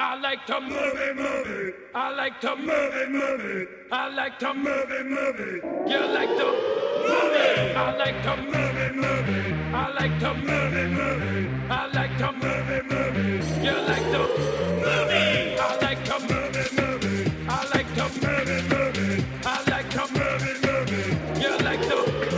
I like to move it, move it. I like to move it, move it. I like to move it, move it. You like to move it. I like to move it, move it. I like to move it, move it. I like to move it, move it. You like to move it. I like to move it, move it. I like to move it, move it. I like to move it, move it. You like to move it.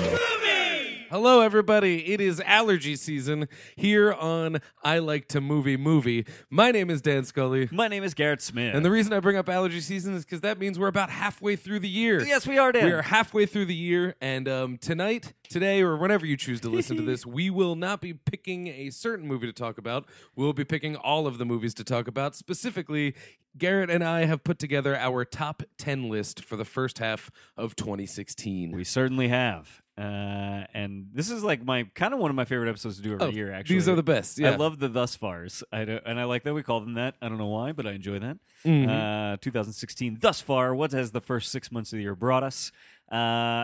Hello, everybody. It is allergy season here on I Like to Movie Movie. My name is Dan Scully. My name is Garrett Smith. And the reason I bring up allergy season is because that means we're about halfway through the year. Yes, we are, Dan. We are halfway through the year, and um, tonight, today, or whenever you choose to listen to this, we will not be picking a certain movie to talk about. We'll be picking all of the movies to talk about. Specifically, Garrett and I have put together our top 10 list for the first half of 2016. we certainly have. Uh, and this is like my kind of one of my favorite episodes to do every Oh, year. Actually, these are the best, yeah. I love the thus far's. I do, and I like that we call them that. I don't know why, but I enjoy that. Mm-hmm. Uh, 2016 thus far. What has the first six months of the year brought us? Uh,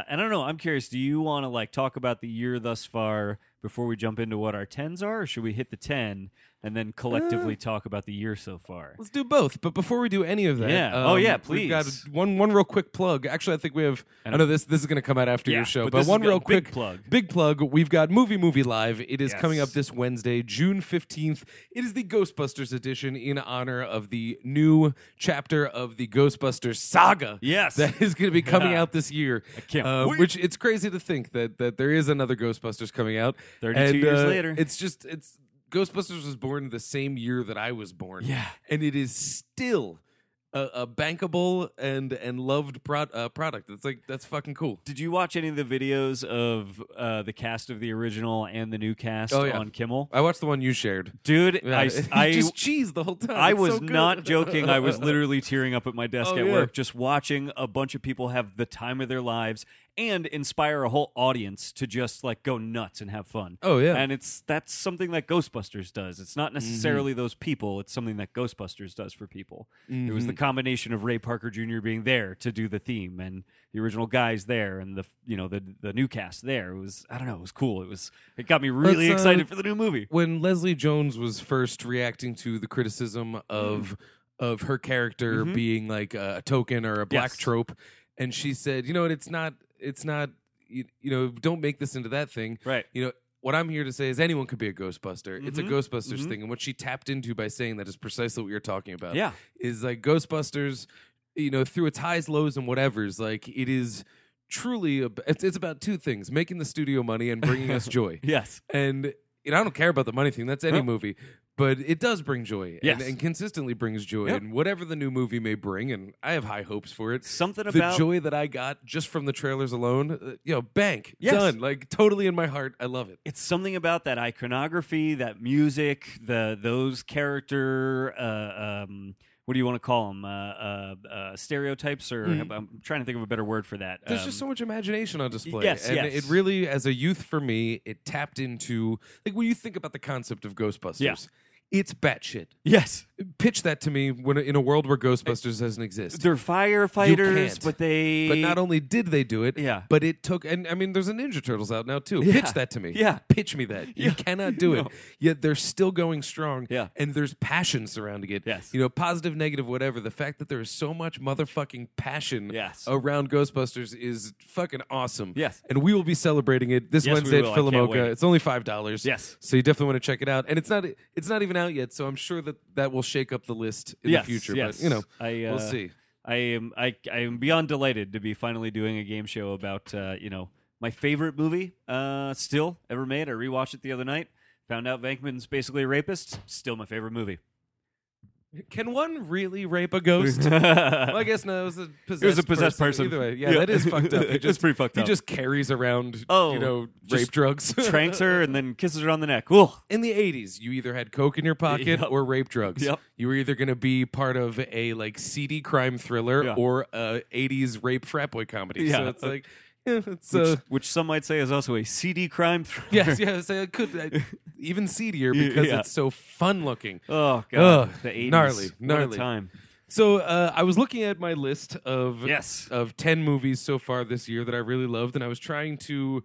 and I don't know. I'm curious. Do you want to like talk about the year thus far before we jump into what our tens are, or should we hit the ten and then Uh, collectively talk about the year so far? Let's do both. But before we do any of that, um, Yeah. Oh, yeah, We've got please. one one real quick plug. Actually, I think we have. I know this this is going to come out after Yeah, your show, but but, this has one got a real big quick plug. Big plug. We've got movie movie live. It is Yes. coming up this Wednesday, June fifteenth. It is the Ghostbusters edition in honor of the new chapter of the Ghostbusters saga. Yes. that is going to be coming out this year. I can't wait. Which it's crazy to think that that there is another Ghostbusters coming out. 32 And, years uh, later. it's just it's Ghostbusters was born the same year that I was born. Yeah. and it is still a, a bankable and and loved pro- uh, product. It's like that's fucking cool. Did you watch any of the videos of uh, the cast of the original and the new cast Oh, yeah. on Kimmel? I watched the one you shared. Dude, Yeah, I, you I, just cheese the whole time. I It's was Oh, so good. not joking. I was literally tearing up at my desk Oh, at yeah. work just watching a bunch of people have the time of their lives and inspire a whole audience to just like go nuts and have fun. Oh, yeah. Mm-hmm. And it's that's something that Ghostbusters does. It's not necessarily those people, it's something that Ghostbusters does for people. It Mm-hmm. was the combination of Ray Parker Jr. being there to do the theme and the original guys there and the you know the the new cast there. It was I don't know, it was cool. It was it got me really Let's, uh, excited for the new movie. when Leslie Jones was first reacting to the criticism of of her character being like a, a token or a black Yes. trope, and she said, "You know what? It's not. It's not. You, you know, don't make this into that thing. Right. You know." What I'm here to say is anyone could be a Ghostbuster. It's Mm-hmm. a Ghostbusters thing. And what she tapped into by saying that is precisely what you're talking about. Yeah. Is like Ghostbusters, you know, through its highs, lows, and whatever's, like it is truly, a, it's, it's about two things making the studio money and bringing us joy. Yes. And you know, I don't care about the money thing. That's any movie. But it does bring joy Yes. and, and consistently brings joy. Yep. And whatever the new movie may bring, and I have high hopes for it. Something the about joy that I got just from the trailers alone, uh, you know, bank, Yes. done. Like totally in my heart. I love it. it's something about that iconography, that music, the those character. Uh, um, what do you want to call them? Uh, uh, uh, stereotypes, or I'm trying to think of a better word for that. Mm-hmm. There's Um, just so much imagination on display. yes, and yes. it really, as a youth for me, it tapped into like when you think about the concept of Ghostbusters, Yeah. it's batshit. yes, Pitch that to me when in a world where Ghostbusters doesn't exist. they're firefighters, can't. but they But not only did they do it, Yeah. but it took. And I mean, there's a Ninja Turtles out now too. Yeah. Pitch that to me. Yeah. pitch me that. You cannot do it. No. Yet they're still going strong. Yeah. and there's passion surrounding it. Yes. you know, positive, negative, whatever. The fact that there is so much motherfucking passion. Yes. around Ghostbusters is fucking awome. Yes. and we will be celebrating it this Yes, we Wednesday at will. I can't Philomoka. wait. It's only five dollars. Yes. so you definitely want to check it out. And it's not it's not even out yet, so I'm sure that that will shake up the list in Yes, the future. yes. But you know, I, uh, we'll see. I am I, I am beyond delighted to be finally doing a game show about uh, you know my favorite movie uh, still ever made. I rewatched it the other night. Found out Vankman's basically a rapist. Still my favorite movie. Can one really rape a ghost? well, I guess no. It was a possessed, It was a possessed person. Either way, yeah, Yeah. that is fucked up. He It's just, pretty fucked up. He just carries around, Oh, you know, just rape drugs. tranks her and then kisses her on the neck. Ugh. in the '80s, you either had coke in your pocket Yep. or rape drugs. Yep. You were either going to be part of a like seedy crime thriller Yeah. or a '80s rape frat boy comedy. So Yeah. it's like, eh, it's Which, uh, which some might say is also a seedy crime thriller. yes, yes, it could uh, even seedier because Yeah. it's so fun looking. Oh god, Ugh. the 80s. Gnarly, What a gnarly. time. So uh, I was looking at my list of Yes. of ten movies so far this year that I really loved, and I was trying to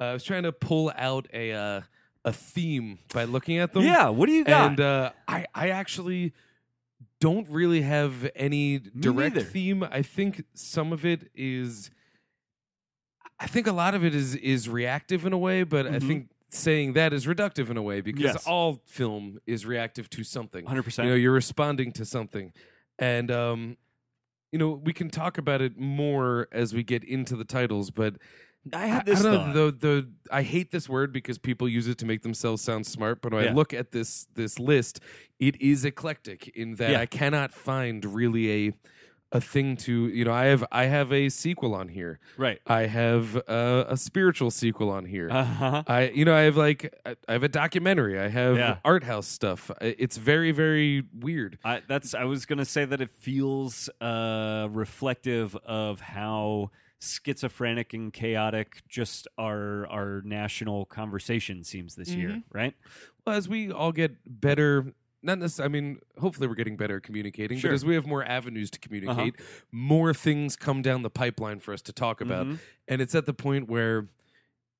uh, I was trying to pull out a uh, a theme by looking at them. Yeah, what do you got? and uh, I I actually don't really have any direct neither. theme. I think some of it is I think a lot of it is is reactive in a way, but I Mhm. think saying that is reductive in a way because Yes. all film is reactive to something. 100%. You know, you're responding to something. And um you know, we can talk about it more as we get into the titles, but I had this I don't thought. know, the the I hate this word because people use it to make themselves sound smart, but when I Yeah. look at this this list, it is eclectic in that Yeah. I cannot find really a a thing to you know I have I have a sequel on here, right. I have uh, a spiritual sequel on here. Uh-huh. I you know I have like I I have a documentary, I have Yeah. art house stuff. I- It's very very weird. I, that's I was gonna say that it feels uh, reflective of how schizophrenic and chaotic just our our national conversation seems this year, Mm-hmm. right? Well, as we all get better, not necessarily, I mean, hopefully we're getting better at communicating, Sure. Uh-huh. but as we have more avenues to communicate, more things come down the pipeline for us to talk about. Mhm. And it's at the point where,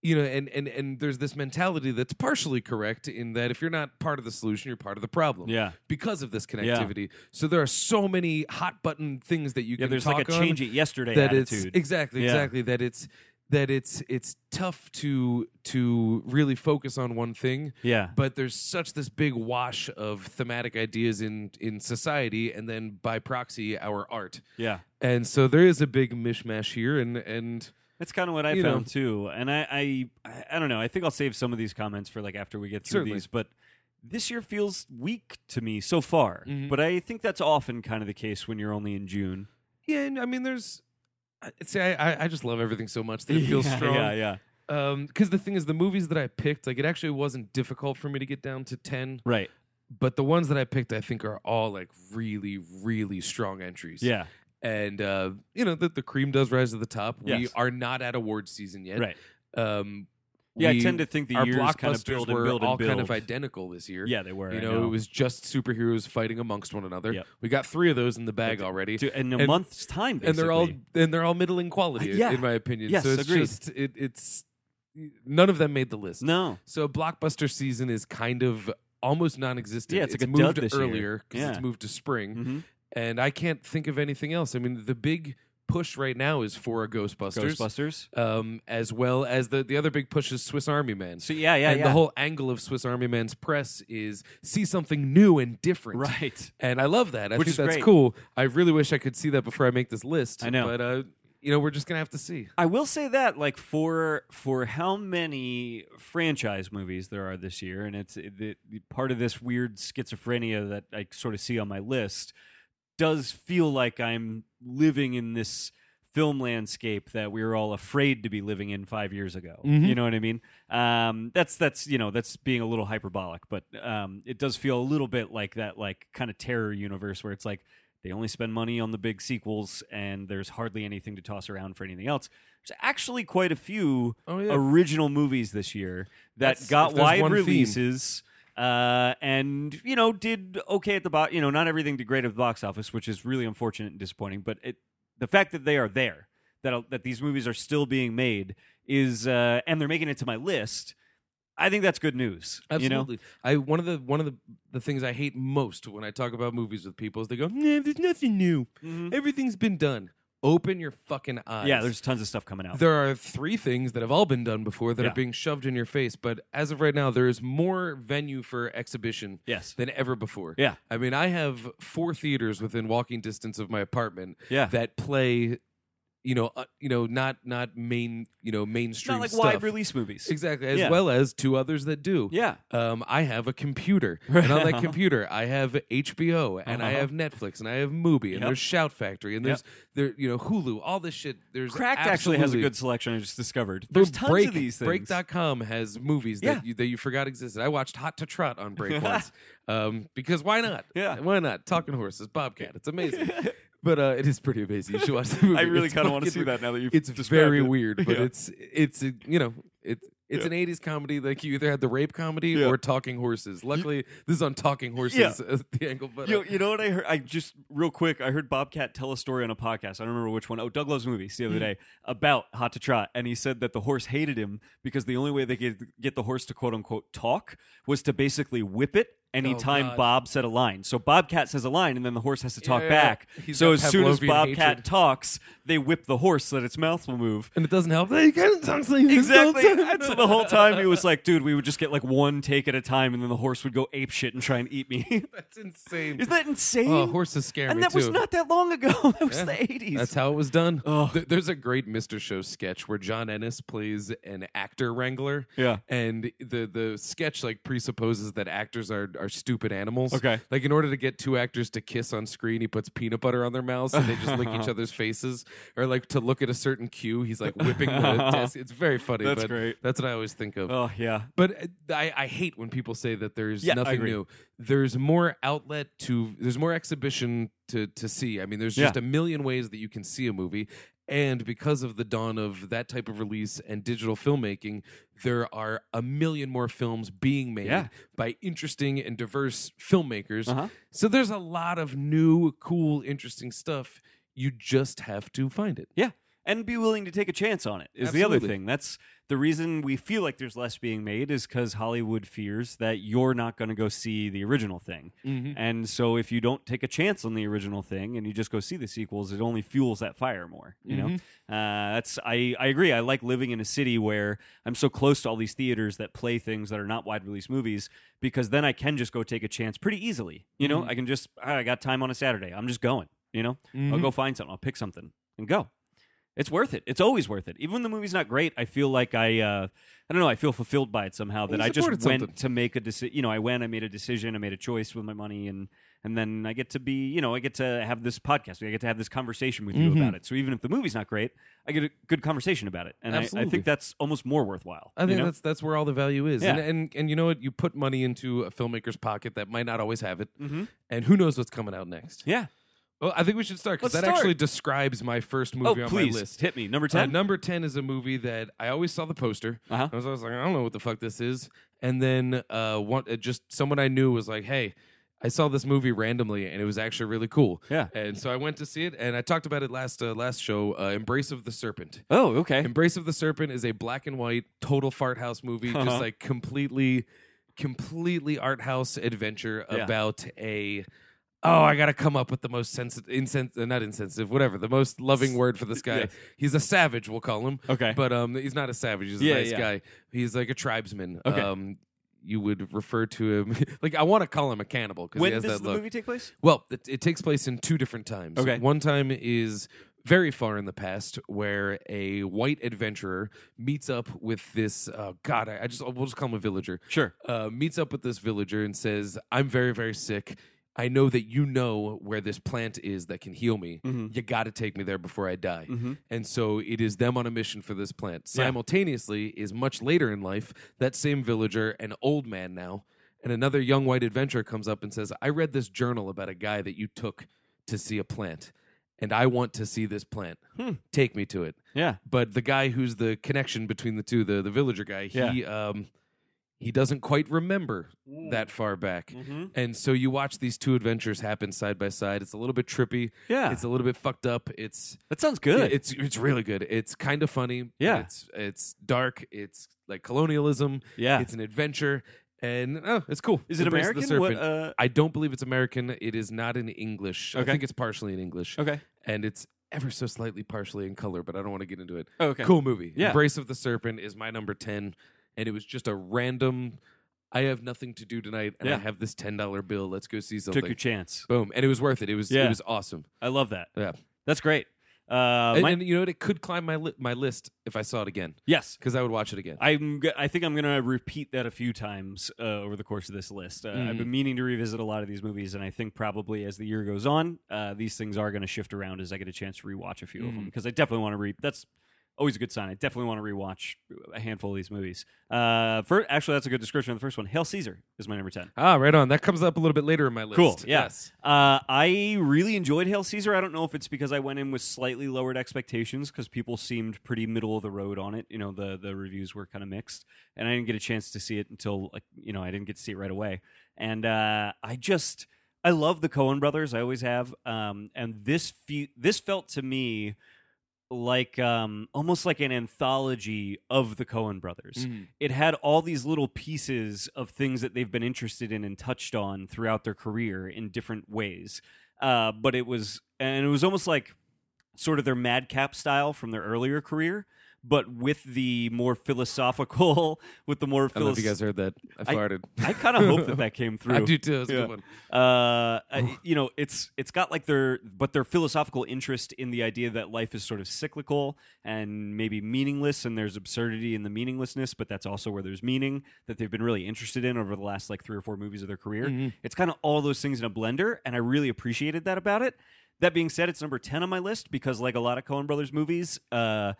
you know, and, and, and there's this mentality that's partially correct in that if you're not part of the solution, you're part of the problem. Yeah, Because of this connectivity, so there are so many hot button things that you yeah. can There's talk like a on change it yesterday that it's attitude. e exactly Yeah. exactly that it's that it's it's tough to to really focus on one thing yeah, but there's such this big wash of thematic ideas in in society and then by proxy our art yeah. and so there is a big mishmash here and and That's kind of what I You know. found too, and I, I I- I don't know. I think I'll save some of these comments for like after we get through Certainly. these, but. This year feels weak to me so far, Mhm. but I think that's often kind of the case when you're only in June. yeah and i mean there's I- see i I- i just love everything so much that it feels yeah, strong Yeah, yeah, um because the thing is the movies that i picked like it actually wasn't difficult for me to get down to 10 right. but the ones that i picked i think are all like really really strong entries Yeah, and uh you know the, the cream does rise to the top we Yes. are not at award season yet right. um Yeah, I we- tend to think the our years kind of blockbusters build and were build and all build. kind of identical this year. yeah, they were. you I know, it was just superheroes fighting amongst one another. Yep. We got three of those in the bag That's- already, Dude, in a and- month's time, basically. and they're all and they're all middling quality, Uh, yeah. in my opinion. Yes, so it's agreed. just it, it's none of them made the list. no. So blockbuster season is kind of almost non-existent. Yeah, it's like a dud moved this year. earlier because Yeah. it's moved to spring, hmm and I can't think of anything else. I mean, the big push right now is for a Ghostbusters. Ghostbusters. Um, as well as the the other big push is Swiss Army Man So yeah, yeah, and yeah. the whole angle of Swiss Army Man's press is see something new and different. right. And I love that. I Which think is that's great. cool. I really wish I could see that before I make this list. I know. But, uh, you know, we're just going to have to see. I will say that, like for for how many franchise movies there are this year, and it's it, the the part of this weird schizophrenia that I sort of see on my list does feel like I'm living in this film landscape that we were all afraid to be living in five years ago. Mhm. You know what I mean? Um, that's that's you know that's being a little hyperbolic, but um, it does feel a little bit like that like kind of terror universe where it's like they only spend money on the big sequels and there's hardly anything to toss around for anything else. There's actually quite a few Oh, yeah. original movies this year that That's- got if there's wide one theme. releases uh, and you know did okay at the box. You know, not everything did great at the box office, which is really unfortunate and disappointing. But it, the fact that they are there, that uh, that these movies are still being made, is uh, and they're making it to my list. I think that's good news. Absolutely. I one of the one of the, the things I hate most when I talk about movies with people is they go, nah, there's nothing new. You know? Everything's been done. Open your fucking eyes. Mm-hmm. Yeah, there's tons of stuff coming out. There are three things that have all been done before that Yeah. are being shoved in your face, but as of right now, there is more venue for exhibition yes. than ever before. Yeah. I mean, I have four theaters within walking distance of my apartment Yeah. that play, you know, uh, you know, not not main, you know, It's mainstream not like stuff. wide release movies. Exactly, as Yeah. well as two others that do. Yeah. Um, I have a computer, and on that computer, I have HBO, and I Uh-huh. have Netflix, and I have Mubi, and Yep. there's Shout Factory, and there's there, you know, Hulu, all this shit. There's Cracked actually has a absolutely- good selection. I just discovered. There's tons Break, of these things. Break.com has movies Yeah. that, you, that you forgot existed. I watched Hot to Trot on Break once um, because why not? Yeah. Why not? Talking Horses, Bobcat. It's amazing. but uh, it is pretty amazing. You should watch the movie. I really It's kind of want to fucking- see that now that you've. It's described very it. weird, but Yeah. it's, it's a- you know, it, it's Yeah. an 80s comedy. Like you either had the rape comedy Yeah. or Talking Horses. Luckily, this is on Talking Horses, uh, the angle. But uh, You, you know what I heard? I just real quick. I heard Bobcat tell a story on a podcast. I don't remember which one. Oh, Doug loves movies the other Mm-hmm. day about Hot to Trot, and he said that the horse hated him because the only way they could get the horse to quote unquote talk was to basically whip it anytime Oh, God. Bob said a line. So Bobcat says a line, and then the horse has to talk Yeah, yeah, yeah. back. He's so got as soon as Pavlovian Bobcat hatred. talks, they whip the horse so that its mouth will move. and it doesn't help. They can't talk like this the whole Exactly. time. so the whole time he was like, "Dude, we would just get like one take at a time, and then the horse would go ape shit and try and eat me." That's insane. Isn't that insane? Oh, horses scare and me that too. was not that long ago. that was Yeah. the eighties. That's how it was done. Ugh. Th- there's a great Mr. Show sketch where John Ennis plays an actor wrangler. Yeah. And the the sketch like presupposes that actors are are stupid animals. Okay. Like in order to get two actors to kiss on screen, he puts peanut butter on their mouths and they just lick each other's faces. Or like to look at a certain cue, he's like whipping the desk. It's very funny. That's but great. That's what I always think of. oh yeah. But uh, I, I hate when people say that there's Yeah, I nothing agree. new. There's more outlet to, there's more exhibition to, to see. I mean, there's Yeah. just a million ways that you can see a movie. And because of the dawn of that type of release and digital filmmaking, there are a million more films being made Yeah. by interesting and diverse filmmakers. Uh-huh. So there's a lot of new, cool, interesting stuff. You just have to find it. Yeah. And be willing to take a chance on it is the other Absolutely. thing. That's the reason we feel like there's less being made is because Hollywood fears that you're not going to go see the original thing. And so if you don't take a chance on the original thing and you just go see the sequels, it only fuels that fire more. You know, uh, that's I, I agree. I like living in a city where I'm so close to all these theaters that play things that are not wide release movies because then I can just go take a chance pretty easily. You know, I can just "Ah, I got time on a Saturday. I'm just going. You know, I'll go find something. I'll pick something and go. It's worth it. It's always worth it. Even when the movie's not great, I feel like I, uh, I don't know, I feel fulfilled by it somehow. That you I just went supported something. to make a decision. You know, I went, I made a decision, I made a choice with my money, and and then I get to be, you know, I get to have this podcast. I get to have this conversation with Mm-hmm. you about it. So even if the movie's not great, I get a good conversation about it, and I, I Absolutely. think that's almost more worthwhile. I think you know? that's that's where all the value is. And, Yeah. and and you know what? You put money into a filmmaker's pocket that might not always have it, and who knows what's coming out next. Mm-hmm. yeah. Well, I think we should start because that Let's actually start. describes my first Oh, movie on please my list. hit me number Uh, ten. number ten is a movie that I always saw the poster. Uh-huh. I was always like, I don't know what the fuck this is. And then uh, one, uh, just someone I knew was like, Hey, I saw this movie randomly, and it was actually really cool. Yeah. And so I went to see it, and I talked about it last uh, last show. Uh, Embrace of the Serpent. Oh, okay. Embrace of the Serpent is a black and white total fart house movie, Uh-huh. just like completely, completely art house adventure Yeah. about a. Oh, I gotta come up with the most sensitive, insens- uh, not insensitive, whatever, the most loving word for this guy. Yes. He's a savage, we'll call him. Okay. but um, he's not a savage. He's a Yeah, nice yeah. guy. He's like a tribesman. Okay. Um, you would refer to him like I want to call him a cannibal because he When has does that the look. movie take place? Well, it, it takes place in two different times. Okay. One time is very far in the past, where a white adventurer meets up with this. Uh, God, I, I just we'll just call him a villager. Sure. Uh, meets up with this villager and says, "I'm very, very sick. I know that you know where this plant is that can heal me. You got to take me there before I die." And so it is them on a mission for this plant. Yeah. Simultaneously, is much later in life that same villager, an old man now, and another young white adventurer comes up and says, I read this journal about a guy that you took to see a plant, and I want to see this plant. Take me to it. Yeah. But the guy who's the connection between the two, the, the villager guy, he um he doesn't quite remember that far back. Mm-hmm. And so you watch these two adventures happen side by side. It's a little bit trippy. Yeah. It's a little bit fucked up. It's That sounds good. yeah, It's it's really good. It's kind of funny. Yeah. It's it's dark. It's like colonialism. Yeah. It's an adventure, and oh, it's cool. Is it Embrace American? The Serpent. What, uh, I don't believe it's American. It is not in English. Okay. I think it's partially in English. Okay. And it's ever so slightly partially in color, but I don't want to get into it. Oh, okay. Cool movie. Yeah. Embrace of the Serpent is my number ten, and it was just a random. I have nothing to do tonight, and I Yeah. have this ten dollar bill. Let's go see something. Took your chance. Boom, and it was worth it. It was Yeah. it was awesome. I love that. Yeah. That's great. Uh, And, my- and you know what? It could climb my li- my list if I saw it again yes, because I would watch it again. I'm. g- I think I'm going to repeat that a few times uh, over the course of this list. Uh, Mm-hmm. I've been meaning to revisit a lot of these movies, and I think probably as the year goes on, uh, these things are going to shift around as I get a chance to rewatch a few Mm-hmm. of them because I definitely want to re. That's always a good sign. I definitely want to rewatch a handful of these movies. Uh, for actually, that's a good description of the first one. Hail Caesar is my number ten. ah, right on. That comes up a little bit later in my list. Cool. Yeah. Uh, I really enjoyed Hail Caesar. I don't know if it's because I went in with slightly lowered expectations because people seemed pretty middle of the road on it. You know, the the reviews were kind of mixed, and I didn't get a chance to see it until like you know I didn't get to see it right away. And uh, I just I love the Coen Brothers. I always have. Um, and this fe- this felt to me like um almost like an anthology of the Cohen brothers. It had all these little pieces of things that they've been interested in and touched on throughout their career in different ways. Uh, but it was and it was almost like sort of their madcap style from their earlier career, but with the more philosophical, with the more I don't know if philosophical. you guys heard that. I I- farted. I kind of hope that that came through. I do too. That's a Yeah. good one. Uh, I- you know, it's it's got like their but their philosophical interest in the idea that life is sort of cyclical and maybe meaningless, and there's absurdity in the meaninglessness, but that's also where there's meaning that they've been really interested in over the last like three or four movies of their career. Mm-hmm. It's kind of all those things in a blender, and I really appreciated that about it. That being said, it's number ten on my list because, like a lot of Coen Brothers movies, uh,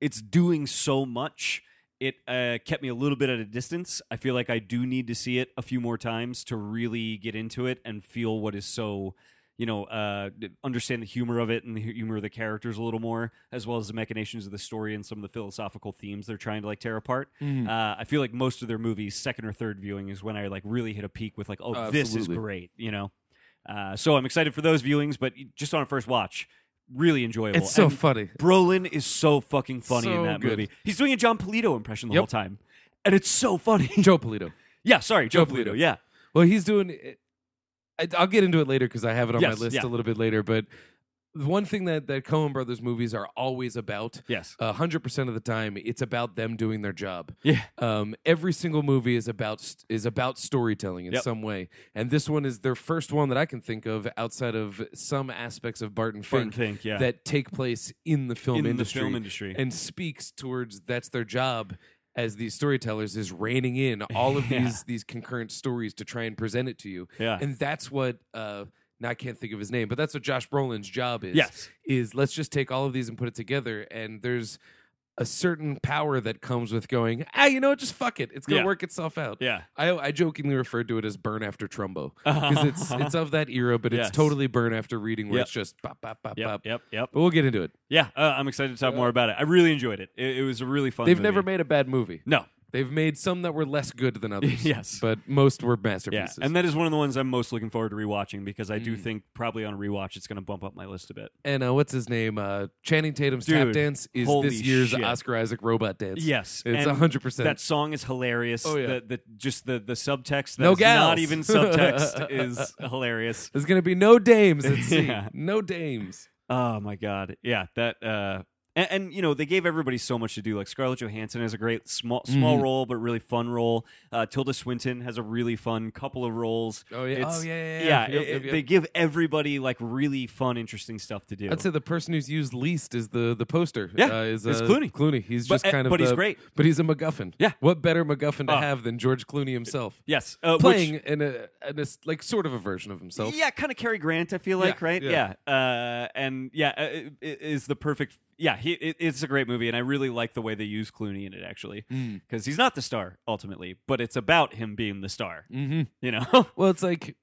it's doing so much. It uh, kept me a little bit at a distance. I feel like I do need to see it a few more times to really get into it and feel what is so, you know, uh, d- understand the humor of it and the hu- humor of the characters a little more, as well as the machinations of the story and some of the philosophical themes they're trying to like tear apart. Uh, I feel like most of their movies, second or third viewing, is when I like really hit a peak with like, oh, this is Absolutely. great, you know. Uh, so I'm excited for those viewings, but just on a first watch, really enjoyable. It's so And- funny. Brolin is so fucking funny So in that good. movie. He's doing a John Polito impression the Yep. whole time, and it's so funny. Joe Polito. yeah, sorry, Joe, Joe Polito. Polito. Yeah, Well, he's doing. I, I'll get into it later because I have it on Yes, my list yeah. a little bit later. But the one thing that that Coen Brothers movies are always about, yes, a hundred percent of the time, it's about them doing their job. yeah, Um, every single movie is about st- is about storytelling in Yep. some way, and this one is their first one that I can think of outside of some aspects of Barton Barton Fink Fink, yeah. that take place in the film in industry the film industry. and speaks towards that's their job as these storytellers is reining in all of Yeah. these these concurrent stories to try and present it to you yeah, and that's what uh now I can't think of his name, but that's what Josh Brolin's job is. yes, Is let's just take all of these and put it together. And there's a certain power that comes with going, ah, you know what, just fuck it. It's gonna Yeah. work itself out. yeah. I, I jokingly referred to it as burn after Trumbo. Because it's it's of that era, but Yes. it's totally burn after reading where Yep. it's just pop, pop, pop, yep, pop. yep, yep. But we'll get into it. Yeah, uh, I'm excited to talk more about it. I really enjoyed it. It, it was a really fun. They've movie. never made a bad movie. no. They've made some that were less good than others. Yes. But most were Yeah, masterpieces. and that is one of the ones I'm most looking forward to rewatching because I do Mm. think probably on a rewatch it's going to bump up my list a bit. and uh, what's his name? Uh, Channing Tatum's tap Dude, dance is holy this year's shit. Oscar Isaac robot dance. Yes, It's and 100%. That song is hilarious. Oh, yeah. the, the, just the, the subtext. That's No not gals. even subtext is hilarious. There's going to be no dames at sea. Yeah. No dames. Oh my god, yeah, that. uh and, and you know they gave everybody so much to do. Like Scarlett Johansson has a great small small Mhm. role, but really fun role. Uh, Tilda Swinton has a really fun couple of roles. Oh, yeah. It's- oh, yeah, yeah, yeah. yeah. Yep, it- yep, it- yep. They give everybody like really fun, interesting stuff to do. I'd say the person who's used least is the the poster. Yeah, uh, is, it's uh, Clooney. Clooney. He's But- just eh, kind of. but he's the- great. But he's a MacGuffin. Yeah. What better MacGuffin to Oh. have than George Clooney himself? yes, uh, which- Playing in a, in a s- like sort of a version of himself. Yeah, kind of Cary Grant. I feel like Yeah, right. Yeah, yeah. Uh, and yeah, uh, i- i- is the perfect. Yeah, he, it, it's a great movie, and I really like the way they use Clooney in it actually, because he's not the star ultimately, but it's about him being the star. Mm-hmm. You know. Well, it's like,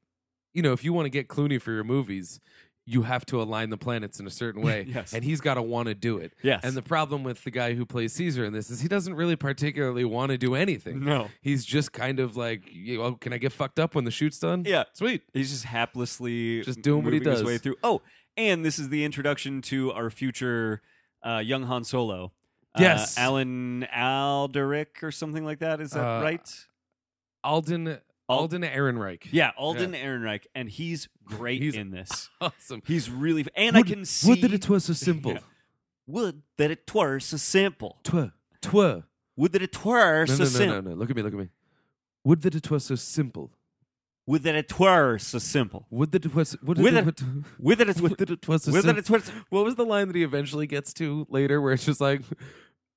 you know, if you want to get Clooney for your movies, you have to align the planets in a certain way. Yes. And he's got to want to do it. Yes. And the problem with the guy who plays Caesar in this is he doesn't really particularly want to do anything. No. He's just kind of like, y- oh, can I get fucked up when the shoot's done? Yeah. Sweet. He's just haplessly Just doing what he moving His does. way through. Oh, and this is the introduction to our future uh, young Han Solo. Uh, Yes. Alan Alderic or something like that. Is that Uh, right? Alden Al- Alden Ehrenreich. Yeah, Alden Ehrenreich, and he's great He's- in this. Awesome. He's really, f- and I can see Would that it were so simple. Yeah. would that it were so simple. Twa. Twa. Would that it No, were so no, no, simple. no, no. Look at me. Look at me. Would that it were so simple. Would that it were so simple. Would that it was. Would Would it, that- would, Would that it would that it were so would that simple. it were What was the line that he eventually gets to later, where it's just like,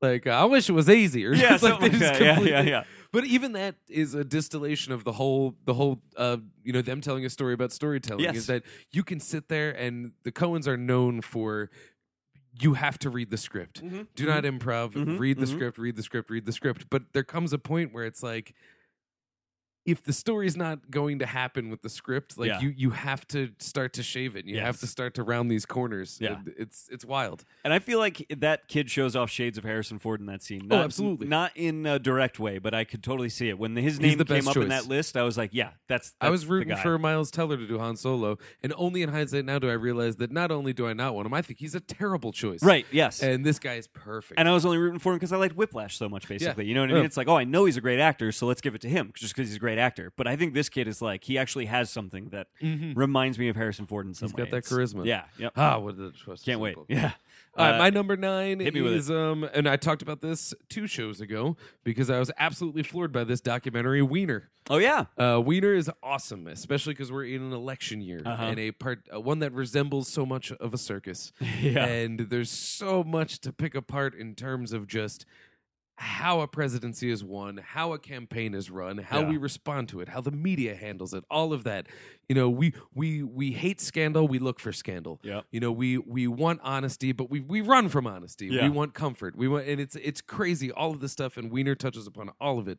like I wish it was easier. yeah, It's like something they like just that. yeah, yeah, completely- yeah. But even that is a distillation of the whole, the whole, uh, you know, them telling a story about storytelling. Yes. Is that you can sit there and the Cohens are known for. You have to read the script. Mhm. Do not improv. Mhm. Read the Mhm. script. Read the script. Read the script. But there comes a point where it's like, if the story's not going to happen with the script, like Yeah. you you have to start to shave it. And you have Yes. to start to round these corners. Yeah. It- it's it's wild. And I feel like that kid shows off shades of Harrison Ford in that scene. Oh, Not, absolutely. Not in a direct way, but I could totally see it. When his He's name the came best up in choice. that list, I was like, yeah, that's, I that's was the rooting guy. for Miles Teller to do Han Solo, and only in hindsight now do I realize that not only do I not want him, I think he's a terrible choice. Right, yes. And, And this guy is perfect. I was only rooting for him because I liked Whiplash so much, basically. Yeah. You know what I mean? Yeah. It's like, oh, I know he's a great actor, so let's give it to him just because he's a great actor. But I think this kid is like, he actually has something that reminds me of Harrison Ford in some Mm-hmm. he's way. got that It's- charisma. Yeah. Yep. Ah, what a trust Can't wait. Yeah. All right, Uh, my number nine hit me with is um, and I talked about this two shows ago because I was absolutely floored by this documentary Wiener. oh, yeah. Uh, Wiener is awesome, especially because we're in an election year Uh-huh. and a part uh, one that resembles so much of a circus. Yeah. and there's so much to pick apart in terms of just how a presidency is won, how a campaign is run, how Yeah. we respond to it, how the media handles it, all of that. You know, we we we hate scandal, we look for scandal. Yep. You know, we we want honesty, but we we run from honesty. Yeah. We want comfort. We want and it's it's crazy all of this stuff and Wiener touches upon all of it.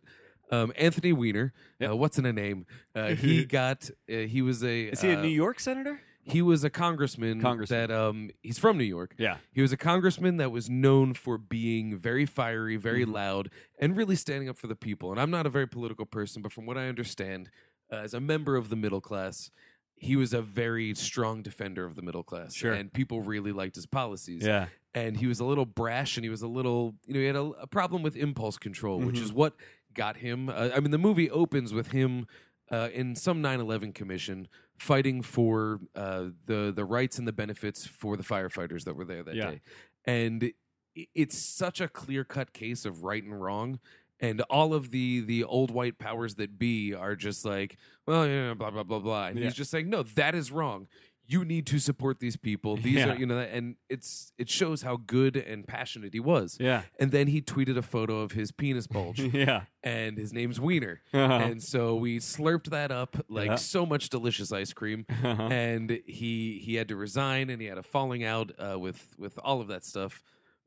Um, Anthony Weiner, uh, what's in a name? Uh, he got uh, he was a Is he uh, a New York senator? he was a congressman, Congressman. that um he's from New York. Yeah. He was a congressman that was known for being very fiery, very Mm-hmm. loud, and really standing up for the people. And I'm not a very political person, but from what I understand, uh, as a member of the middle class, he was a very strong defender of the middle class. Sure. And people really liked his policies Yeah. and he was a little brash and he was a little you know he had a, a problem with impulse control which Mm-hmm. is what got him uh, i mean the movie opens with him uh, in some 9-11 commission fighting for uh, the the rights and the benefits for the firefighters that were there that Yeah. day and i- it's such a clear cut case of right and wrong and all of the the old white powers that be are just like well yeah blah blah blah blah and Yeah. he's just saying no that is wrong you need to support these people these Yeah. are you know and it's it shows how good and passionate he was Yeah. and then he tweeted a photo of his penis bulge Yeah. and his name's wiener Uh-huh. and so we slurped that up like Yeah. Uh-huh. so much delicious ice cream and he he had to resign and he had a falling out uh, with with all of that stuff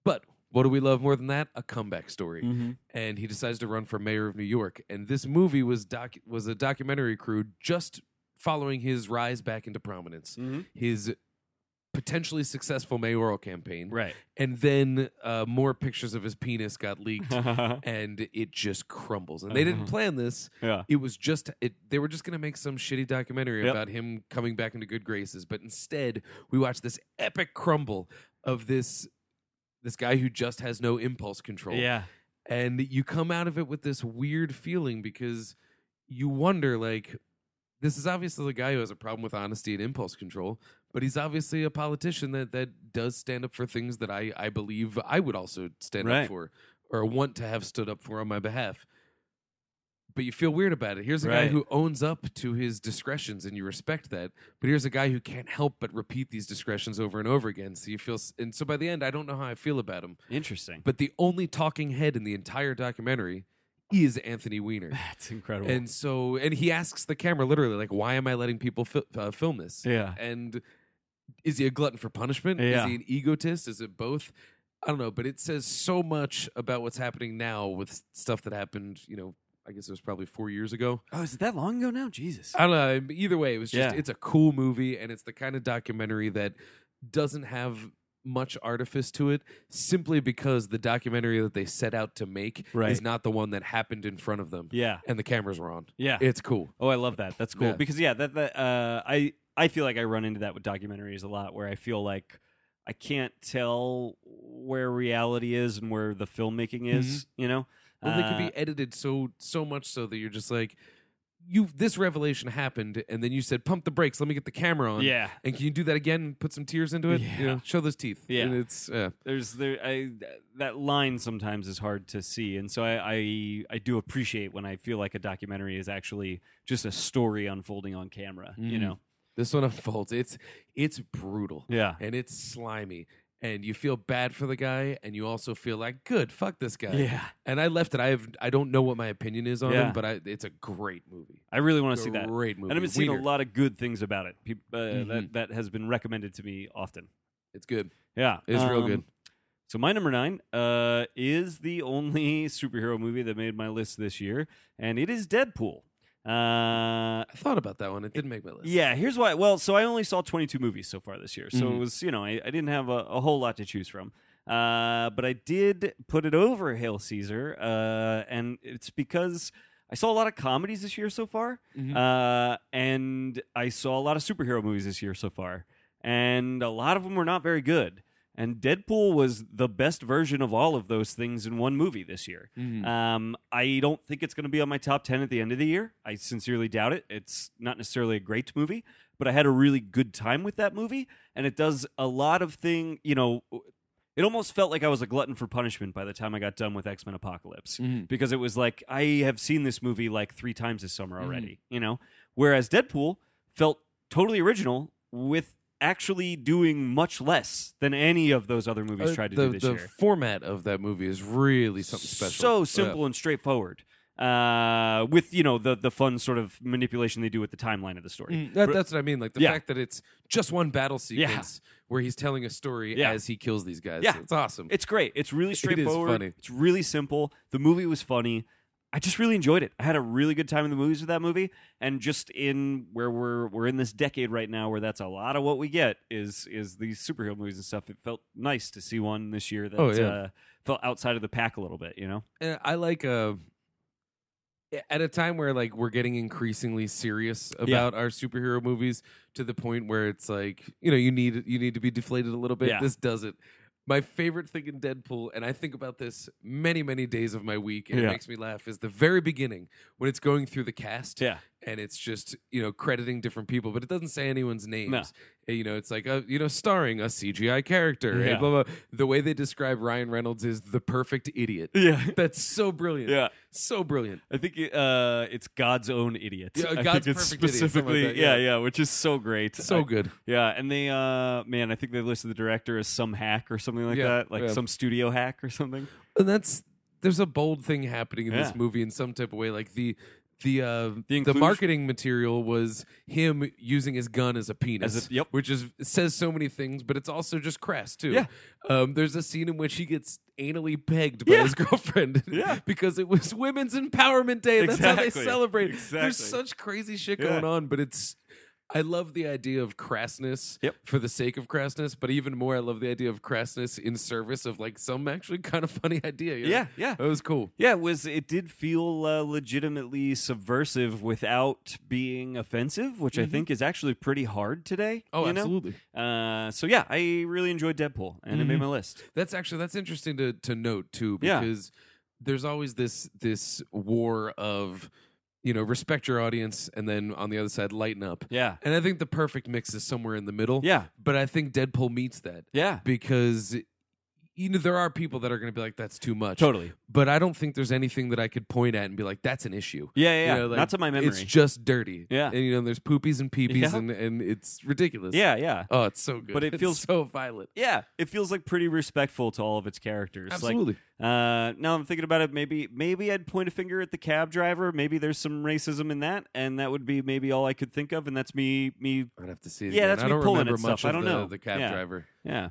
but what do we love more than that a comeback story Mm. Mm-hmm. and he decides to run for mayor of New York. And this movie was doc was a documentary crew just following his rise back into prominence, Mhm. his potentially successful mayoral campaign, Right. and then uh, more pictures of his penis got leaked, yeah. and it just crumbles. And they didn't Mm-hmm. plan this. It was just it, they were just going to make some shitty documentary Yep. about him coming back into good graces, but instead we watched this epic crumble of this this guy who just has no impulse control Yeah. and you come out of it with this weird feeling because you wonder like this is obviously the guy who has a problem with honesty and impulse control but he's obviously a politician that that does stand up for things that i i believe i would also stand Right. up for or want to have stood up for on my behalf but you feel weird about it. Here's a guy Right. who owns up to his discretions, and you respect that. But here's a guy who can't help but repeat these discretions over and over again. So you feel, s- and so by the end, I don't know how I feel about him Interesting. but the only talking head in the entire documentary is Anthony Weiner. That's incredible. And so, and he asks the camera literally, like, why am I letting people fi- uh, film this? yeah. And is he a glutton for punishment? Yeah. Is he an egotist? Is it both? I don't know, but it says so much about what's happening now with s- stuff that happened, you know, I guess it was probably four years ago. Oh, is it that long ago now? Jesus. I don't know. but Either way, it was just Yeah. it's a cool movie, and it's the kind of documentary that doesn't have much artifice to it, simply because the documentary that they set out to make Right. is not the one that happened in front of them, yeah. and the cameras were on. Yeah. It's cool. oh, I love that. That's cool. Yeah. Because yeah, that that uh I I feel like I run into that with documentaries a lot where I feel like I can't tell where reality is and where the filmmaking is, you know? Mm-hmm. Well, they could Uh, be edited so so much so that you're just like, you this revelation happened, and then you said, "Pump the brakes, let me get the camera on." Yeah. And can you do that again? and Put some tears into it. Yeah. You know, show those teeth. Yeah. And it's uh, yeah. There's there I that line sometimes is hard to see. And so I, I I do appreciate when I feel like a documentary is actually just a story unfolding on camera, you Mhm. know? This one unfolds. It's it's brutal. Yeah. and it's slimy and you feel bad for the guy and you also feel like good fuck this guy Yeah. and i left it i have i don't know what my opinion is on Yeah. him but I, it's a great movie I really want to see that. great movie And I've been seeing a Wiener. lot of good things about it. Peop uh, Mhm. that, that has been recommended to me often. it's good Yeah, It's real good. So my number nine uh, is the only superhero movie that made my list this year, and it is Deadpool. Uh, I thought about that one. It didn't make my list. yeah, here's why. Well, so I only saw 22 movies so far this year, so it Mhm. was you know I, I didn't have a, a whole lot to choose from. Uh, but I did put it over Hail Caesar, uh, and it's because I saw a lot of comedies this year so far, Mhm. uh, and I saw a lot of superhero movies this year so far, and a lot of them were not very good. And Deadpool was the best version of all of those things in one movie this year. Mhm. Um, I don't think it's going to be on my top 10 at the end of the year. I sincerely doubt it. It's not necessarily a great movie, but I had a really good time with that movie. And it does a lot of thing, you know, it almost felt like I was a glutton for punishment by the time I got done with X Men Apocalypse Mhm. because it was like, I have seen this movie like three times this Hmm. summer already, you know? Whereas Deadpool felt totally original with actually doing much less than any of those other movies Uh, tried to the, do this the year format of that movie is really something special. so simple and straightforward. Uh, with you know the the fun sort of manipulation they do with the timeline of the story. Mm, that, But- that's what I mean. Like the Mm-hmm. Yeah. fact that it's just one battle sequence where he's telling a story Yeah. as he kills these guys. Yeah. It's awesome. it's great. It's really is straightforward. funny. It's really simple. The movie was funny. I just really enjoyed it. I had a really good time in the movies with that movie, and just in where we're we're in this decade right now, where that's a lot of what we get is is these superhero movies and stuff. It felt nice to see one this year that Oh, yeah. uh, felt outside of the pack a little bit. You know, And I like uh at a time where like we're getting increasingly serious about our superhero movies to the point where it's like you know you need you need to be deflated a little bit. Yeah. This does it. My favorite thing in Deadpool, and I think about this many many days of my week, and Yeah. it makes me laugh, is the very beginning when it's going through the cast. yeah, and it's just you know crediting different people, but it doesn't say anyone's names. Uh, You know, it's like uh you know starring a CGI character. Yeah. And blah, blah. The way they describe Ryan Reynolds is the perfect idiot. yeah, That's so brilliant. yeah. So brilliant. I think it, uh, it's God's own idiot. Yeah, I think God's it's perfect idiot, something like specifically, that, yeah. yeah. yeah, which is so great, So I- good. yeah. And they, uh, man, I think they listed the director as some hack or something like Yeah, that, like yeah. some studio hack or something. And that's there's a bold thing happening in Yeah. this movie in some type of way. Like the the uh, the, inclusion- marketing material was him using his gun as a penis, As a- yep. which is says so many things, but it's also just crass too. Yeah. Um, there's a scene in which he gets anally pegged by Yeah. his girlfriend, Yeah. because it was Women's Empowerment Day. and That's how Exactly. they celebrate. Exactly. There's such crazy shit Yeah. going on, but it's. I love the idea of crassness Yep. for the sake of crassness, but even more, I love the idea of crassness in service of like some actually kind of funny idea. you know? Yeah, yeah. It was cool. Yeah, it was it did feel uh, legitimately subversive without being offensive, which I think is actually pretty hard today. Oh, you know? absolutely. Uh, so yeah, I really enjoyed Deadpool, and it made my list. That's actually that's interesting to to note too Yeah. because there's always this this war of you know respect your audience and then on the other side lighten up. Yeah, And I think the perfect mix is somewhere in the middle. yeah, But I think Deadpool meets that yeah. because you know there are people that are going to be like that's too much. Totally. But I don't think there's anything that I could point at and be like that's an issue. Yeah, yeah. yeah. You know, like, Not to my memory. It's just dirty. Yeah. And you know there's poopies and peepees Yeah. and and it's ridiculous. yeah, yeah. Oh, it's so good. But it It's feels- so violent. Yeah, it feels like pretty respectful to all of its characters. Like Absolutely. Uh, now I'm thinking about it. Maybe, maybe I'd point a finger at the cab driver. Maybe there's some racism in that, and that would be maybe all I could think of. And that's me, me. I'd have to see it. Yeah, again. that's I me don't pulling remember at much stuff. I of don't the- know. the cab Yeah. driver. Yeah,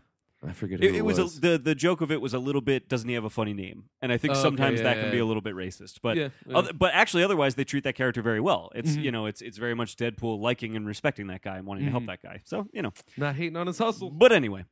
I forget who it, it, it was, a, the the joke of it was a little bit. Doesn't he have a funny name? And I think Oh, okay, sometimes yeah, that yeah, can be yeah. a little bit racist. But Yeah, yeah. Other, but actually, otherwise they treat that character very well. It's Mhm. you know, it's it's very much Deadpool liking and respecting that guy and wanting to help Mhm. that guy. So you know, Not hating on his hustle. but anyway,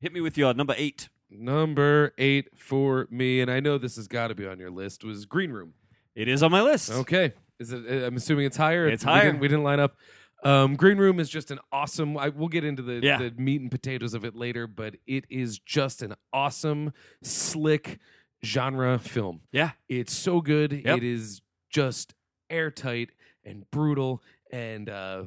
hit me with your number eight. Number eight for me, and I know this has got to be on your list, was Green Room. It is on my list. Okay. Is it, uh, I'm assuming it's higher. It's We higher. didn't- We didn't, line up. Um, Green Room is just an awesome. I, we'll get into the, Yeah. the meat and potatoes of it later, but it is just an awesome, slick genre film. Yeah. It's so good. Yep. It is just airtight and brutal and uh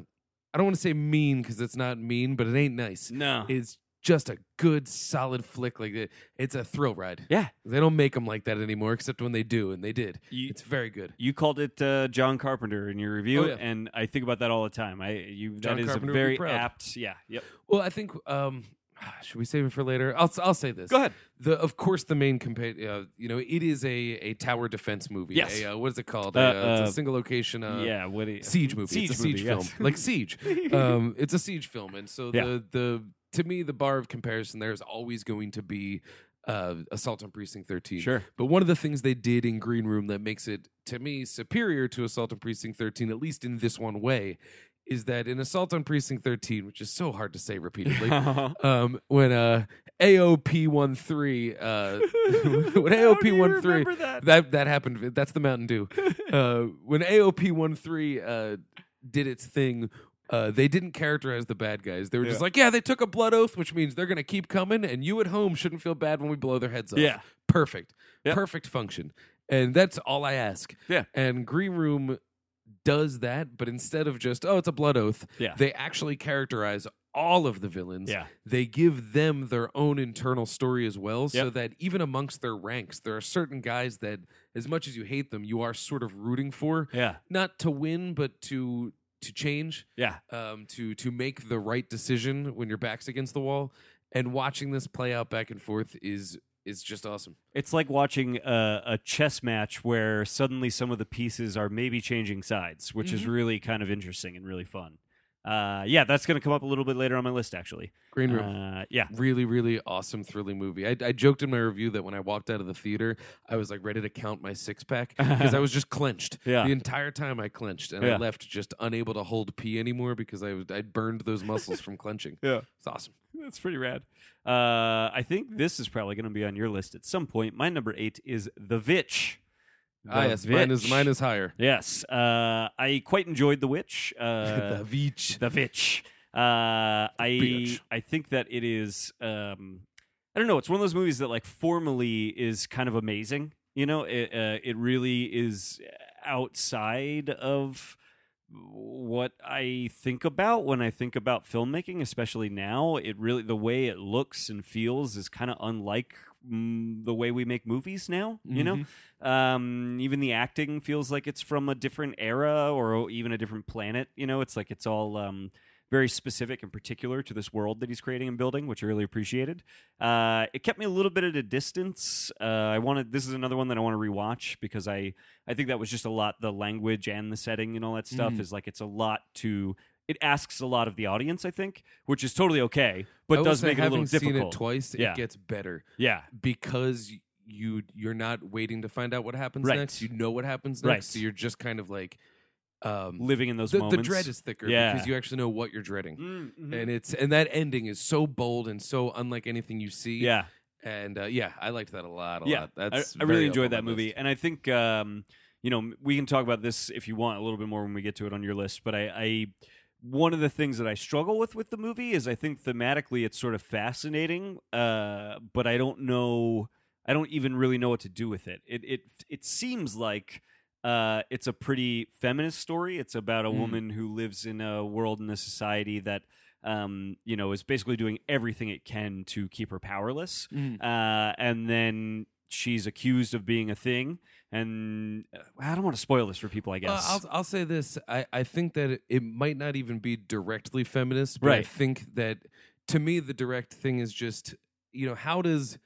I don't want to say mean because it's not mean, but it ain't nice. No. It's just a good solid flick like it, it's a thrill ride. yeah. They don't make them like that anymore except when they do and they did. You, It's very good. You called it uh, John Carpenter in your review, Oh, yeah. and I think about that all the time. I you John that is Carpenter a would be very proud. apt. Yeah. Yep. Well, I think um should we save it for later? I'll I'll say this. Go ahead. The of course the main compa- uh, you know it is a a tower defense movie. Yes. A, uh, what is it called? Uh, a, uh, it's a uh, single location uh, yeah. What do you- siege movie. Siege it's a siege movie, film, yes. like Siege. um, it's a siege film, and so Yeah. the the to me the bar of comparison there is always going to be. uh, Assault on Precinct 13. Sure. But one of the things they did in Green Room that makes it, to me, superior to Assault on Precinct 13, at least in this one way, is that in Assault on Precinct 13, which is so hard to say repeatedly, um, when uh, AOP13, uh, when AOP13, remember that? that that happened. That's the Mountain Dew. Uh, when AOP13 uh, did its thing, uh, they didn't characterize the bad guys. They were just Yeah. like, yeah, they took a blood oath, which means they're going to keep coming, and you at home shouldn't feel bad when we blow their heads off. Yeah. Perfect. Yep. Perfect function. And that's all I ask. Yeah. And Green Room does that, but instead of just, oh, it's a blood oath, Yeah. they actually characterize all of the villains Yeah. they give them their own internal story as well so Yep. that even amongst their ranks there are certain guys that as much as you hate them you are sort of rooting for Yeah. not to win but to to change Yeah. um, to to make the right decision when your back's against the wall and watching this play out back and forth is is just awesome It's like watching a, a chess match where suddenly some of the pieces are maybe changing sides, which Mm-hmm. is really kind of interesting and really fun. Uh, yeah, that's going to come up a little bit later on my list, actually. green room Uh, yeah. really really awesome thrilling movie I, I joked in my review that when i walked out of the theater i was like ready to count my six-pack because i was just clenched Yeah. the entire time i clenched and i Yeah. left just unable to hold p anymore because i was i burned those muscles from clenching Yeah. it's awesome That's pretty rad. Uh, I think this is probably going to be on your list at some point. My number eight is The Vitch. ah, yes, mine is Vitch. mine is higher Yes. Uh, I quite enjoyed The Witch. Uh, the beach The Vitch. Uh, I Bitch. I think that it is. Um, I don't know. It's one of those movies that like formally is kind of amazing. You know, it uh, it really is outside of what I think about when I think about filmmaking, especially now. It really the way it looks and feels is kind of unlike mm, the way we make movies now. You know, um, even the acting feels like it's from a different era or even a different planet. You know, it's like it's all um, very specific and particular to this world that he's creating and building, which I really appreciated. Uh, it kept me a little bit at a distance. Uh, I wanted this is another one that I want to rewatch because I I think that was just a lot. The language and the setting and all that stuff Mm. is like it's a lot to. It asks a lot of the audience, I think, which is totally okay, but I will does say, make it a having little difficult. seen it twice Yeah. it gets better yeah, because you you're not waiting to find out what happens Right. next you know what happens next Right. so you're just kind of like um living in those the, the moments. dread is thicker Yeah. because you actually know what you're dreading Mm, mhm. and it's and that ending is so bold and so unlike anything you see. yeah. and uh, yeah, I liked that a lot. A yeah, lot. I- That's I, very really up enjoyed on that my movie, list. and I think um, you know we can talk about this if you want a little bit more when we get to it on your list. But I, I one of the things that I struggle with with the movie is I think thematically it's sort of fascinating, uh, but I don't know, I don't even really know what to do with it. It it it seems like. Uh, it's a pretty feminist story. It's about a Mm. woman who lives in a world in a society that, um, you know, is basically doing everything it can to keep her powerless Mm. uh, and then she's accused of being a thing. And uh, I don't want to spoil this for people, I Uh, guess. I'll, I'll say this: I, I think that it, it might not even be directly feminist, but I Right. think that to me the direct thing is just you know how does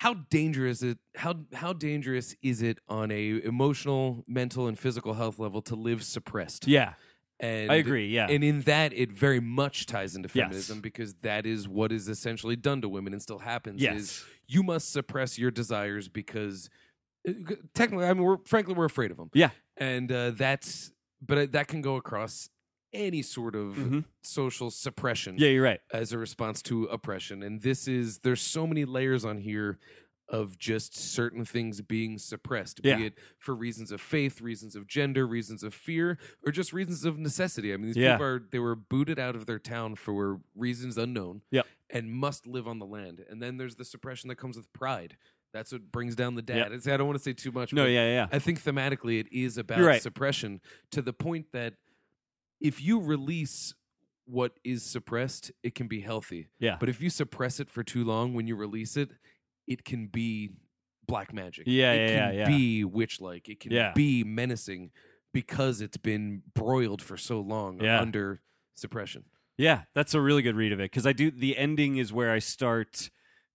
how dangerous it how how dangerous is it on a emotional, mental, and physical health level to live suppressed? yeah, and I agree. Yeah, And in that, it very much ties into Yes. feminism because that is what is essentially done to women and still happens. Is yes, you must suppress your desires because uh, g- technically, I mean, we're frankly we're afraid of them. Yeah. and uh, that's but uh, that can go across any sort of Mhm. social suppression yeah, you're right. as a response to oppression. And this is there's so many layers on here of just certain things being suppressed, Yeah. be it for reasons of faith, reasons of gender, reasons of fear, or just reasons of necessity. I mean, these Yeah. people are they were booted out of their town for reasons unknown, Yep. and must live on the land. And then there's the suppression that comes with pride. That's what brings down the dad. Yep. It's- I don't want to say too much. No, but yeah, yeah, I think thematically it is about You're right. suppression to the point that if you release what is suppressed, it can be healthy. Yeah. But if you suppress it for too long, when you release it, it can be black magic. Yeah, It yeah, can yeah, yeah. be witch like. It can Yeah. be menacing because it's been broiled for so long Yeah. under suppression. yeah. That's a really good read of it because I do. The ending is where I start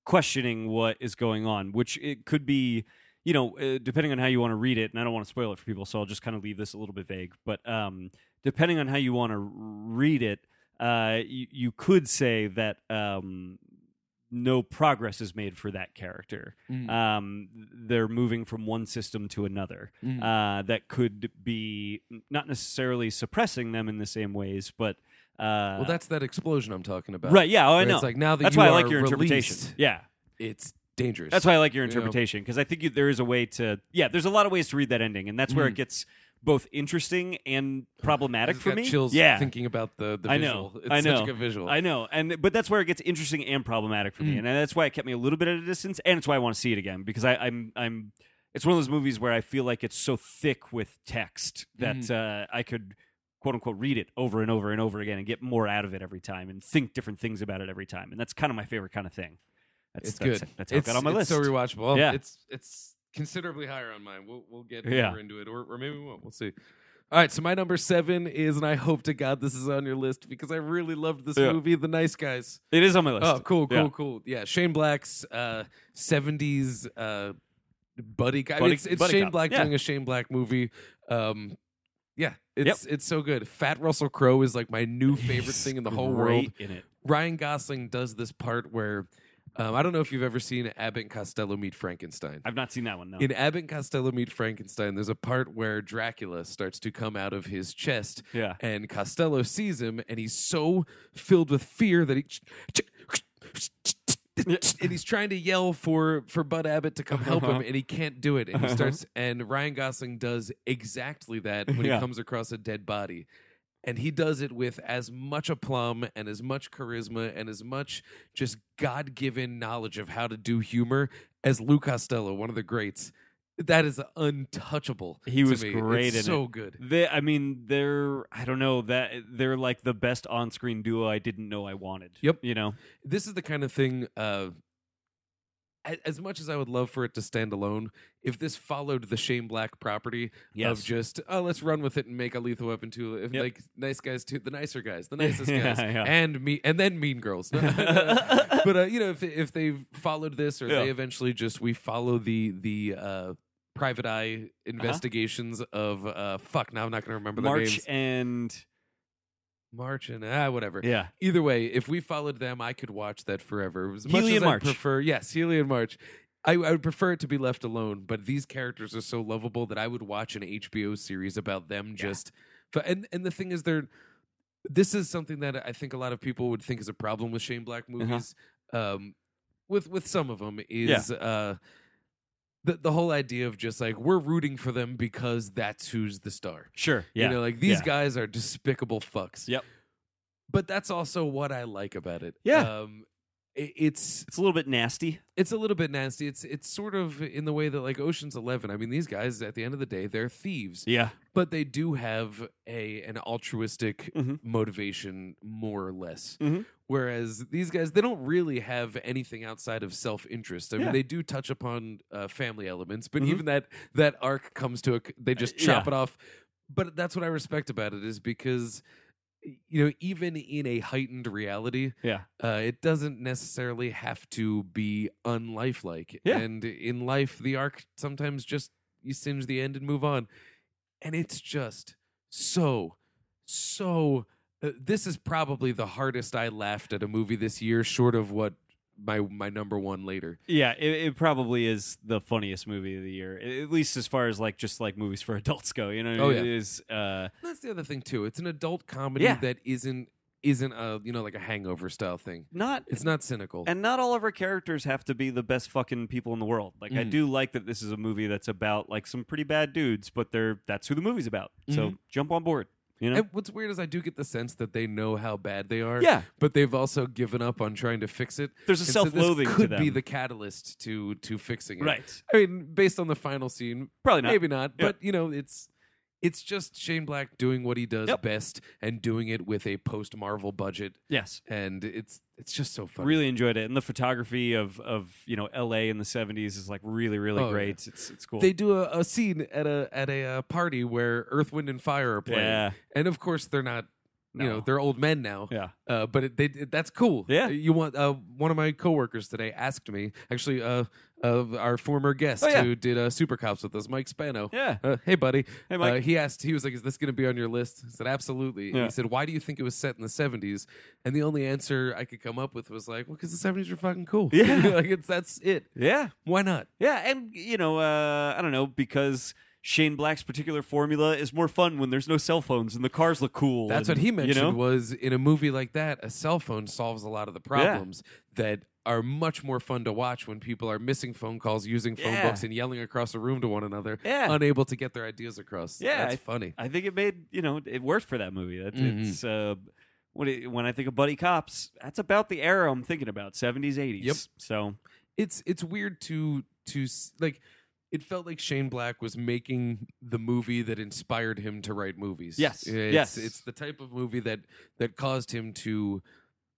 questioning what is going on, which it could be. You know, uh, depending on how you want to read it, and I don't want to spoil it for people, so I'll just kind of leave this a little bit vague. But um, depending on how you want to read it, uh, you, you could say that um, no progress is made for that character. Mm. Um, they're moving from one system to another. Mm. Uh, that could be not necessarily suppressing them in the same ways, but uh, well, that's that explosion I'm talking about. right. Yeah, oh, I Where know. It's like now that that's you why I are like your released, interpretation. Yeah, It's dangerous. that's why I like your You know? interpretation because I think you, there is a way to. Yeah, there's a lot of ways to read that ending, and that's Mm. where it gets both interesting and I problematic just for got me. chills yeah, thinking about the the I visual. know. It's I know. such a good visual. I know, and but that's where it gets interesting and problematic for me, Mm. and that's why it kept me a little bit at a distance, and it's why I want to see it again because I, I'm I'm. It's one of those movies where I feel like it's so thick with text that uh, Mm-hmm. I could quote unquote read it over and over and over again and get more out of it every time and think different things about it every time, and that's kind of my favorite kind of thing. That's, it's that's, good. That's how it's, it got on my it's list. So rewatchable. Yeah. it's it's considerably higher on mine. We'll we'll get Yeah. more into it, or or maybe we won't. We'll see. All right, so my number seven is, and I hope to God this is on your list because I really loved this Yeah. movie, The Nice Guys. it is on my list. Oh, cool, cool, Yeah. cool. Yeah, Shane Black's uh, 70s uh, buddy guy. I mean, Buddy- it's it's buddy Shane cop, Black yeah. doing a Shane Black movie. Um, yeah, it's it's so good. Fat Russell Crowe is like my new favorite He's thing in the whole great world. in it. Ryan Gosling does this part where um, I don't know if you've ever seen Abbott and Costello meet Frankenstein. I've not seen that one. No. In Abbott and Costello meet Frankenstein, there's a part where Dracula starts to come out of his chest yeah. and Costello sees him, and he's so filled with fear that he. And he's trying to yell for for Bud Abbott to come help him, Uh-huh. and he can't do it. And he Uh-huh. starts, and Ryan Gosling does exactly that when he Yeah. comes across a dead body, and he does it with as much aplomb and as much charisma and as much just God given knowledge of how to do humor as Lou Costello, one of the greats. That is untouchable. He to was me. great It's in so good. They, I mean, they're I don't know that they're like the best on-screen duo I didn't know I wanted. Yep. You know, this is the kind of thing uh a- as much as I would love for it to stand alone, if this followed the Shane Black property Yes. of just oh let's run with it and make a Lethal Weapon two, if Yep. like nice guys two, the nicer guys, the nicest Yeah, guys, yeah. and me, and then Mean Girls. but uh, you know if if they followed this or Yeah. they eventually just we follow the the uh, Private Uh-huh. Eye investigations of uh, fuck now I'm not going to remember their March names and March and ah whatever yeah, either way, if we followed them, I could watch that forever. As much Healy as and I March. prefer, yes, Healy and March. I, I would prefer it to be left alone, but these characters are so lovable that I would watch an HBO series about them just. But and and the thing is, they're this is something that I think a lot of people would think is a problem with Shane Black Uh-huh. movies. Um, with with some of them is uh, the the whole idea of just like we're rooting for them because that's who's the star. sure, yeah, You know, like these Yeah. guys are despicable fucks. Yep. But that's also what I like about it. Yeah. Um, i- it's it's a little bit nasty. it's a little bit nasty. It's it's sort of in the way that like Ocean's Eleven. I mean, these guys at the end of the day, they're thieves, Yeah, but they do have a an altruistic Mhm. motivation, more or less. Mhm. Whereas these guys, they don't really have anything outside of self interest. I mean, Yeah. they do touch upon uh, family elements, but Mhm. even that that arc comes to a c- they just Uh, yeah. chop it off. But that's what I respect about it is because you know even in a heightened reality yeah, uh, it doesn't necessarily have to be unlifelike. Yeah. And in life, the arc sometimes just you singe the end and move on. And it's just so, so. Uh, this is probably the hardest I laughed at a movie this year, short of what my my number one later. yeah. It, it probably is the funniest movie of the year, a- at least as far as like just like movies for adults go. You know, Oh, it yeah. is. Uh, That's the other thing too. It's an adult comedy Yeah. that isn't isn't a you know like a hangover style thing. not It's not cynical. And not all of our characters have to be the best fucking people in the world. Like I Mm. do like that this is a movie that's about like some pretty bad dudes, but they're that's who the movie's about. Mm-hmm. So jump on board. You know? and what's weird is I do get the sense that they know how bad they are. yeah. but they've also given up on trying to fix it. There's a And so this self-loathing to could be them. the catalyst to to fixing it. Right. I mean, based on the final scene, Probably not. maybe not, Yeah. but you know, it's it's just Shane Black doing what he does Yep. best and doing it with a post Marvel budget, Yes. and it's it's just so funny. Really enjoyed it. And the photography of of, you know, LA in the 70s is like really really Oh, yeah. great. It's it's cool. They do a, a scene at a at a uh, party where Earth, Wind, and Fire are playing, yeah. and of course they're not You know, No. they're old men now. Yeah. Uh, but it, they, it- that's cool. Yeah. You want uh, one of my coworkers today asked me actually uh, of our former guest Oh, yeah. who did uh, Super Cops with us, Mike Spano. Yeah. Uh, hey buddy. Hey, Mike. Uh, he asked. He was like, "Is this going to be on your list?" I said, "Absolutely." And Yeah. He said, "Why do you think it was set in the '70s?" And the only answer I could come up with was like, "Well, because the '70s were fucking cool. Yeah. like it's that's it. Yeah. Why not?" Yeah, and you know, uh, I don't know because Shane Black's particular formula is more fun when there's no cell phones and the cars look cool. That's and, what he mentioned You know? was in a movie like that, a cell phone solves a lot of the problems that are much more fun to watch when people are missing phone calls, using phone Yeah. books, and yelling across a room to one another, Yeah. unable to get their ideas across. Yeah, that's I- funny. I think it made you know it worked for that movie. That Mhm. it's uh, when it, when I think of Buddy Cops, that's about the era I'm thinking about, seventies, eighties. Yep. So It's it's weird to to s- like. It felt like Shane Black was making the movie that inspired him to write movies. Yes, it's, yes. it's the type of movie that that caused him to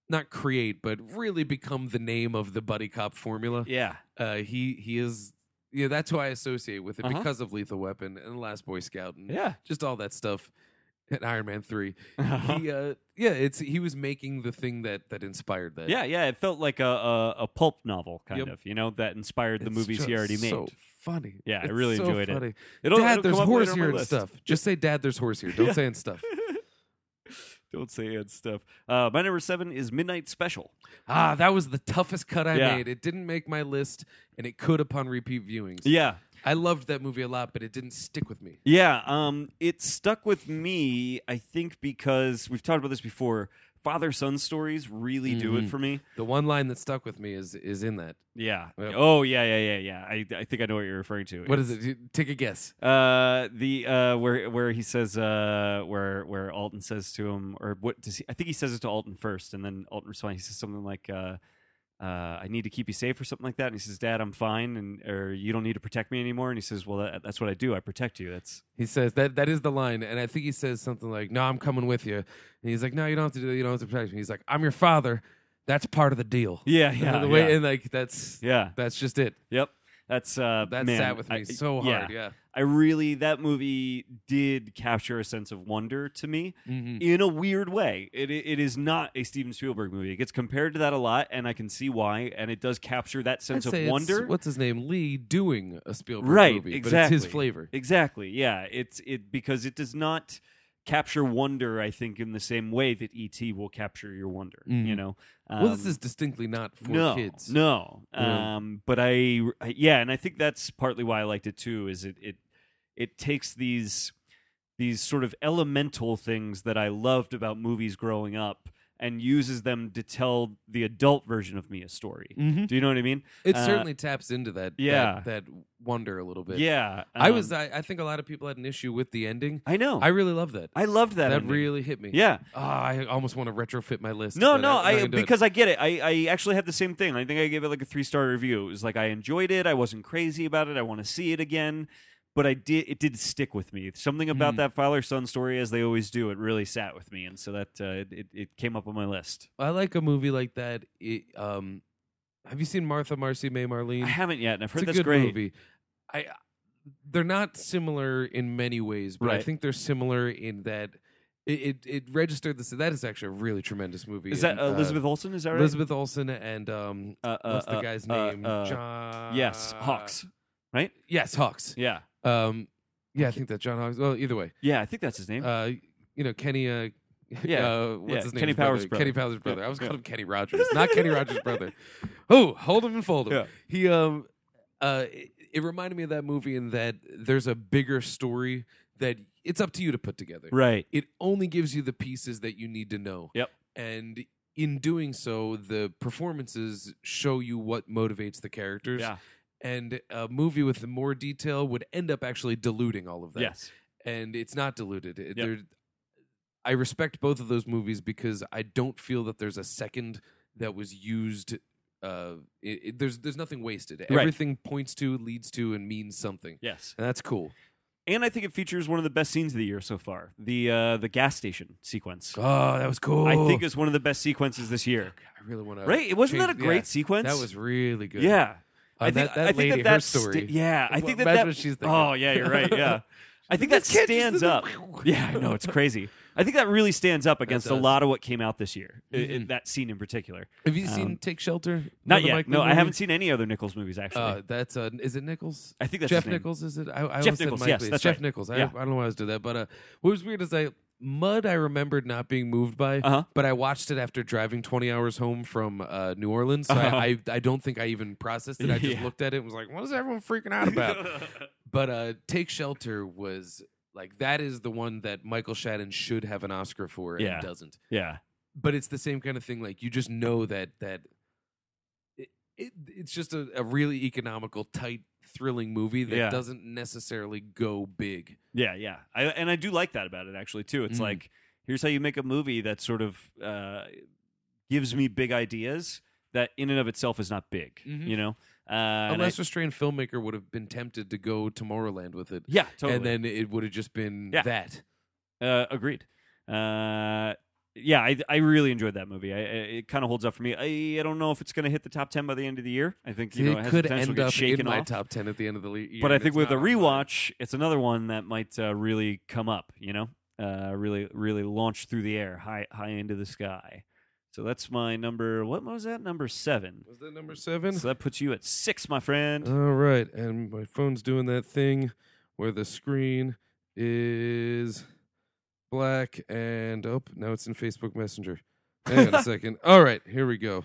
not create, but really become the name of the buddy cop formula. yeah, uh, he he is yeah that's who I associate with it Uh-huh. because of Lethal Weapon and The Last Boy Scout and yeah, just all that stuff and Iron Man three. Uh-huh. he uh, yeah, it's he was making the thing that that inspired that. yeah, yeah. It felt like a a, a pulp novel kind Yep. of, you know, that inspired the It's movies he just already made. So funny. Yeah, I It's really so enjoyed it. funny. It'll- Dad, it'll there's come up later horse on my here and list. stuff. Just say, Dad, there's horse here. Don't say and stuff. Don't say it stuff. Uh, my number seven is Midnight Special. Ah, that was the toughest cut I Yeah. made. It didn't make my list, and it could upon repeat viewings. Yeah, I loved that movie a lot, but it didn't stick with me. Yeah, um, it stuck with me, I think, because we've talked about this before. Father son stories really do it Mhm. for me. The one line that stuck with me is is in that. Yeah. Yep. Oh, yeah, yeah, yeah, yeah. I, I think I know what you're referring to. What is it? You- Take a guess. Uh, the uh, where where he says uh, where where Alton says to him, or what does he? I think he says it to Alton first, and then Alton responds. He says something like, uh, uh, "I need to keep you safe" or something like that. And he says, "Dad, I'm fine," and or you don't need to protect me anymore. And he says, "Well, that, that's what I do. I protect you. That's He says that that is the line, and I think he says something like, "No, I'm coming with you." And he's like, "No, you don't have to do that. You don't have to protect me." He's like, "I'm your father. That's part of the deal." yeah, You know, yeah, the way yeah. and like that's yeah. that's just it. Yep. That's uh That man, sat with me I- so hard. Yeah. I really that movie did capture a sense of wonder to me Mhm. in a weird way. It it is not a Steven Spielberg movie. It gets compared to that a lot and I can see why and it does capture that sense I'd say of it's- wonder. what's his name? Lee doing a Spielberg right, movie, exactly. but it's his flavor. Exactly. Yeah, it's it because it does not capture wonder I think in the same way that ET will capture your wonder, Mhm. you know. well, this Um, is distinctly not for no, kids. No, Yeah. um, but I, I- yeah, and I think that's partly why I liked it too. Is it it it takes these these sort of elemental things that I loved about movies growing up and uses them to tell the adult version of me a story. Mhm. Do you know what I mean? It mm-hmm. Uh, certainly taps into that. yeah. That, that wonder a little bit. Yeah, I was. um, I, I think a lot of people had an issue with the ending. I know. I I, really love that. loved that. That ending. really hit me. Yeah. Ah, I almost want to retrofit my list. No, but no, I'm not I gonna do it. because I get it. I, I actually had the same thing. I think I gave it like a three star review. It was like I enjoyed it. I wasn't crazy about it. I want to see it again, but I did. It did stick with me. Something about Mm. that father son story, as they always do, it really sat with me, and so that uh, it- it it came up on my list. I like a movie like that. It, um, have you seen Martha, Marcy, May, Marlene? I haven't yet, and I've heard it's a that's good great. movie. I they're not similar in many ways, but I Right. think they're similar in that it it, it registered this. That is actually a really tremendous movie. Is that And, uh, uh, Elizabeth Olsen? Is that right? Elizabeth Olsen and um, Uh, uh, what's the uh, guy's uh, name? uh, John. yes, Hawks. Right? Yes, Hawks. Yeah, Um, yeah, I think that John Hawks. Well, either way. yeah. I think that's his name. uh, you know, Kenny. Uh, Yeah, Uh, what's yeah, his name? Kenny Powers' Kenny brother. Powers' brother. Yeah, I was yeah. called him Kenny Rogers, not Kenny Rogers' brother. Oh, hold him and fold him. Yeah. He um, uh, it, it reminded me of that movie in that there's a bigger story that it's up to you to put together. right. It only gives you the pieces that you need to know. Yep. And in doing so, the performances show you what motivates the characters. Yeah. And a movie with more detail would end up actually diluting all of that Yes. and it's not diluted. It- Yep. there- I respect both of those movies because I don't feel that there's a second that was used. Uh, it, it- there's there's nothing wasted. Everything points to, leads to, and means something, Yes. and that's cool. And I think it features one of the best scenes of the year so far. The uh, the gas station sequence. Oh, that was cool. I think it's one of the best sequences this year. I really want to. Right? It wasn't that a change- great Uh, yeah. sequence. That was really good. Yeah. Uh, I think that, that I think lady, that, that her story. sta- yeah, I Well, think that imagine that what she's thinking. Oh, yeah, you're right. Yeah. I think that This kid just stands did the- up. yeah, I know it's crazy. I I think that really stands up against a does. lot of what came out this year. i- i- Mhm. that scene in particular. Have you seen Um, Take Shelter? Not Another yet. Mike Lee No, I movie? haven't seen any other Nichols movies actually. Uh, that's uh, is it Nichols? I think that's Jeff his name. Nichols. Is it? I, I Jeff almost said Nichols, Mike yes, Lee. It's that's Jeff right. Nichols. I, Yeah. I don't know why I was doing that, but uh, what was weird is I Mud I remembered not being moved by, Uh-huh. but I watched it after driving 20 hours home from uh, New Orleans. So Uh-huh. I, I I don't think I even processed it. I just Yeah. looked at it and was like, what is everyone freaking out about? but uh, Take Shelter was like that is the one that Michael Shannon should have an Oscar for and Yeah. doesn't yeah. but it's the same kind of thing. Like you just know that that it, it it's just a, a really economical, tight, thrilling movie that Yeah. doesn't necessarily go big. Yeah, yeah. I, and I do like that about it actually too. It's Mm. like here's how you make a movie that sort of uh, gives me big ideas that in and of itself is not big. Mhm. You know, uh, and I- A less restrained filmmaker would have been tempted to go Tomorrowland with it, yeah, totally. and then it would have just been Yeah. that. Uh, agreed. Uh, yeah, I, I really enjoyed that movie. I, I, it kind of holds up for me. I, I don't know if it's going to hit the top ten by the end of the year. I think you know it it has could potential to end get up shaken in my off. top ten at the end of the le- year. but I and think it's with a not on mine. rewatch, it's another one that might uh, really come up. You know, uh, really really launch through the air, high high into the sky. So that's my number. What was that? Number seven. was that number seven. So that puts you at six, my friend. All right, and my phone's doing that thing where the screen is black and oh, now it's in Facebook Messenger. Hang on a second. All right, here we go.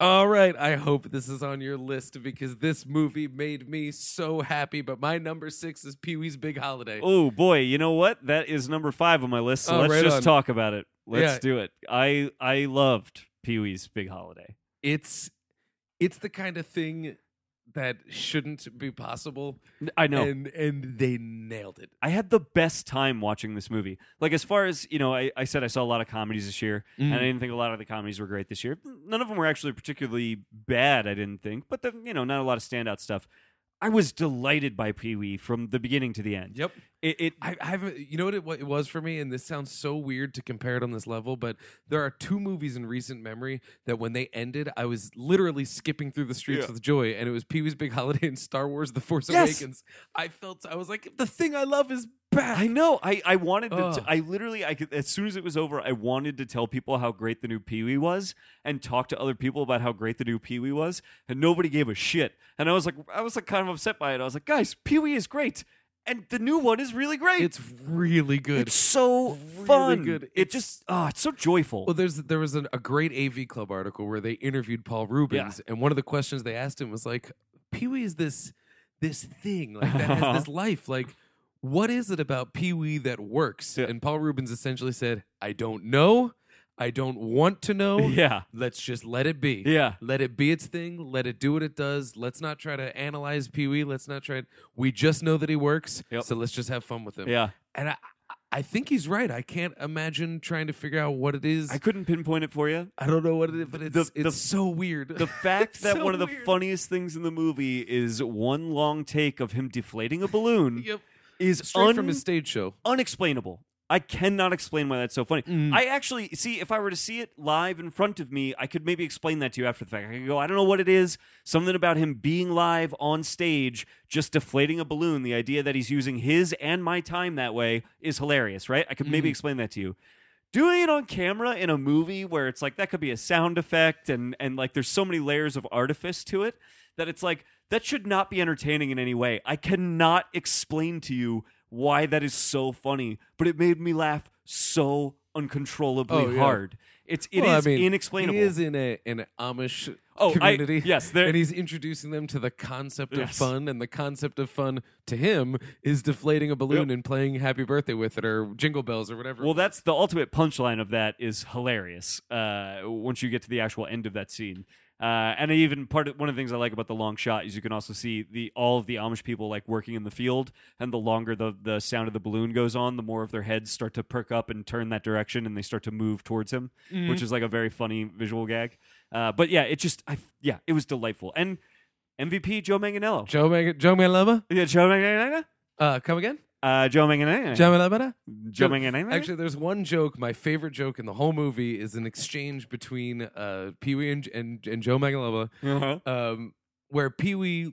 All right, I hope this is on your list because this movie made me so happy. But my number six is Pee Wee's Big Holiday. Oh boy, you know what? That is number five on my list. So Oh, let's right just on. talk about it. Let's Yeah. do it. I I loved Pee Wee's Big Holiday. It's it's the kind of thing that shouldn't be possible, I know. and and they nailed it. I had the best time watching this movie. Like as far as you know, I, I said I saw a lot of comedies this year, and I Hmm. didn't think a lot of the comedies were great this year. None of them were actually particularly bad. I didn't think, but the, you know, not a lot of standout stuff. I was delighted by Pee Wee from the beginning to the end. Yep. It, it I, I haven't. You know what it, wa- it was for me, and this sounds so weird to compare it on this level, but there are two movies in recent memory that when they ended, I was literally skipping through the streets Yeah. with joy, and it was Pee Wee's Big Holiday and Star Wars: The Force Yes. Awakens. I felt I was like, the thing I love is back. I know. I, I wanted to. Ugh. I literally. I could, as soon as it was over, I wanted to tell people how great the new Pee Wee was and talk to other people about how great the new Pee Wee was, and nobody gave a shit. And I was like, I was like kind of upset by it. I was like, guys, Pee Wee is great, and the new one is really great. it's really good. It's so Really fun. good. It just ah, it's so joyful. Well, there's there was an, a great AV Club article where they interviewed Paul Rubens, and one of the questions they asked him was like, "Pee Wee is this this thing like that Uh-huh. has this life like." What is it about Pee Wee that works? Yeah. And Paul Rubens essentially said, I don't know. I don't want to know. yeah, Let's just let it be. yeah. Let it be its thing. Let it do what it does. Let's not try to analyze Pee Wee. Let's not try. We just know that he works. Yep. So let's just have fun with him. Yeah, And I, I think he's right. I can't imagine trying to figure out what it is. I couldn't pinpoint it for you. I don't know what it is, but it's the- it's so weird. The fact that so one of the weird. funniest things in the movie is one long take of him deflating a balloon yep. is Straight un- from his stage show. unexplainable. I cannot explain why that's so funny. Mm. I actually see if I were to see it live in front of me, I could maybe explain that to you after the fact. I could go, I don't know what it is. Something about him being live on stage, just deflating a balloon. The idea that he's using his and my time that way is hilarious, right? I could maybe Mm. explain that to you. Doing it on camera in a movie where it's like that could be a sound effect and and like there's so many layers of artifice to it that it's like that should not be entertaining in any way. I cannot explain to you why that is so funny, but it made me laugh so uncontrollably Oh, yeah. hard. It's it is Well, I mean, inexplainable. He is in a an Amish Oh, I- community. yes, there- and he's introducing them to the concept of Yes. fun, and the concept of fun to him is deflating a balloon and playing Happy Birthday with it or Jingle Bells or whatever. well, that's the ultimate punchline of that is hilarious. Uh, once you get to the actual end of that scene, uh, and I even part of one of the things I like about the long shot is you can also see the all of the Amish people like working in the field, and the longer the the sound of the balloon goes on, the more of their heads start to perk up and turn that direction, and they start to move towards him, Mm-hmm. which is like a very funny visual gag. Uh, but yeah, it just I yeah, it was delightful and. MVP Joe Manganello. Joe Mag- Joe Manlama. Yeah, Joe Manganiello. Uh, come again, Uh, Joe Manganiello. Joe Manlama. Joe Manganiello. Actually, there's one joke. My favorite joke in the whole movie is an exchange between uh, Pee Wee and, and and Joe Mangalova, Uh-huh. um, where Pee Wee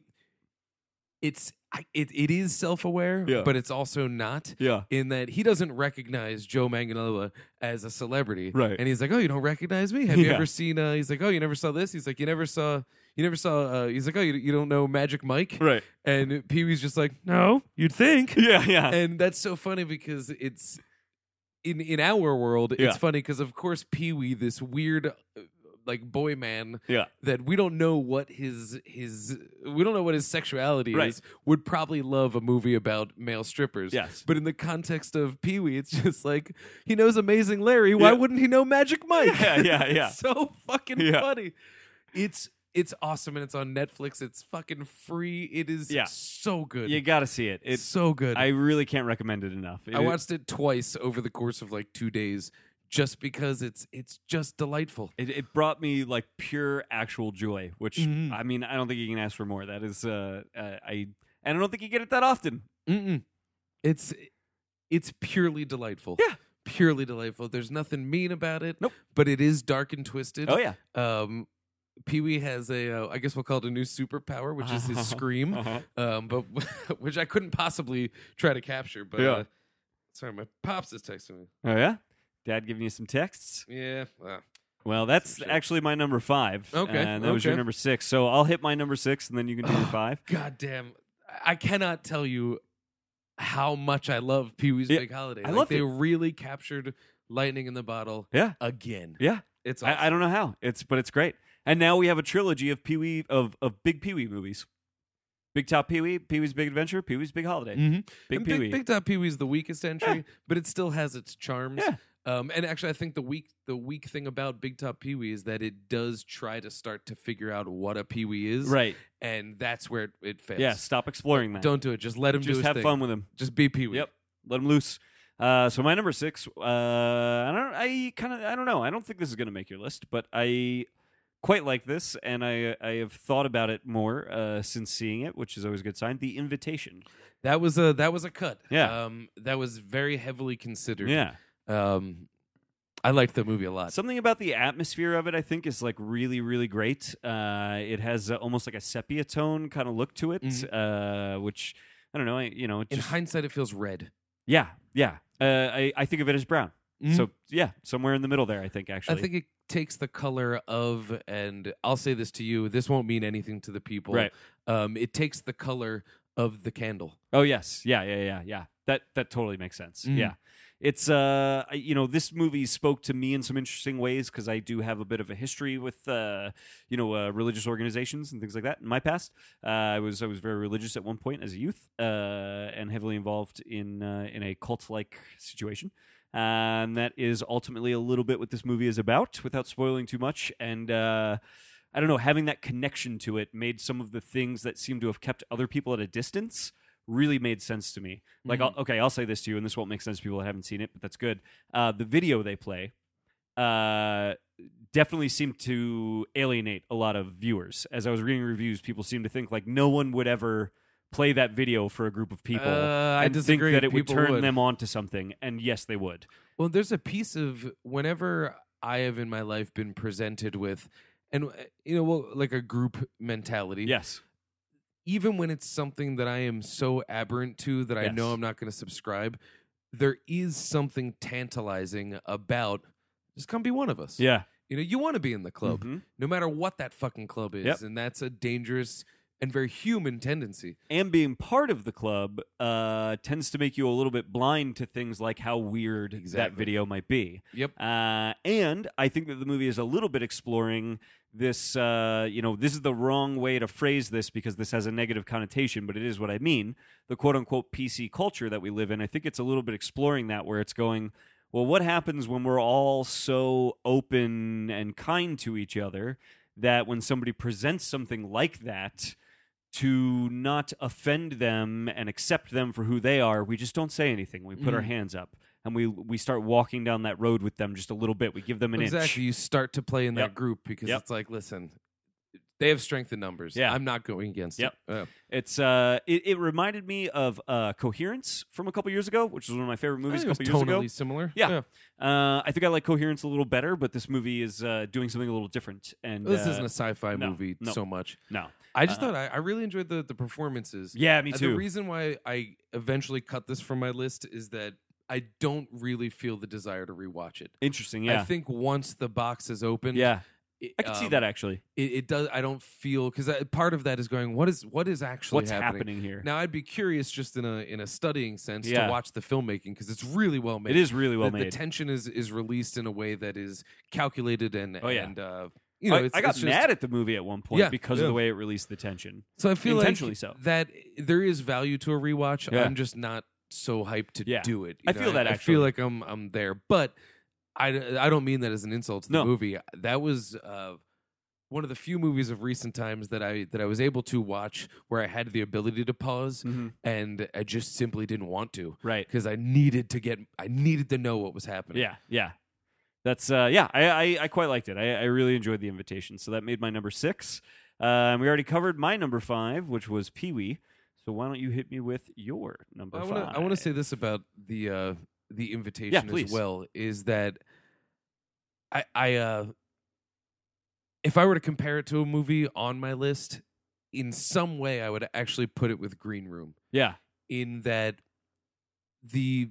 it's I- it, it is self-aware Yeah. but it's also not Yeah. in that he doesn't recognize Joe Manganiello as a celebrity. Right. And he's like, "Oh, you don't recognize me? Have you Yeah. ever seen?" Uh, he's like, "Oh, you never saw this?" He's like, "You never saw." You never saw. Uh, he's like, "Oh, you, you don't know Magic Mike?" Right. And Pee Wee's just like, "No, you'd think." Yeah, yeah. and that's so funny because it's in in our world Yeah. it's funny because of course Pee Wee this weird uh, like boy man Yeah. that we don't know what his his we don't know what his sexuality Right. is would probably love a movie about male strippers Yes. but in the context of Pee Wee it's just like he knows Amazing Larry why Yeah. wouldn't he know Magic Mike Yeah, yeah, It's yeah. so fucking Yeah. funny it's it's awesome and it's on Netflix it's fucking free it is Yeah. so good You got to see it. it's It's so good I really can't recommend it enough. It- I watched it twice over the course of like two days, just because it's it's just delightful. It, it brought me like pure actual joy, which Mhm. I mean, I don't think you can ask for more. That is, uh, uh, I and I don't think you get it that often. Mm-mm. It's it's purely delightful. Yeah. purely delightful. There's nothing mean about it. Nope. But it is dark and twisted. Oh yeah, Um, Pee Wee has a uh, I guess we'll call it a new superpower, which is his scream. Uh-huh. Um, but which I couldn't possibly try to capture. But Yeah. uh, sorry, my pops is texting me. oh yeah. Dad giving you some texts. Yeah. well, Well, that's Sure. actually my number five. Okay, and that was your okay. number six. So I'll hit my number six, and then you can do your five. God damn. I cannot tell you how much I love Pee Wee's Yeah, Big Holiday. I like, loved they it. really captured lightning in the bottle Yeah, again. yeah. It's awesome. I, I don't know how it's, but it's great. And now we have a trilogy of Pee Wee of of Big Pee Wee movies. Big Top Pee Wee, Pee Wee's Big Adventure, Pee Wee's Big Holiday, Mhm. mm-hmm. Big And Pee Wee. Big Top Pee Wee's the weakest entry, but it still has its charms. Yeah. Um, and actually, I think the weak the weak thing about Big Top Pee Wee is that it does try to start to figure out what a Pee Wee is, Right. and that's where it, it fails. Yeah. Stop exploring that. don't do it. Just let him do just his have thing. fun with him. Just be Pee Wee. Yep, let him loose. Uh, so my number six. Uh, I don't. I kind of. I don't know. I don't think this is going to make your list, but I quite like this, and I I have thought about it more uh, since seeing it, which is always a good sign. The invitation. That was a that was a cut. Yeah. Um, that was very heavily considered. Yeah, Um, I liked the movie a lot. something about the atmosphere of it. I think is like really really great. Uh, it has uh, almost like a sepia tone kind of look to it, uh, which I don't know. I, you know, it Mm-hmm. In just, hindsight, it feels red. yeah, yeah. Uh, I I think of it as brown. So yeah, somewhere in the middle there. I think I actually. think it takes the color of, and I'll say this to you: this won't mean anything to the people. Right. Um, it takes the color of the candle. Oh yes, yeah, yeah, yeah, yeah. That that totally makes sense. Mm. Yeah, it's uh, I- you know, this movie spoke to me in some interesting ways because I do have a bit of a history with uh, you know, uh, religious organizations and things like that in my past. Uh, I was I was very religious at one point as a youth, uh, and heavily involved in uh, in a cult like situation. And that is ultimately a little bit what this movie is about, without spoiling too much. And uh, I don't know, having that connection to it made some of the things that seem to have kept other people at a distance really made sense to me. Like, Mm-hmm. I'll, okay, I'll say this to you, and this won't make sense to people that haven't seen it, but that's good. Uh, the video they play uh, definitely seemed to alienate a lot of viewers. As I was reading reviews, people seemed to think like no one would ever play that video for a group of people. Uh, I and disagree. Think that it People would turn would. them on to something, and yes, they would. Well, there's a piece of whenever I have in my life been presented with, and uh, you know, well, like a group mentality. Yes, even when it's something that I am so aberrant to that I Yes. know I'm not going to subscribe, there is something tantalizing about just come be one of us. yeah, You know, you want to be in the club, Mhm. no matter what that fucking club is. Yep. And that's a dangerous and very human tendency. and being part of the club uh, tends to make you a little bit blind to things like how weird that Exactly. video might be. Yep. Uh, and I think that the movie is a little bit exploring this. Uh, you know, this is the wrong way to phrase this because this has a negative connotation, but it is what I mean. The quote unquote PC culture that we live in. I think it's a little bit exploring that where it's going. Well, what happens when we're all so open and kind to each other that when somebody presents something like that, to not offend them and accept them for who they are, we just don't say anything. We put our Mhm. hands up and we we start walking down that road with them just a little bit. We give them an exactly. inch. You start to play in that Yep. group because Yep. it's like, listen, They have strength in numbers. Yeah. I'm not going against Yep. it. Uh, It's uh, it, it reminded me of uh, Coherence from a couple years ago, which was one of my favorite I movies think a it was couple years ago. tonally similar. Yeah. Uh, I think I like Coherence a little better, but this movie is uh, doing something a little different. And This uh, isn't a sci-fi no, movie no. Uh-huh. so much. no, I just thought I, I really enjoyed the the performances. yeah, me Uh, too. The reason why I eventually cut this from my list is that I don't really feel the desire to rewatch it. Interesting, yeah, I think once the box is open, yeah. it, I can see um, that actually. It, it does. I don't feel because part of that is going. What is what is actually What's happening, here? Now I'd be curious, just in a in a studying sense, Yeah. to watch the filmmaking because it's really well made. it is really well the, made. The tension is is released in a way that is calculated and Oh, yeah. and uh, you know I, it's, I got it's just- mad at the movie at one point Yeah, because yeah. of the way it released the tension. So I feel like Intentionally so. that there is value to a rewatch. Yeah. I'm just not so hyped to Yeah. do it. you I feel that, I actually. feel like I'm I'm there, but I, I don't mean that as an insult to the No. movie. That was uh, one of the few movies of recent times that I that I was able to watch where I had the ability to pause and I just simply didn't want to Right. because I needed to get I needed to know what was happening. Yeah, yeah. That's uh, yeah. I, I I quite liked it. I, I really enjoyed the invitation. So that made my number six. Uh, we already covered my number five, which was Pee Wee. So why don't you hit me with your number I five? want to I want to say this about the uh, the Yeah, invitation please. as well is that I I uh, if I were to compare it to a movie on my list in some way I would actually put it with Green Room yeah, in that the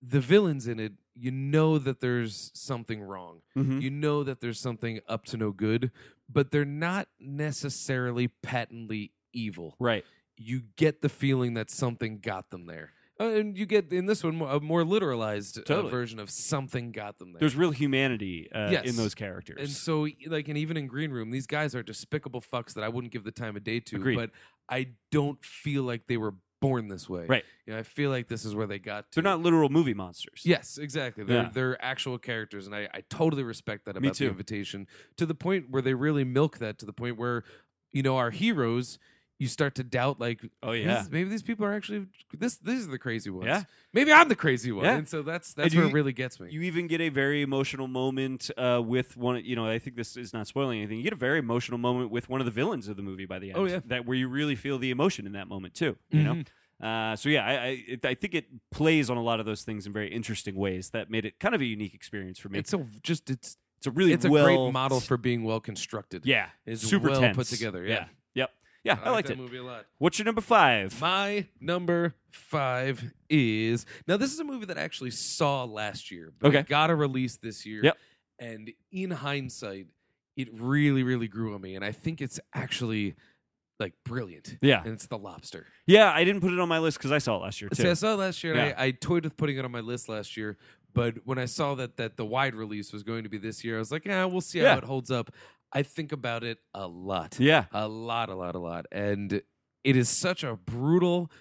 the villains in it you know that there's something wrong Mhm. you know that there's something up to no good but they're not necessarily patently evil right. you get the feeling that something got them there. Uh, and you get in this one mo- a more literalized uh, Totally. version of something got them there. There's real humanity uh, Yes. in those characters. and so, e, like, and even in Green Room, these guys are despicable fucks that I wouldn't give the time of day to. Agreed. But I don't feel like they were born this way. Right. You know, I feel like this is where they got to. They're not literal movie monsters. Yes, exactly. They're Yeah. they're actual characters, and I, I totally respect that Me about the too. invitation to the point where they really milk that to the point where, you know, our heroes, you start to doubt like, Oh, maybe yeah. this- maybe these people are actually this. These are the crazy ones. Yeah. maybe I'm the crazy one, Yeah. and so that's that's And where you- it really gets me. You even get a very emotional moment uh, with one. You know, I think this is not spoiling anything. You get a very emotional moment with one of the villains of the movie by the end. Oh, yeah. that where you really feel the emotion in that moment too. You Mm-hmm. know. Uh, so yeah, I I, it, I think it plays on a lot of those things in very interesting ways. That made it kind of a unique experience for me. It's, it's a just it's a really it's a well, great model for being well constructed. yeah, It's super well tense. put together, yeah. Yep. Yeah, I, liked that it. movie a lot. What's your number five? My number five is now. This is a movie that I actually saw last year, but Okay. it got a release this year. Yep. And in hindsight, it really, really grew on me, and I think it's actually like brilliant. Yeah. And it's The Lobster. yeah, I didn't put it on my list because I saw it last year too. See, I saw it last year, and Yeah. I, I toyed with putting it on my list last year. But when I saw that that the wide release was going to be this year, I was like, yeah, we'll see Yeah. how it holds up. I think about it a lot Yeah, a lot a lot a lot and it is such a brutal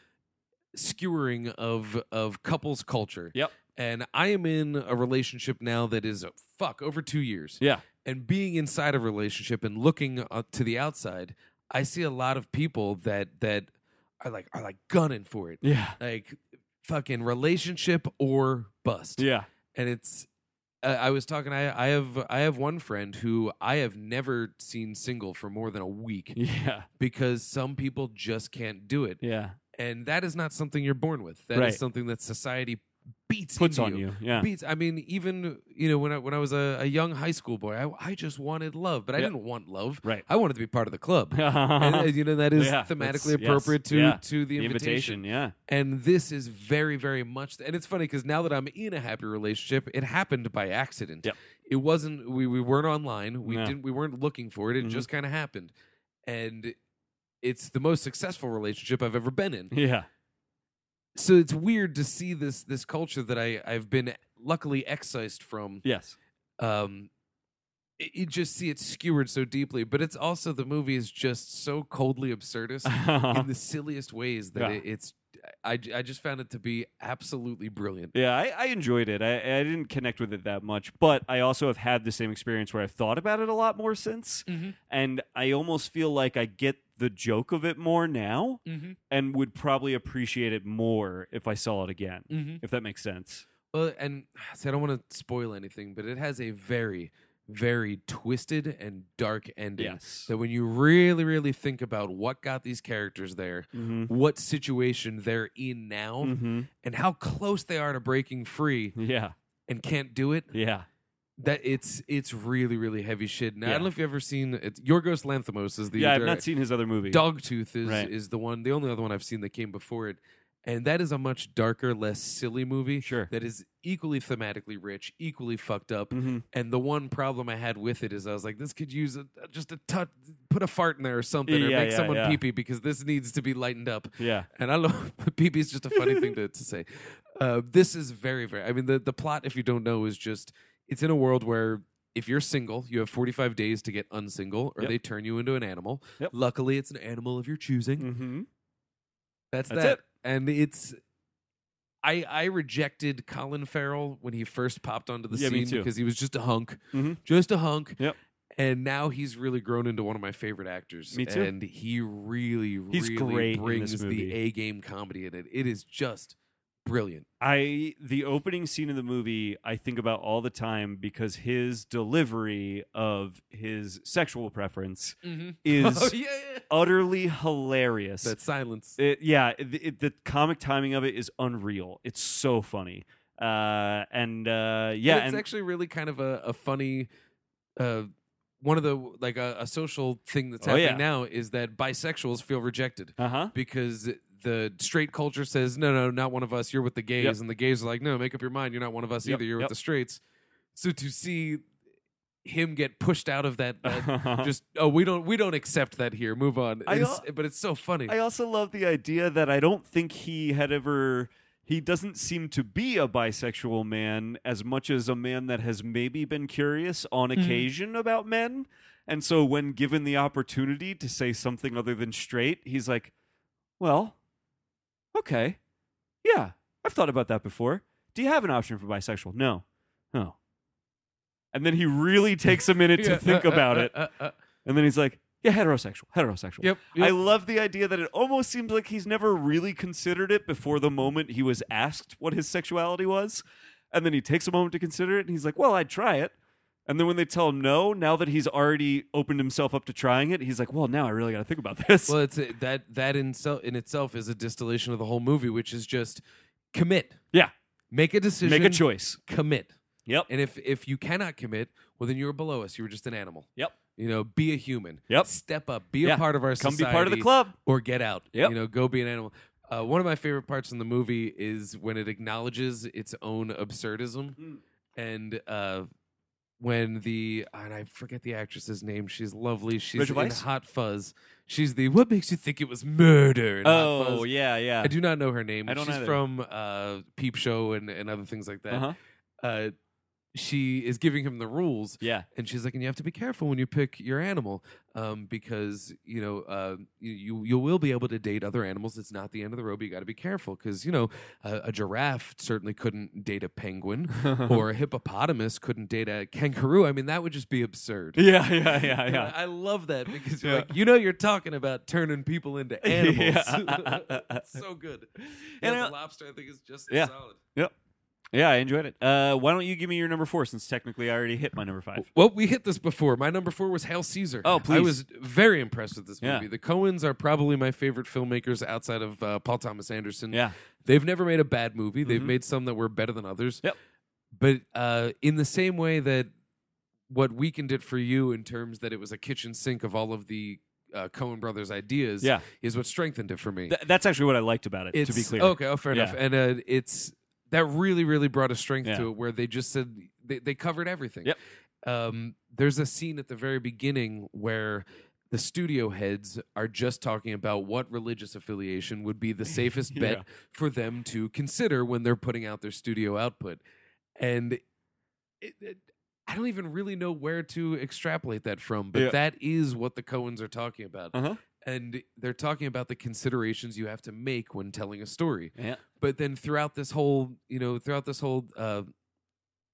skewering of of couples culture Yep. and i am in a relationship now that is fuck over 2 years yeah, and being inside a relationship and looking uh, to the outside i see a lot of people that that are like are like gunning for it yeah, like fucking relationship or bust yeah. and it's uh, I was talking. I, I have I have one friend who I have never seen single for more than a week Yeah, because some people just can't do it, yeah. and that is not something you're born with. That is Right. something that society beats Puts into on you. Yeah. Beats. I mean, even you know when I when I was a, a young high school boy, I, I just wanted love, but I Yeah. didn't want love. Right. I wanted to be part of the club. and, uh, the you know that is Yeah, that's- thematically yes, appropriate to yeah. to the, invitation invitation, yeah. and this is very very much and it's funny because now that i'm in a happy relationship it happened by accident Yep. it wasn't we, we weren't online we No. didn't we weren't looking for it it Mhm. just kind of happened and it's the most successful relationship i've ever been in Yeah. so it's weird to see this this culture that i i've been luckily excised from Yes. um it, you just see it skewered so deeply but it's also the movie is just so coldly absurdist in the silliest ways that Uh-huh. Yeah. it, it's I, I just found it to be absolutely brilliant yeah, I, I enjoyed it. I, I didn't connect with it that much, but I also have had the same experience where I've thought about it a lot more since, Mhm. and I almost feel like I get the joke of it more now, mm-hmm, and would probably appreciate it more if I saw it again, mm-hmm. if that makes sense. well and see, i don't want to spoil anything but it has a very very twisted and dark ending. Yes. That when you really, really think about what got these characters there, Mm-hmm. what situation they're in now, Mm-hmm. and how close they are to breaking free Yeah. and can't do it, Yeah. that it's it's really, really heavy shit. Now I Yeah. don't know if you've ever seen it's Yorgos Lanthimos is the yeah. I've direct- not seen his other movie. Dogtooth is Right. is the one, the only other one I've seen that came before it, and that is a much darker, less silly movie. Sure. that is equally thematically rich, equally fucked up. Mm-hmm. And the one problem I had with it is I was like, this could use a, just a tut, put a fart in there or something, or Yeah, make yeah, someone yeah. pee pee because this needs to be lightened up. Yeah. And I love PP is just a funny thing to, to say. Uh, this is very, very. I mean, the, the plot, if you don't know, is just it's in a world where if you're single, you have 45 days to get unsingle, or Yep. they turn you into an animal. Yep. Luckily, it's an animal of your choosing. Mm-hmm. That's, That's that. it. And it's. I, I rejected Colin Farrell when he first popped onto the Yeah, me scene too. because he was just a hunk, Mhm. just a hunk. Yep. And now he's really grown into one of my favorite actors. Me too. And he really, He's really great in brings this the movie. A game comedy in it. It is just brilliant. I the opening scene of the movie I think about all the time because his delivery of his sexual preference is Oh, yeah, yeah. utterly hilarious. That silence. It- yeah, it, it- the comic timing of it is unreal. It's so funny. Uh, and uh, yeah, And it's and- actually really kind of a, a funny uh, one of the like a, a social thing that's Oh, happening yeah. now is that bisexuals feel rejected. uh-huh. because the straight culture says, no, no, not one of us. You're with the gays. Yep. And the gays are like, no, make up your mind. You're not one of us Yep, either. You're yep. with the straights. So to see him get pushed out of that, that just, oh, we don't, we don't accept that here. Move on. Uh-huh. I It's- al- but it's so funny. I also love the idea that I don't think he had ever. He doesn't seem to be a bisexual man as much as a man that has maybe been curious on occasion about men. And so when given the opportunity to say something other than straight, he's like, well, okay. Yeah, I've thought about that before. Do you have an option for bisexual? No. No. And then he really takes a minute Yeah, to think uh, uh, about uh, it. uh, uh, And then he's like, yeah, heterosexual, heterosexual. Yep, yep. I love the idea that it almost seems like he's never really considered it before the moment he was asked what his sexuality was. And then he takes a moment to consider it and he's like, well, I'd try it. And then when they tell him no, now that he's already opened himself up to trying it, he's like, well, now I really got to think about this. well, it's that, that in, so, in itself is a distillation of the whole movie, which is just commit, yeah, make a decision, make a choice. commit. Yep. And if, if you cannot commit, well, then you were below us. You were just an animal. Yep. You know, be a human. Yep. Step up. Be Yeah. a part of our Come society. be part of the club. Or get out. Yep. You know, go be an animal. Uh, one of my favorite parts in the movie is when it acknowledges its own absurdism, Mm. and uh, when the and I forget the actress's name. She's lovely. She's Rachel in Weisz? Hot Fuzz. She's the what makes you think it was murder? in Hot Oh, Fuzz. yeah, yeah. I do not know her name. I don't She's either. from uh, Peep Show and, and other things like that. Uh-huh. Uh, she is giving him the rules, Yeah. and she's like, and you have to be careful when you pick your animal, um, because you know uh, you, you you will be able to date other animals. It's not the end of the road, but you got to be careful because you know a, a giraffe certainly couldn't date a penguin, Uh-huh. or a hippopotamus couldn't date a kangaroo. I mean, that would just be absurd. Yeah, yeah, yeah, And yeah. I I love that because you're Yeah. like, you know, you're talking about turning people into animals. Yeah. It's so good. And And I- the lobster, I think, is just Yeah. solid. Yeah, I enjoyed it. Uh, why don't you give me your number four since technically I already hit my number five? Well, we hit this before. My number four was Hail Caesar. Oh, I please. was very impressed with this Yeah. movie. The Coens are probably my favorite filmmakers outside of uh, Paul Thomas Anderson. Yeah. They've never made a bad movie. They've Mhm. made some that were better than others. Yep. But uh, in the same way that what Weekend did for you in terms that it was a kitchen sink of all of the uh, Coen brothers' ideas Yeah. is what strengthened it for me. Th- that's actually what I liked about it, it's, to be clear. Okay, oh, fair enough. Yeah. And uh, it's that really, really brought a strength Yeah. to it where they just said they, they covered everything. Yep. Um, there's a scene at the very beginning where the studio heads are just talking about what religious affiliation would be the safest bet Yeah. for them to consider when they're putting out their studio output. And it, it, I don't even really know where to extrapolate that from, but Yeah. that is what the Coens are talking about Uh-huh. and they're talking about the considerations you have to make when telling a story. Yeah. But then throughout this whole, you know, throughout this whole uh,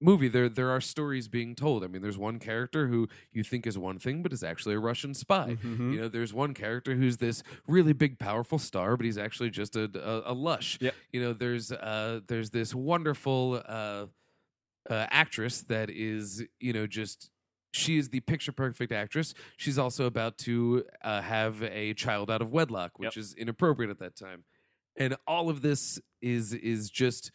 movie, there there are stories being told. I mean, there's one character who you think is one thing, but is actually a Russian spy. Mhm. You know, there's one character who's this really big, powerful star, but he's actually just a a, a lush. Yep. You know, there's uh, there's this wonderful uh, uh, actress that is, you know, just She is the picture perfect actress. She's also about to uh, have a child out of wedlock, which is inappropriate at that time. And all of this is is just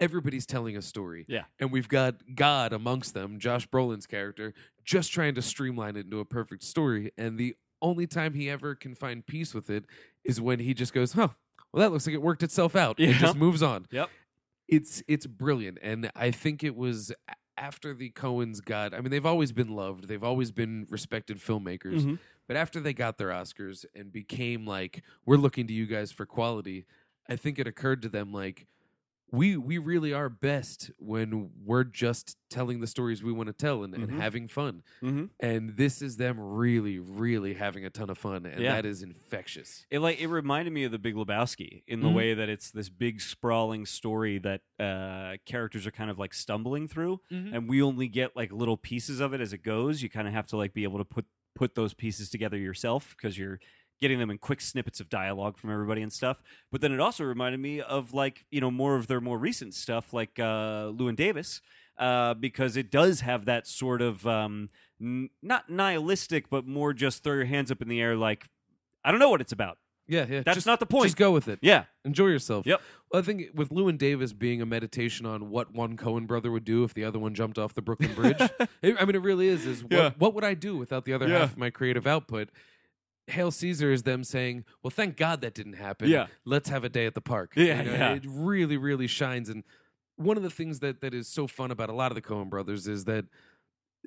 everybody's telling a story. Yeah. And we've got God amongst them, Josh Brolin's character, just trying to streamline it into a perfect story. And the only time he ever can find peace with it is when he just goes, huh, well, that looks like it worked itself out. It Yeah. just moves on. Yep. It's it's brilliant. And I think it was a- after the Coens got I mean, they've always been loved. They've always been respected filmmakers. Mhm. But after they got their Oscars and became like, we're looking to you guys for quality, I think it occurred to them like we we really are best when we're just telling the stories we want to tell and, Mhm. and having fun. Mhm. And this is them really, really having a ton of fun. And Yeah. that is infectious. It like it reminded me of the Big Lebowski in the Mhm. way that it's this big sprawling story that uh, characters are kind of like stumbling through, Mhm. and we only get like little pieces of it as it goes. You kind of have to like be able to put put those pieces together yourself because you're getting them in quick snippets of dialogue from everybody and stuff. But then it also reminded me of like you know more of their more recent stuff like uh, Lou and Davis. Uh, because it does have that sort of um, n- not nihilistic, but more just throw your hands up in the air, like I don't know what it's about. Yeah, yeah. That's just, not the point. Just go with it. yeah. Enjoy yourself. Yep. Well, I think with Lewin Davis being a meditation on what one Cohen brother would do if the other one jumped off the Brooklyn Bridge. it, I mean, it really is. Is what, Yeah. what would I do without the other Yeah. half of my creative output? Hail Caesar is them saying, "Well, thank God that didn't happen. Yeah. Let's have a day at the park." Yeah, yeah. It really, really shines. And one of the things that that is so fun about a lot of the Cohen brothers is that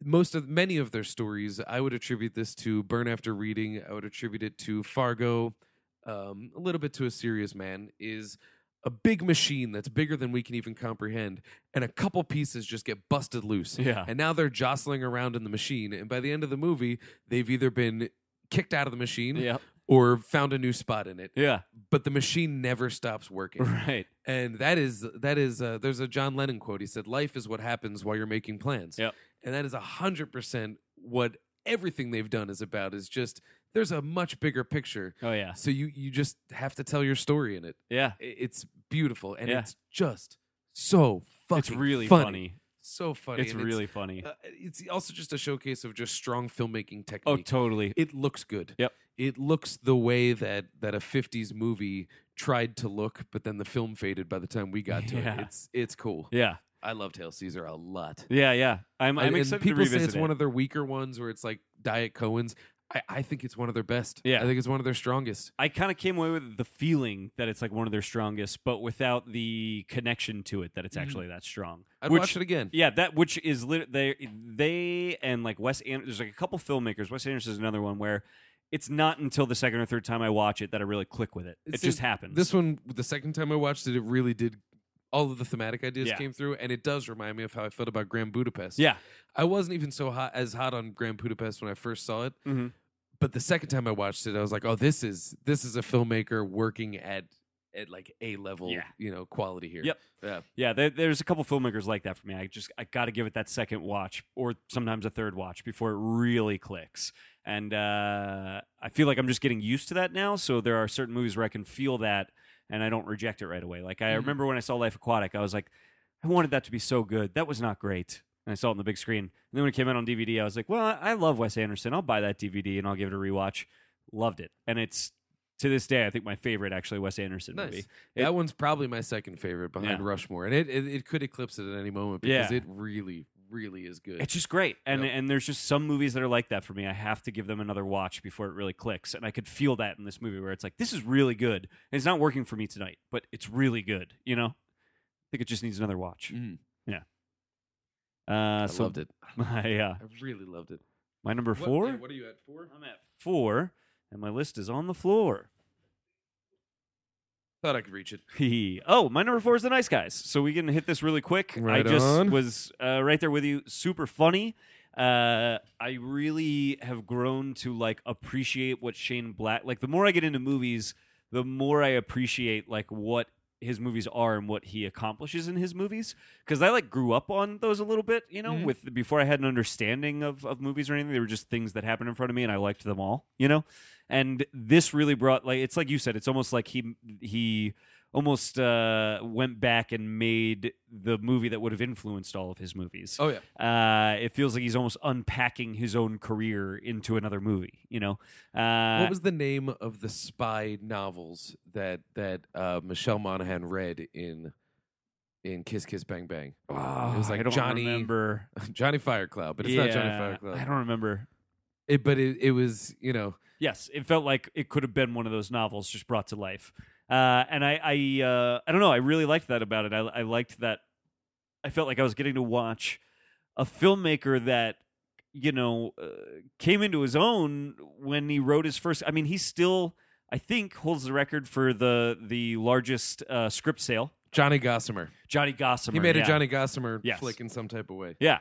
most of many of their stories, I would attribute this to Burn After Reading. I would attribute it to Fargo, um, a little bit to A Serious Man. Is a big machine that's bigger than we can even comprehend, and a couple pieces just get busted loose. Yeah. And now they're jostling around in the machine, and by the end of the movie, they've either been kicked out of the machine Yeah. or found a new spot in it. Yeah. But the machine never stops working. Right. And that is that is uh, there's a John Lennon quote. He said, "Life is what happens while you're making plans." Yep. And that is hundred percent what everything they've done is about. Is just there's a much bigger picture. Oh yeah. So you you just have to tell your story in it. Yeah. I- It's beautiful and Yeah. it's just so fucking It's really funny. funny. So funny. It's and really funny. It's, uh, it's also just a showcase of just strong filmmaking technique oh, totally. it looks good. Yep. It looks the way that that a 50s movie tried to look, but then the film faded by the time we got to Yeah. it. It's it's cool. yeah. I loved Hail Caesar a lot. Yeah. Yeah. I'm. I'm and, and excited to people revisit say it's it. one of their weaker ones where it's like Diet Cohen's. I, I think it's one of their best. Yeah. I think it's one of their strongest. I kind of came away with the feeling that it's like one of their strongest, but without the connection to it that it's Mhm. actually that strong. I'd Which- watch it again. Yeah, that which is lit- they they and like Wes Anderson. There's like a couple filmmakers. Wes Anderson is another one where it's not until the second or third time I watch it that I really click with it. It, It's just in- happens. This one, the second time I watched it, it really did. All of the thematic ideas Yeah. came through, and it does remind me of how I felt about Grand Budapest. yeah. I wasn't even so hot as hot on Grand Budapest when I first saw it. Mm-hmm. but the second time I watched it, I was like, oh, this is this is a filmmaker working at at like a level, Yeah. you know, quality here. Yep. Yeah. Yeah, there, there's a couple filmmakers like that for me. I just I got to give it that second watch or sometimes a third watch before it really clicks. And uh, I feel like I'm just getting used to that now. So there are certain movies where I can feel that and I don't reject it right away. Like I Mhm. remember when I saw Life Aquatic, I was like, I wanted that to be so good. That was not great. And I saw it on the big screen. And then when it came out on DVD, I was like, well, I love Wes Anderson. I'll buy that DVD and I'll give it a rewatch. Loved it. And it's to this day, I think my favorite actually Wes Anderson Nice. movie. It- that one's probably my second favorite behind Yeah. Rushmore. And it, it it could eclipse it at any moment because Yeah. it really, really is good. It's just great. And Yep. and there's just some movies that are like that for me. I have to give them another watch before it really clicks. And I could feel that in this movie where it's like, this is really good. And it's not working for me tonight, but it's really good, you know? I think it just needs another watch. Mm. Uh I so loved it. my uh, I really loved it. my number What- four. yeah, what are you at? Four? I'm at four, and my list is on the floor. Thought I could reach it. Hee. oh, my number four is the nice guys. So we can hit this really quick. Right I just on. was uh, right there with you. Super funny. Uh, I really have grown to like appreciate what Shane Black. Like the more I get into movies, the more I appreciate like what his movies are and what he accomplishes in his movies. Because I like grew up on those a little bit, you know. Mhm. With before I had an understanding of of movies or anything, they were just things that happened in front of me, and I liked them all, you know. And this really brought like it's like you said, it's almost like he he almost uh, went back and made the movie that would have influenced all of his movies. Oh yeah. Uh, it feels like he's almost unpacking his own career into another movie. You know, uh, what was the name of the spy novels that that uh, Michelle Monaghan read in in Kiss Kiss Bang Bang? oh, it was like I don't Johnny- Remember. Johnny Firecloud, but it's not Johnny Yeah, Firecloud. I don't remember. It, but it, it was you know Yes, it felt like it could have been one of those novels just brought to life. Uh, and I, I, uh, I don't know. I really liked that about it. I, I liked that. I felt like I was getting to watch a filmmaker that you know uh, came into his own when he wrote his first. I mean, he still, I think, holds the record for the the largest uh, script sale. Johnny Gossamer. Johnny Gossamer. He made yeah. a Johnny Gossamer Yes. flick in some type of way. Yeah.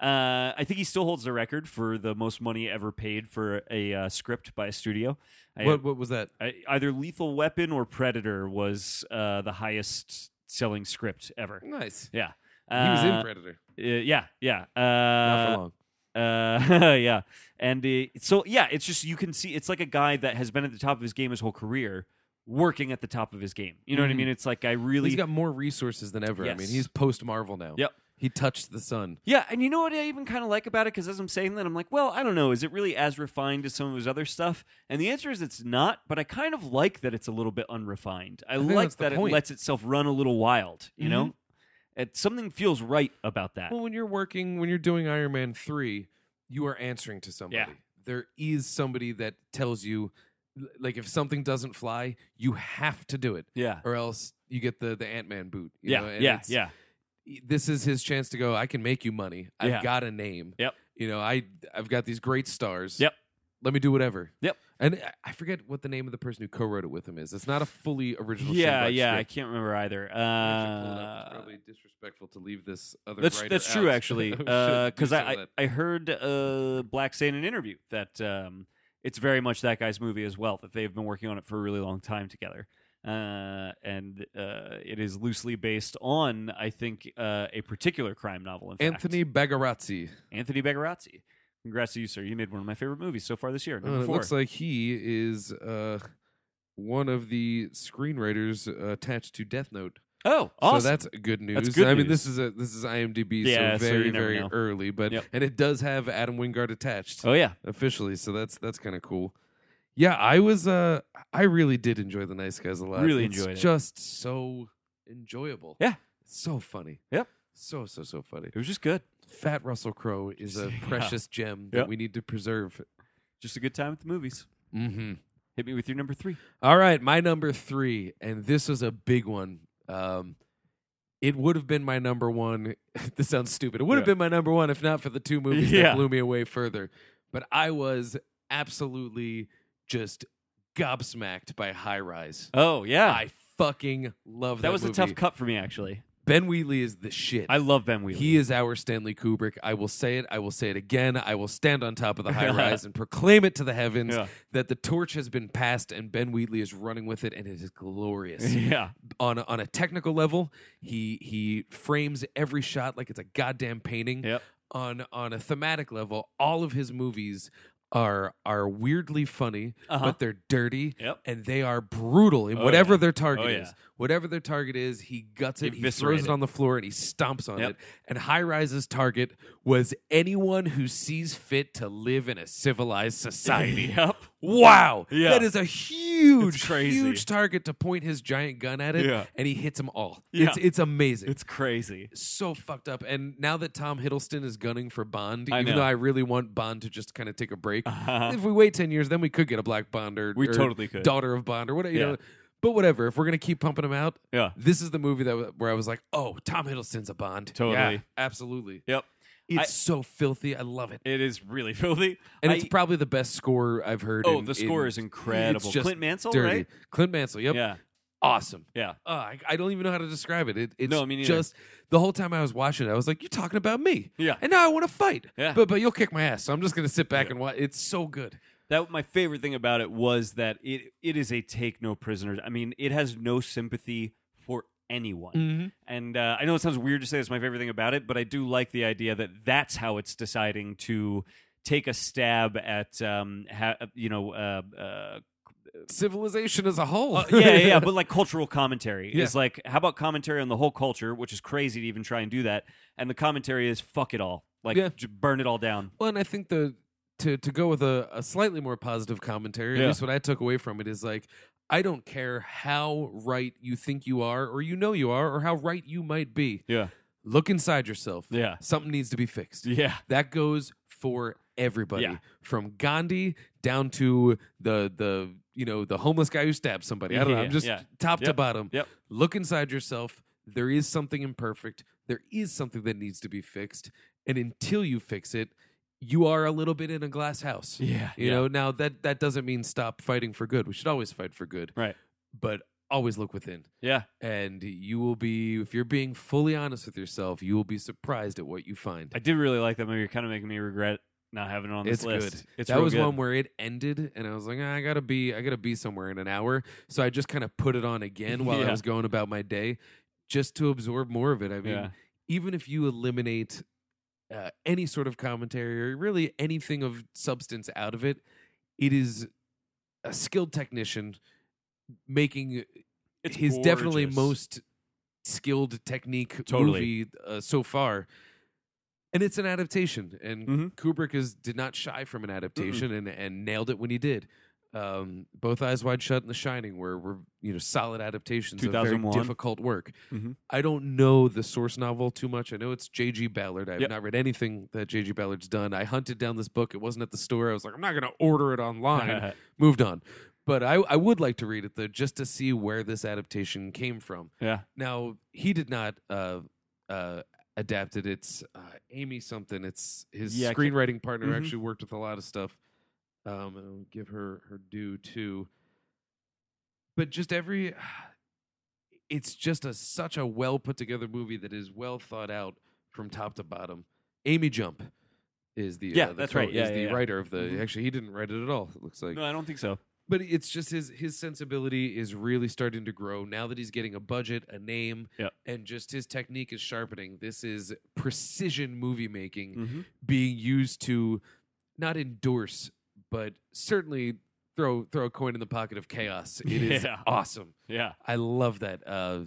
Uh, I think he still holds the record for the most money ever paid for a uh, script by a studio. I- What what was that? I, either Lethal Weapon or Predator was uh, the highest selling script ever. Nice. Yeah. he was in Uh, Predator. uh, yeah, yeah. Uh, Not for long. uh, yeah. And uh, so, yeah, it's just you can see it's like a guy that has been at the top of his game his whole career working at the top of his game. You know what I Mhm. mean? It's like I really. He's got more resources than ever. I mean, Yes. he's post Marvel now. Yep. He touched the sun. Yeah, and you know what I even kind of like about it? Because as I'm saying that, I'm like, well, I don't know. Is it really as refined as some of his other stuff? And the answer is it's not, but I kind of like that it's a little bit unrefined. I, think like that's the that it point. Mm-hmm. lets itself run a little wild, you know? It, something feels right about that. Well, when you're working, when you're doing Iron Man 3, you are answering to somebody. Yeah. There is somebody that tells you, l- like, if something doesn't fly, you have to do it, yeah. or else you get the, the Ant Man boot. you Yeah, know, and yeah, it's- yeah. This is his chance to go, I can make you money. I've Yeah. got a name. Yep. You know, I, I've got these great stars. Yep. Let me do whatever. Yep. And I- I forget what the name of the person who co wrote it with him is. It's not a fully original Yeah, Schindler yeah. I script. can't remember either. Actually, pull it up. Uh, It's probably disrespectful to leave this other. that's writer that's true, out. actually. We should do Because some I, of I that. I heard uh, Black say in an interview that um, it's very much that guy's movie as well. That they've been working on it for a really long time together, uh, and uh, it is loosely based on, I think, uh, a particular crime novel. In fact. Anthony Bagarazzi. Anthony Begarazzi. Congrats to you, sir. You made one of my favorite movies so far this year. Uh, Number it four. looks like he is uh, one of the screenwriters uh, attached to Death Note. oh, awesome. So that's good news. good I mean, news. this is a this is IMDb, Yeah, so so you very never very know. early, but Yep. and it does have Adam Wingard attached oh yeah. officially, so that's that's kind of cool. Yeah, I was uh I really did enjoy the Nice Guys a lot. Really it's enjoyed it. Just so enjoyable. Yeah. so funny. Yep. so so so funny. It was just good. Fat Russell Crowe is a Yeah. precious gem that Yep. we need to preserve. Just a good time at the movies. Mm-hmm. Hit me with your number three. All right, my number three, and this was a big one. Um, it would have been my number one. this sounds stupid. It would have Yeah. been my number one if not for the two movies Yeah. that blew me away further. But I was absolutely just gobsmacked by High Rise. Oh yeah. I fucking love that. that was a tough movie. cut for me actually. ben Wheatley is the shit. I love Ben Wheatley. He is our Stanley Kubrick. I will say it. I will say it again. I will stand on top of the high rise and proclaim it to the heavens Yeah. that the torch has been passed and Ben Wheatley is running with it, and it is glorious. yeah. on a, on a technical level, he he frames every shot like it's a goddamn painting. Yep. On on a thematic level, all of his movies are are weirdly funny, Uh-huh. but they're dirty. Yep. And they are brutal in Oh, whatever yeah. their target Oh, yeah. is. Whatever their target is, he guts it, he Eviscerate throws it it. on the floor, and he stomps on Yep. it. And High Rise's target was anyone who sees fit to live in a civilized society. Yep. Wow, Yeah. that is a huge, It's crazy. huge target to point his giant gun at it, Yeah. and he hits them all. Yeah. It's it's amazing. It's crazy. so fucked up. And now that Tom Hiddleston is gunning for Bond, I even know. though I really want Bond to just kind of take a break. Uh-huh. If we wait ten years, then we could get a Black Bond or We or totally could. daughter of Bond or whatever. You Yeah. know, but whatever. If we're gonna keep pumping him out, Yeah. this is the movie that where I was like, oh, Tom Hiddleston's a Bond. Totally. Yeah, absolutely. Yep. It's I- so filthy. I love it. It is really filthy. And I- it's probably the best score I've heard. Oh, in- the score in- is incredible. It's just Clint Mansell, dirty. right? Clint Mansell, yep. Yeah. Awesome. Yeah. Uh, I, I don't even know how to describe it. it it's No, me neither. just the whole time I was watching it, I was like, "You're talking about me," Yeah. and now I want to fight. Yeah. but but you'll kick my ass, so I'm just gonna sit back and watch. It's so good. That my favorite thing about it was that it it is a take no prisoners. I mean, it has no sympathy for anyone. Mm. And uh, I know it sounds weird to say it's my favorite thing about it, but I do like the idea that that's how it's deciding to take a stab at um ha- you know uh, uh, civilization as a whole. Uh, yeah, yeah, yeah, but like cultural commentary Yeah. is like, how about commentary on the whole culture, which is crazy to even try and do that. And the commentary is fuck it all, like Yeah. j- burn it all down. Well, and I think the to to go with a, a slightly more positive commentary, Yeah. at least what I took away from it is like I don't care how right you think you are, or you know you are, or how right you might be. Yeah, Look inside yourself. Yeah. something needs to be fixed. yeah, That goes for everybody, Yeah. from Gandhi down to the the you know the homeless guy who stabbed somebody. I don't know. Yeah, I'm just yeah. top to Yep, bottom. yep. Look inside yourself. There is something imperfect. There is something that needs to be fixed, and until you fix it, you are a little bit in a glass house. yeah. You know. Now that that doesn't mean stop fighting for good. We should always fight for good. Right. But always look within yeah, and you will be if you're being fully honest with yourself you will be surprised at what you find I did really like that movie. You're kind of making me regret not having it on this it's list. good. It's that real was good. one where it ended, and I was like, "Ah, I gotta be, I gotta be somewhere in an hour. So I just kind of put it on again while Yeah. I was going about my day, just to absorb more of it. I mean, Yeah. even if you eliminate uh, any sort of commentary or really anything of substance out of it, it is a skilled technician making It's his definitely gorgeous. most skilled technique Totally. movie uh, so far. And it's an adaptation, and Mhm. Kubrick is did not shy from an adaptation, and and nailed it when he did. Um, both Eyes Wide Shut and The Shining were were you know solid adaptations of very 2001. difficult work. Mhm. I don't know the source novel too much. I know it's J.G. Ballard. I've Yep. not read anything that J.G. Ballard's done. I hunted down this book. It wasn't at the store. I was like, I'm not going to order it online moved on. But I, I would like to read it though, just to see where this adaptation came from. yeah, Now he did not uh, uh, adapt it. It's uh, Amy something. It's his Yeah, I can't- screenwriting partner Mhm. actually worked with a lot of stuff. Um, and I'll give her her due too. But just every, it's just a such a well put together movie that is well thought out from top to bottom. Amy Jump is the Yeah, uh, the that's right. co- Yeah, is yeah, the yeah. writer of the Mhm. actually he didn't write it at all. It looks like no, I don't think so. but it's just his his sensibility is really starting to grow now that he's getting a budget, a name, Yeah. and just his technique is sharpening. This is precision movie making Mm-hmm. being used to not endorse, but certainly throw throw a coin in the pocket of chaos. It is Yeah. awesome. Yeah, I love that. Uh,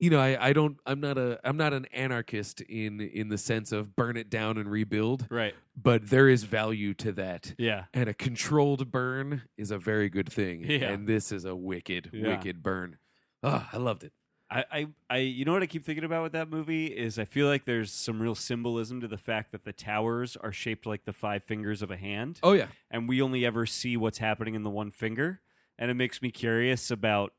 you know, I, I don't. I'm not a. I'm not an anarchist in in the sense of burn it down and rebuild, right. but there is value to that Yeah, and a controlled burn is a very good thing. Yeah. And this is a wicked, Yeah. wicked burn. Oh, I loved it. I, I, I, you know what I keep thinking about with that movie is I feel like there's some real symbolism to the fact that the towers are shaped like the five fingers of a hand, Oh yeah, and we only ever see what's happening in the one finger, and it makes me curious about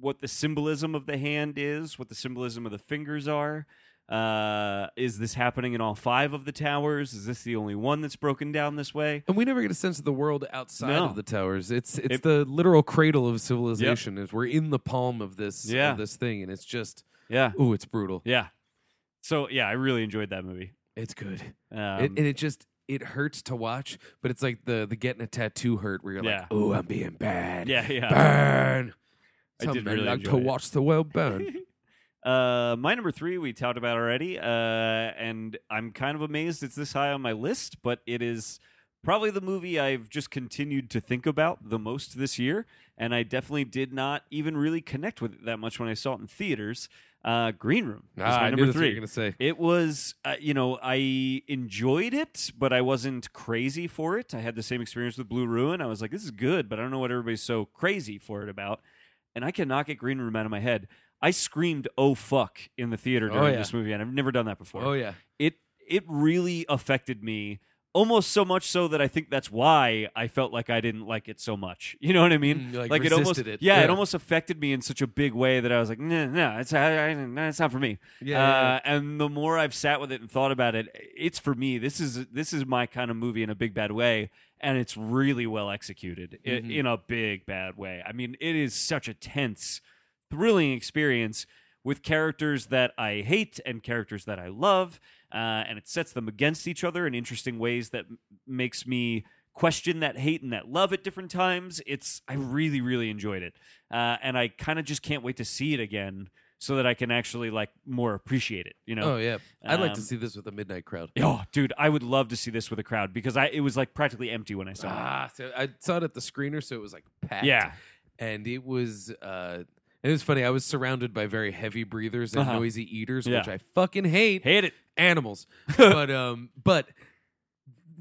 what the symbolism of the hand is, what the symbolism of the fingers are. Uh, is this happening in all five of the towers? Is this the only one that's broken down this way? and we never get a sense of the world outside No. of the towers. It's it's It- the literal cradle of civilization. Is we're in the palm of this Yeah. of this thing, and it's just Yeah, ooh, it's brutal. yeah. So yeah, I really enjoyed that movie. It's good, Um, it, and it just it hurts to watch, but it's like the the getting a tattoo hurt where you're Yeah. like, oh, I'm being bad. yeah, yeah. burn. I did Some men really like to enjoy it. watch the world burn. Uh, my number three we talked about already, uh, and I'm kind of amazed it's this high on my list, but it is probably the movie I've just continued to think about the most this year, and I definitely did not even really connect with it that much when I saw it in theaters. Uh, Green Room is Ah, my I knew number that's what you three. were gonna say. It was, uh, you know, I enjoyed it, but I wasn't crazy for it. I had the same experience with Blue Ruin. I was like, this is good, but I don't know what everybody's so crazy for it about. And I cannot get Green Room out of my head. I screamed, oh fuck, in the theater Oh, during yeah. this movie, and I've never done that before. Oh yeah, It, it really affected me almost so much so that I think that's why I felt like I didn't like it so much. You know what I mean? Mm, you, like, it almost, resisted it. Yeah, it Yeah. almost affected me in such a big way that I was like, no, no, it's, I, I, no, it's not for me. Yeah, yeah, yeah. Uh, and the more I've sat with it and thought about it, it's for me. This is this is my kind of movie in a big bad way, and it's really well executed i- in, Mhm. a big bad way. I mean, it is such a tense, thrilling experience with characters that I hate and characters that I love, uh, and it sets them against each other in interesting ways that m- makes me question that hate and that love at different times. It's I really really enjoyed it, uh, and I kind of just can't wait to see it again so that I can actually like more appreciate it. You know? Oh yeah, I'd like to Um, see this with a midnight crowd. Oh, dude, I would love to see this with a crowd because I it was like practically empty when I saw it. Ah, so I saw it at the screener, so it was like packed. Yeah. and it was. uh it was funny. I was surrounded by very heavy breathers and Uh-huh. noisy eaters, Yeah. which I fucking hate. Hate it. Animals, but um, but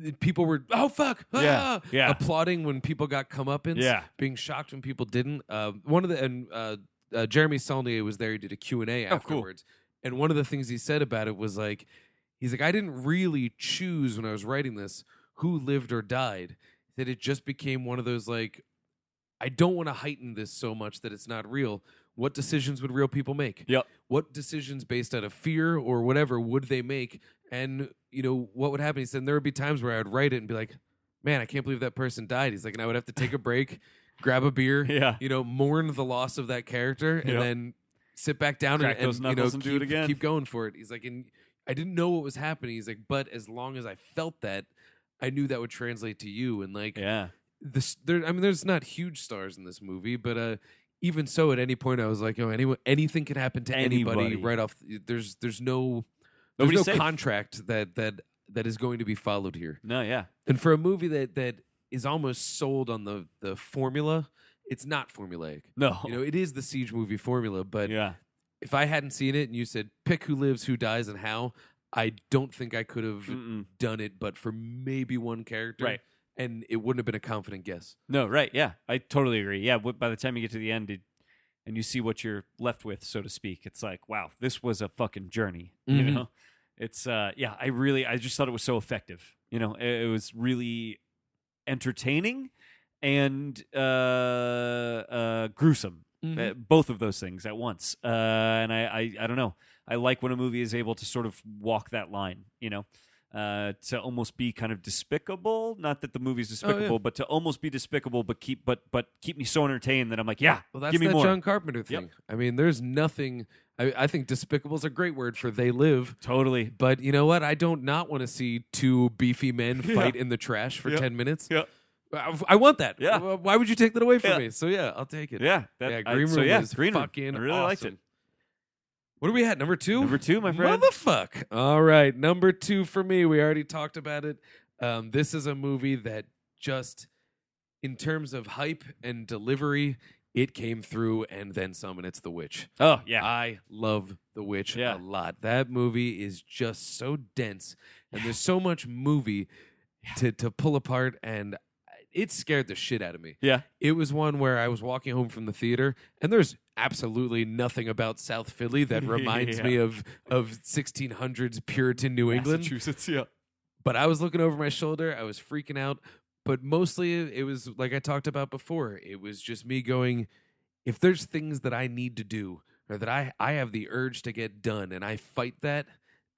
th- people were oh fuck Yeah, ah," yeah. applauding when people got comeuppance. Yeah. being shocked when people didn't. Uh, one of the and uh, uh, Jeremy Saulnier was there. He did a Q and A Oh, cool. afterwards, and one of the things he said about it was like, he's like, I didn't really choose when I was writing this who lived or died. That it just became one of those like, I don't want to heighten this so much that it's not real. What decisions would real people make? Yep. What decisions based out of fear or whatever would they make? And you know what would happen? He said there would be times where I would write it and be like, "Man, I can't believe that person died." He's like, and I would have to take a break, grab a beer, Yeah. you know, mourn the loss of that character, and Yep. then sit back down Crack and, those and you know keep, knuckles and do it again. keep going for it. He's like, and I didn't know what was happening. He's like, but as long as I felt that, I knew that would translate to you. And like, Yeah. this there i mean there's not huge stars in this movie but uh even so at any point i was like oh anyone anything can happen to anybody Anybody. right off there's there's no there's Nobody's no safe. contract that that that is going to be followed here No, yeah. and for a movie that that is almost sold on the the formula it's not formulaic No. you know it is the siege movie formula but yeah. if i hadn't seen it and you said pick who lives who dies and how i don't think i could have Mm-mm. done it but for maybe one character Mm. Right. and it wouldn't have been a confident guess No, right. Yeah. I totally agree. Yeah, wh- by the time you get to the end it, and you see what you're left with, so to speak, it's like, wow, this was a fucking journey, you Mhm. know? It's uh yeah, I really I just thought it was so effective. You know, it, it was really entertaining and uh uh gruesome uh, Mm-hmm. both of those things at once. Uh, and I, I, I don't know. I like when a movie is able to sort of walk that line, you know, uh, to almost be kind of despicable. Not that the movie's Oh, despicable, but to almost be despicable, but keep, but, but keep me so entertained that I'm like, yeah, Well, that's give me that more. John Carpenter thing. I mean, there's nothing. I, I think "despicable" is a great word for they live. Totally. But you know what? I don't not want to see two beefy men fight in the trash for Yeah. ten minutes. Yeah. I, I want that. Yeah. Wh- Why would you take that away from Yeah. me? So yeah, I'll take it. Yeah. That, yeah. I- Green Room so yeah, is Green Room. fucking I really awesome. liked it. What are we at? Number two. Number two, my friend. Motherfuck. All right, number two for me. We already talked about it. Um, this is a movie that just, in terms of hype and delivery, it came through and then some, and it's The Witch. Oh yeah. I love The Witch a Yeah. lot. That movie is just so dense, and there's so much movie to to pull apart, and it scared the shit out of me. yeah. It was one where I was walking home from the theater, and there's absolutely nothing about South Philly that reminds Yeah. me of of 1600s Puritan New England Massachusetts. Yeah. but I was looking over my shoulder. I was freaking out. But mostly it- it was like I talked about before. It was just me going, if there's things that I need to do or that I, I have the urge to get done and I fight that,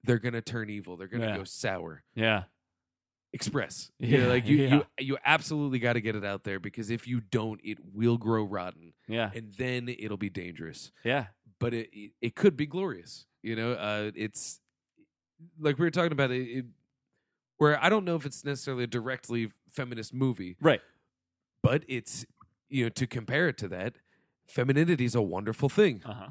they're going to turn evil. They're going to Yeah. go sour. Yeah. Express. You know, Yeah, like you, yeah. you, you absolutely got to get it out there because if you don't, it will grow rotten Yeah. and then it'll be dangerous Yeah. but it it- it could be glorious. You know, uh, it's like we were talking about it, it, where I don't know if it's necessarily a directly feminist movie, Right. but it's you know to compare it to that, femininity is a wonderful thing. Uh huh.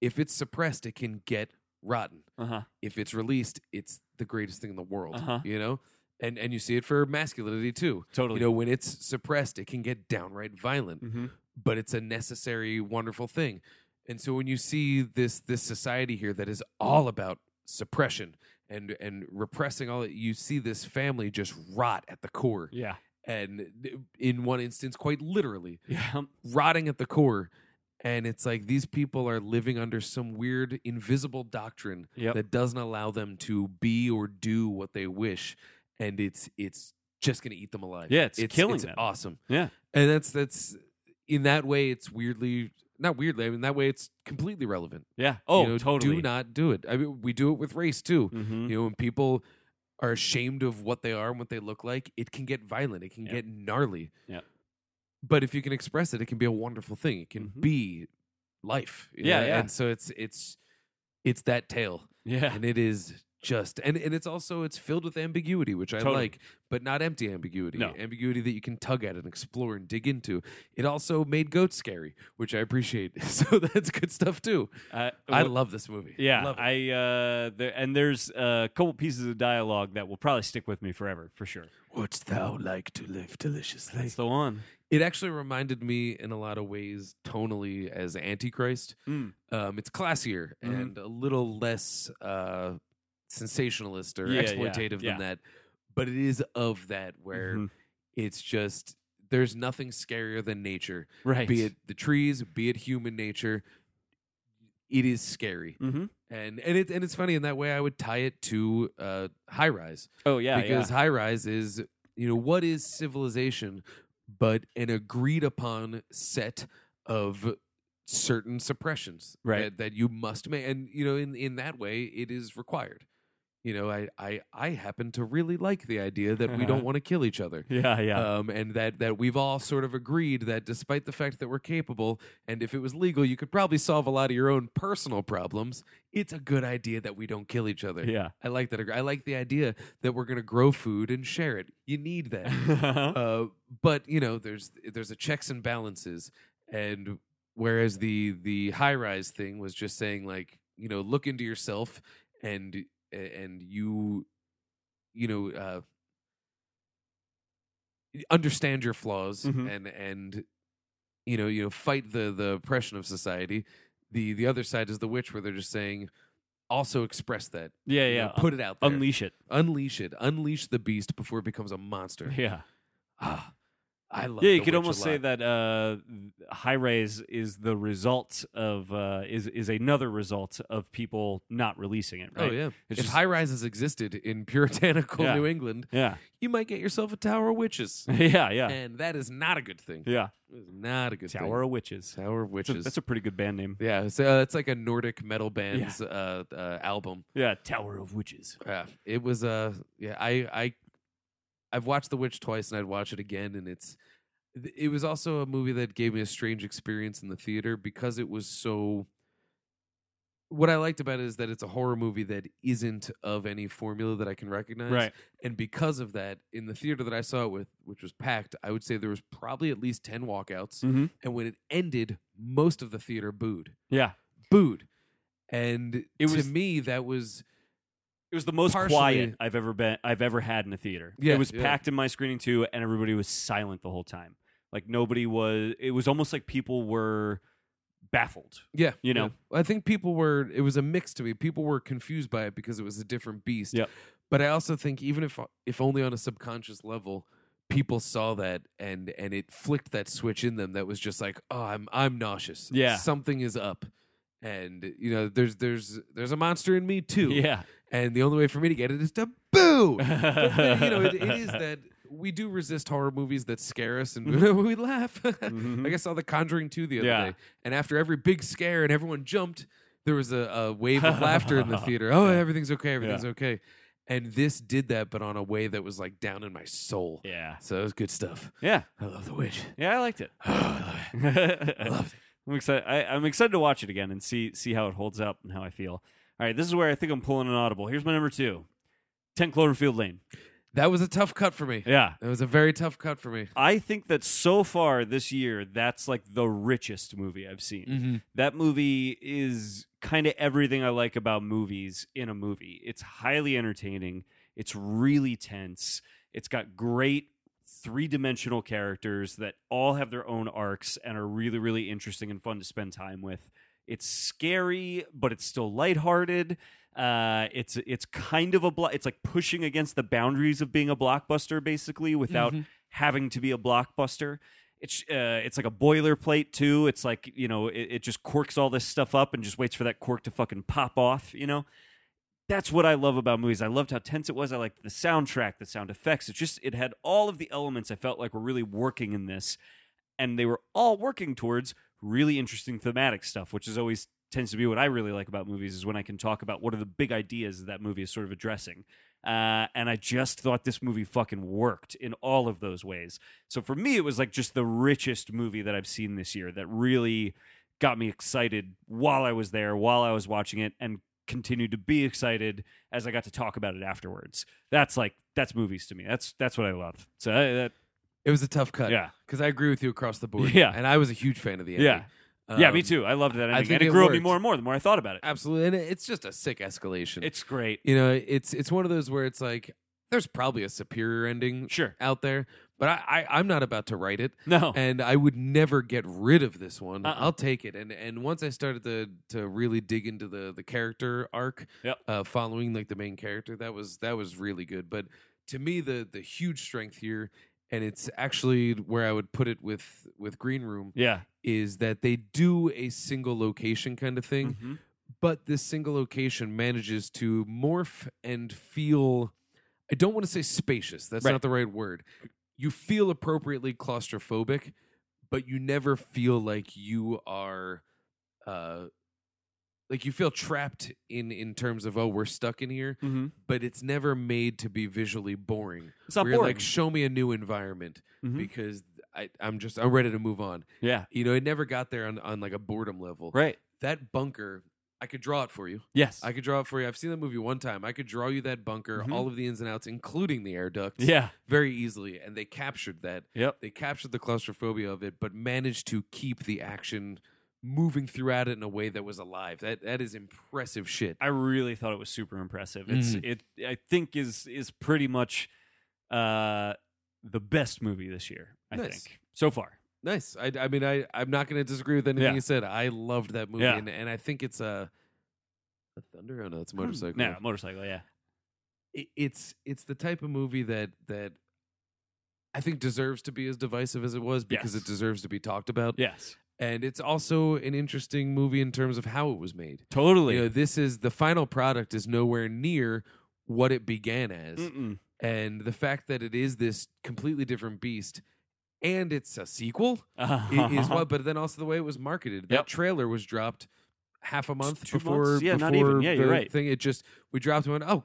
If it's suppressed, it can get rotten. Uh huh. If it's released, it's the greatest thing in the world. Uh-huh. You know, and and you see it for masculinity too. Totally. You know, when it's suppressed, it can get downright violent mm-hmm. but it's a necessary wonderful thing and so when you see this this society here that is all about suppression and and repressing all you see this family just rot at the core Yeah. and in one instance quite literally Yeah. rotting at the core and it's like these people are living under some weird invisible doctrine Yep. that doesn't allow them to be or do what they wish and it's it's just going to eat them alive Yeah, it's killing them. awesome Yeah. and that's that's in that way it's weirdly not weirdly i mean that way it's completely relevant yeah. Oh, You know, totally. do not do it i mean we do it with race too Mm-hmm. you know when people are ashamed of what they are and what they look like it can get violent it can Yeah. get gnarly Yeah. but if you can express it it can be a wonderful thing it can Mhm. be life you Yeah, know? yeah. and so it's it's it's that tale Yeah. and it is just and, and it's also it's filled with ambiguity which i Totally. like but not empty ambiguity No. ambiguity that you can tug at and explore and dig into it also made goats scary which i appreciate so that's good stuff too Uh, i wh- love this movie Yeah, love it. I uh, there, and there's a couple pieces of dialogue that will probably stick with me forever, for sure. wouldst thou like to live deliciously That's the one. It actually reminded me in a lot of ways tonally as Antichrist. Mm. Um, it's classier Mhm. and a little less uh, sensationalist or Yeah, yeah, exploitative yeah. than that, but it is of that where Mhm. it's just there's nothing scarier than nature, Right. be it the trees, be it human nature. It is scary, hmm and and it and it's funny in that way. I would tie it to uh, high rise Oh yeah, because yeah. high rise is you know what is civilization but an agreed upon set of certain suppressions Right. that, that you must make and you know in in that way it is required you know i i i happen to really like the idea that we don't want to kill each other yeah, yeah. um, and that that we've all sort of agreed that despite the fact that we're capable, and if it was legal, you could probably solve a lot of your own personal problems. It's a good idea that we don't kill each other. Yeah. I like that. I like the idea that we're going to grow food and share it. You need that. uh, but you know, there's there's a checks and balances, and whereas the the high rise thing was just saying like you know look into yourself and and you you know uh, understand your flaws Mhm. and and you know you know fight the the oppression of society. The the other side is the witch where they're just saying also express that yeah, you know, yeah. put it out there Unleash it. unleash it unleash the beast before it becomes a monster Yeah. ah, I love yeah, The you could Witch a almost say lot. that uh, high rise is the result of uh, is is another result of people not releasing it. Right? Oh yeah. It's if just- high rises existed in puritanical Yeah. New England, yeah, you might get yourself a tower of witches, yeah, yeah, and that is not a good thing. yeah. It is not a good Tower of Witches. thing. Tower of That's a- witches. that's a pretty good band name. yeah, so uh, it's like a Nordic metal band's uh, uh, album. Yeah, Tower of Witches. Yeah, it was. Uh, yeah, I, I, I've watched The Witch twice, and I'd watch it again, and it's. It was also a movie that gave me a strange experience in the theater because it was so. What I liked about it is that it's a horror movie that isn't of any formula that I can recognize, Right. and because of that, in the theater that I saw it with, which was packed, I would say there was probably at least ten walkouts, Mm-hmm. and when it ended, most of the theater booed, Yeah, booed, and It to was- me that was It was the most Partially- quiet I've ever been I've ever had in a theater. Yeah, it was yeah. packed in my screening too, and everybody was silent the whole time. Like nobody was. It was almost like people were baffled. Yeah. You know? yeah. I think people were, it was a mix to me. People were confused by it because it was a different beast. Yep. But I also think, even if, if only on a subconscious level, people saw that and, and it flicked that switch in them that was just like, oh, I'm, I'm nauseous. Yeah. Something is up. And you know, there's there's there's a monster in me too, Yeah, and the only way for me to get it is to boo. But, you know, it, it is that we do resist horror movies that scare us, and we laugh. Mhm. Like I saw The Conjuring 2 the other Yeah. day, and after every big scare and everyone jumped, there was a, a wave of laughter in the theater. Oh, everything's okay, everything's okay. And this did that, but on a way that was like down in my soul. Yeah, So it was good stuff. yeah, I love The Witch. yeah. I liked it. loved I'm excited. I, I'm excited to watch it again and see see how it holds up and how I feel. All right, this is where I think I'm pulling an audible. Here's my number two. Ten Cloverfield Lane. That was a tough cut for me. Yeah, That was a very tough cut for me. I think that so far this year, that's like the richest movie I've seen. Mhm. That movie is kind of everything I like about movies in a movie. It's highly entertaining, it's really tense, it's got great three dimensional characters that all have their own arcs and are really, really interesting and fun to spend time with. It's scary, but it's still lighthearted. Uh, it's it's kind of a blo- it's like pushing against the boundaries of being a blockbuster basically without having to be a blockbuster. It's uh, it's like a boilerplate too. It's like you know it, it just corks all this stuff up and just waits for that cork to fucking pop off. You know, that's what I love about movies. I loved how tense it was. I liked the soundtrack, the sound effects. It just it had all of the elements I felt like were really working in this, and they were all working towards really interesting thematic stuff, which is always tends to be what I really like about movies is when I can talk about what are the big ideas that, that movie is sort of addressing. Uh, and I just thought this movie fucking worked in all of those ways. So for me, it was like just the richest movie that I've seen this year that really got me excited while I was there, while I was watching it, and continued to be excited as I got to talk about it afterwards. That's like that's movies to me. That's that's what I love. So I, that, It was a tough cut. Yeah. because I agree with you across the board. Yeah. and I was a huge fan of the ending. yeah, yeah, me Um, too. I loved that. I Ending. think and it, it grew on me worked. more and more the more I thought about it. Absolutely, and it's just a sick escalation. It's great. you know, it's it's one of those where it's like there's probably a superior ending Sure. out there, but I, I I'm not about to write it. No. and I would never get rid of this one. Uh-uh. I'll take it. And and once I started to to really dig into the the character arc, Yep. uh, following like the main character, that was that was really good. But to me, the the huge strength here, and it's actually where I would put it with with Green Room, yeah. is that they do a single location kind of thing Mhm. but this single location manages to morph and feel I don't want to say spacious. That's Right. not the right word. You feel appropriately claustrophobic, but you never feel like you are uh like you feel trapped in in terms of oh we're stuck in here, Mhm. but it's never made to be visually boring. It's not Where you're boring. like show me a new environment Mhm. because I I'm just I'm ready to move on. Yeah. You know, it never got there on on like a boredom level. Right. That bunker, I could draw it for you. Yes. I could draw it for you. I've seen that movie one time. I could draw you that bunker, Mhm. all of the ins and outs, including the air ducts, yeah. very easily. And they captured that. Yep. They captured the claustrophobia of it, but managed to keep the action moving throughout it in a way that was alive. That that is impressive shit. I really thought it was super impressive. It's Mm-hmm. it I think is is pretty much uh the best movie this year, I Nice. think. So far. Nice. I, I mean, I I'm not going to disagree with anything Yeah. you said. I loved that movie, Yeah. and, and I think it's a, a thunder. Oh no, it's a motorcycle. Hmm. Yeah, motorcycle, yeah. it- it's it's the type of movie that that I think deserves to be as divisive as it was because Yes. it deserves to be talked about. Yes. And it's also an interesting movie in terms of how it was made. Totally. You know, this is the final product is nowhere near what it began as. Mm-mm. And the fact that it is this completely different beast and it's a sequel i- is what but then also the way it was marketed. That Yep. trailer was dropped half a month two before months? Yeah, before not even. Yeah, the you're right. thing it just we dropped and went, "Oh,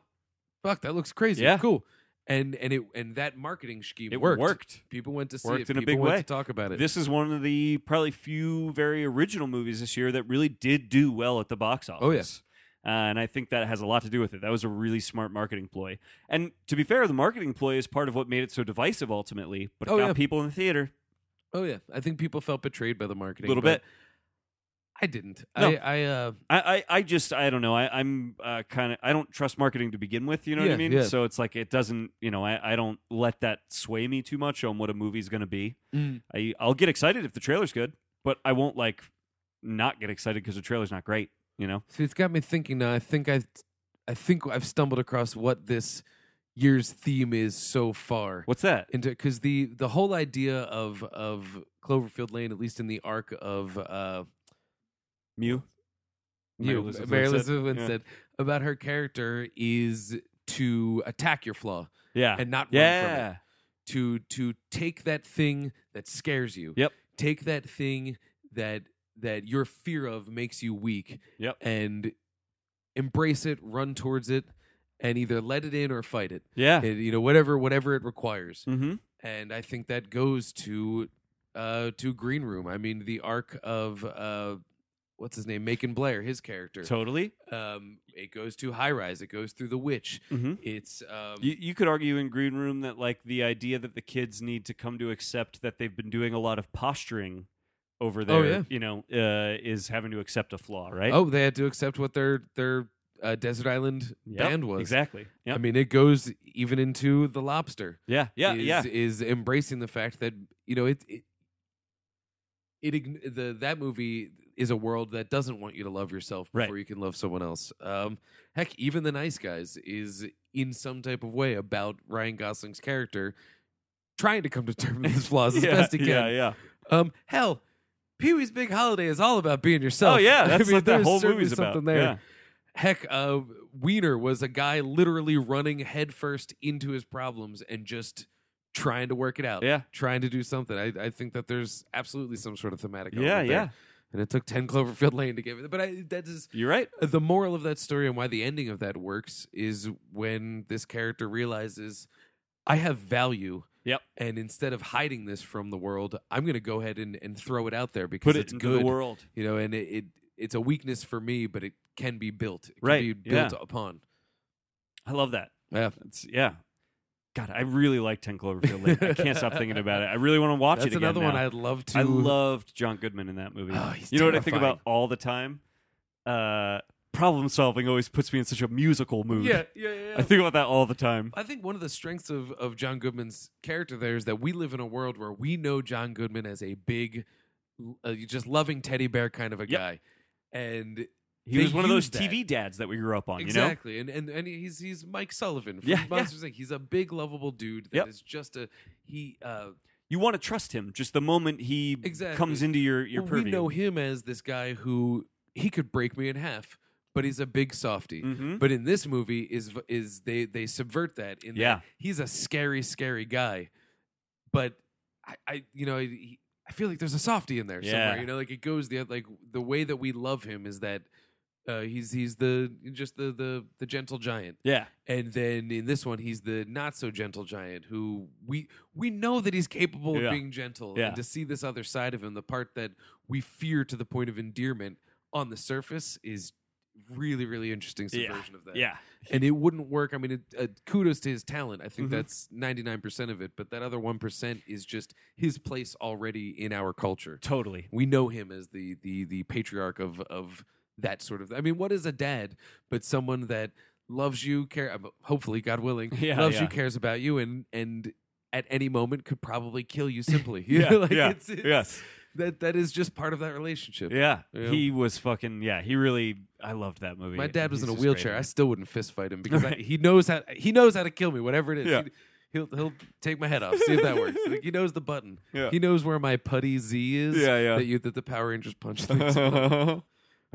fuck, that looks crazy. Yeah. Cool." And and it and that marketing scheme It worked. worked. People went to see Worked it. in a People big went way. to talk about it. This is one of the probably few very original movies this year that really did do well at the box office. Oh, yeah. Uh, and I think that has a lot to do with it. That was a really smart marketing ploy. And to be fair, the marketing ploy is part of what made it so divisive ultimately, but it Oh, got yeah. people in the theater Oh yeah, I think people felt betrayed by the marketing a little but bit. I didn't. No. I, I uh, I, I, I just I don't know. I, I'm uh, kind of I don't trust marketing to begin with. You know what Yeah, I mean? yeah. So it's like it doesn't. You know, I, I don't let that sway me too much on what a movie's going to be. I I'll get excited if the trailer's good, but I won't like not get excited because the trailer's not great. You know? see, it's got me thinking now. I think I, I think I've stumbled across what this year's theme is so far. What's that? Into because the the whole idea of of Cloverfield Lane, at least in the arc of uh, Mew. you, Elizabeth Mary Winstead. Elizabeth Winstead, about her character is to attack your flaw Yeah. and not run from it. yeah. to to take that thing that scares you. Yep. Take that thing that that your fear of makes you weak. Yep. And embrace it, run towards it, and either let it in or fight it. Yeah. It- you know, whatever whatever it requires. mm-hmm. And I think that goes to uh to Green Room. I mean the arc of uh what's his name? Macon Blair, his character. Totally. um it goes to high rise, it goes through the witch. Mm-hmm. It's um You, you could argue in Green Room that like the idea that the kids need to come to accept that they've been doing a lot of posturing over there, Oh, yeah. you know, uh, is having to accept a flaw, right? Oh, they had to accept what their their uh, desert island Yep, band was. exactly. Yep. I mean, it goes even into the lobster. yeah, yeah, is, yeah. Is embracing the fact that you know it. it it ign- the that movie is a world that doesn't want you to love yourself Right. before you can love someone else. Um, heck, even the nice guys is in some type of way about Ryan Gosling's character trying to come to terms with his flaws as yeah, best he can. Yeah, yeah. Um, hell, Pee Wee's Big Holiday is all about being yourself. Oh yeah, I that's mean, what that there's whole certainly movie's about. something There. Yeah. Heck, uh, Wiener was a guy literally running headfirst into his problems and just trying to work it out. Yeah. trying to do something. I, I think that there's absolutely some sort of thematic. Yeah, element there. yeah. And it took ten Cloverfield Lane to give it, but I, that is You're right. the moral of that story and why the ending of that works is when this character realizes I have value. Yep. And instead of hiding this from the world, I'm going to go ahead and, and throw it out there because Put it it's into good. the world. You know, and it, it it's a weakness for me, but it can be built. It can Right, be built upon. I love that. Yeah. It's, yeah. God, I really like Ten Cloverfield Lane. I can't stop thinking about it. I really want to watch That's it again. another one now. I'd love to. I loved John Goodman in that movie. Oh, he's you know what I think terrifying. about all the time? Uh, problem solving always puts me in such a musical mood. Yeah, yeah, yeah. I think about that all the time. I think one of the strengths of, of John Goodman's character there is that we live in a world where we know John Goodman as a big, uh, just loving teddy bear kind of a Yep. guy, and He They was one of those used that. TV dads that we grew up on. You know, exactly, and, and and he's he's Mike Sullivan from Yeah, yeah. Monsters Inc. He's a big, lovable dude that is Yep. just a he. Uh, you want to trust him. Just the moment he Exactly. comes into your your well, purview. we know him as this guy who he could break me in half, but he's a big softy. Mhm. But in this movie, is is they they subvert that. In that Yeah. he's a scary, scary guy. But I, I you know, he, I feel like there's a softy in there somewhere. Yeah. You know, like it goes the like the way that we love him is that uh, he's he's the just the the the gentle giant. Yeah, And then in this one, he's the not so gentle giant who we we know that he's capable Yeah. of being gentle, Yeah. and to see this other side of him, the part that we fear to the point of endearment on the surface, is really really interesting Yeah. subversion of that. yeah, and it wouldn't work. I mean, it, uh, kudos to his talent. I think Mhm. that's ninety nine percent of it, but that other one percent is just his place already in our culture. totally. We know him as the the the patriarch of of that sort of. I mean, what is a dad but someone that loves you, care uh, hopefully, God willing, Yeah, loves yeah. you, cares about you, and and at any moment could probably kill you simply. You Yeah, know, like yeah, it's, it's, yes. that that is just part of that relationship. Yeah. Yeah. he was fucking. Yeah, he really. I loved that movie. My dad was in He's a just great wheelchair. in I it. still wouldn't fist fight him because I, Right. he knows how he knows how to kill me, whatever it is. Yeah. He, He'll, he'll take my head off. See if that works. Like, he knows the button. Yeah. He knows where my putty Z is. Yeah, yeah. That you that the Power Rangers punch things.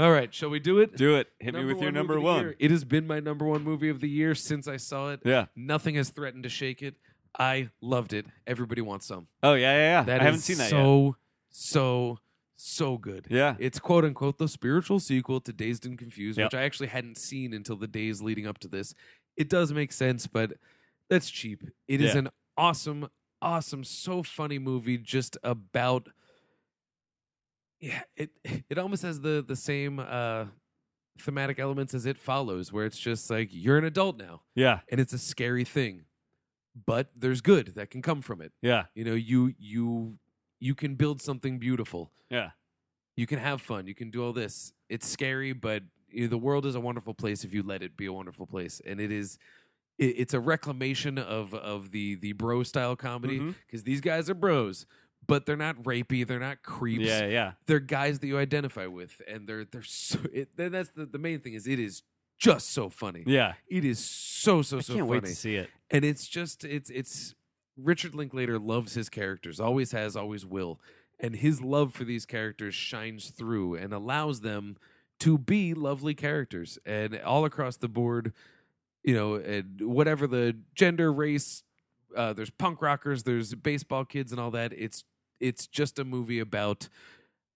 All right, shall we do it? Do it. Hit me Number with your one number movie of the one. year. It has been my number one movie of the year since I saw it. Yeah. Nothing has threatened to shake it. I loved it. Everybody wants some. Oh yeah, yeah, yeah. That I haven't is seen that yet. so, so, so good. Yeah. It's quote unquote the spiritual sequel to Dazed and Confused, Yep. which I actually hadn't seen until the days leading up to this. It does make sense, but that's cheap. It is Yeah. an awesome, awesome, so funny movie just about yeah, it it almost has the the same uh thematic elements as it follows, where it's just like you're an adult now Yeah, and it's a scary thing. But there's good that can come from it yeah, you know you you you can build something beautiful yeah. you can have fun you can do all this it's scary but you know, the world is a wonderful place if you let it be a wonderful place and it is it, it's a reclamation of of the the bro style comedy Mhm. because these guys are bros but they're not rapey they're not creeps Yeah, yeah. they're guys that you identify with and they're they're so it, then that's the, the main thing is it is just so funny Yeah. it is so so I so can't funny wait to see it. and it's just it's it's Richard Linklater loves his characters, always has, always will, and his love for these characters shines through and allows them to be lovely characters, and all across the board, you know, and whatever the gender, race, uh, there's punk rockers, there's baseball kids, and all that. It's it's just a movie about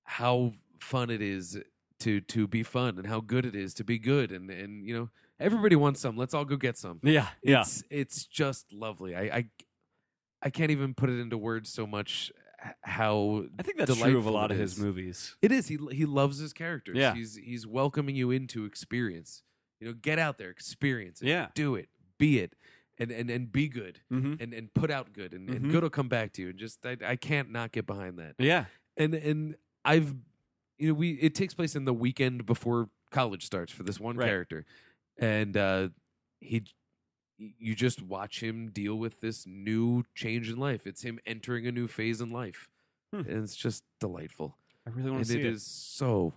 how fun it is to to be fun and how good it is to be good, and and you know everybody wants some. Let's all go get some. Yeah, yeah. It's it's just lovely. I, I I can't even put it into words so much h- how I think that's true of a delightful lot it of his is. movies. it is. He he loves his characters. Yeah. He's he's welcoming you into experience. You know, get out there, experience it. Yeah. Do it. Be it. And and and be good. Mm-hmm. And and put out good. And, Mhm. and good will come back to you. And just I, I can't not get behind that. Yeah, And and I've you know, we it takes place in the weekend before college starts for this one Right. character. And uh he you just watch him deal with this new change in life. It's him entering a new phase in life. Hmm. And it's just delightful I really want and to see it is so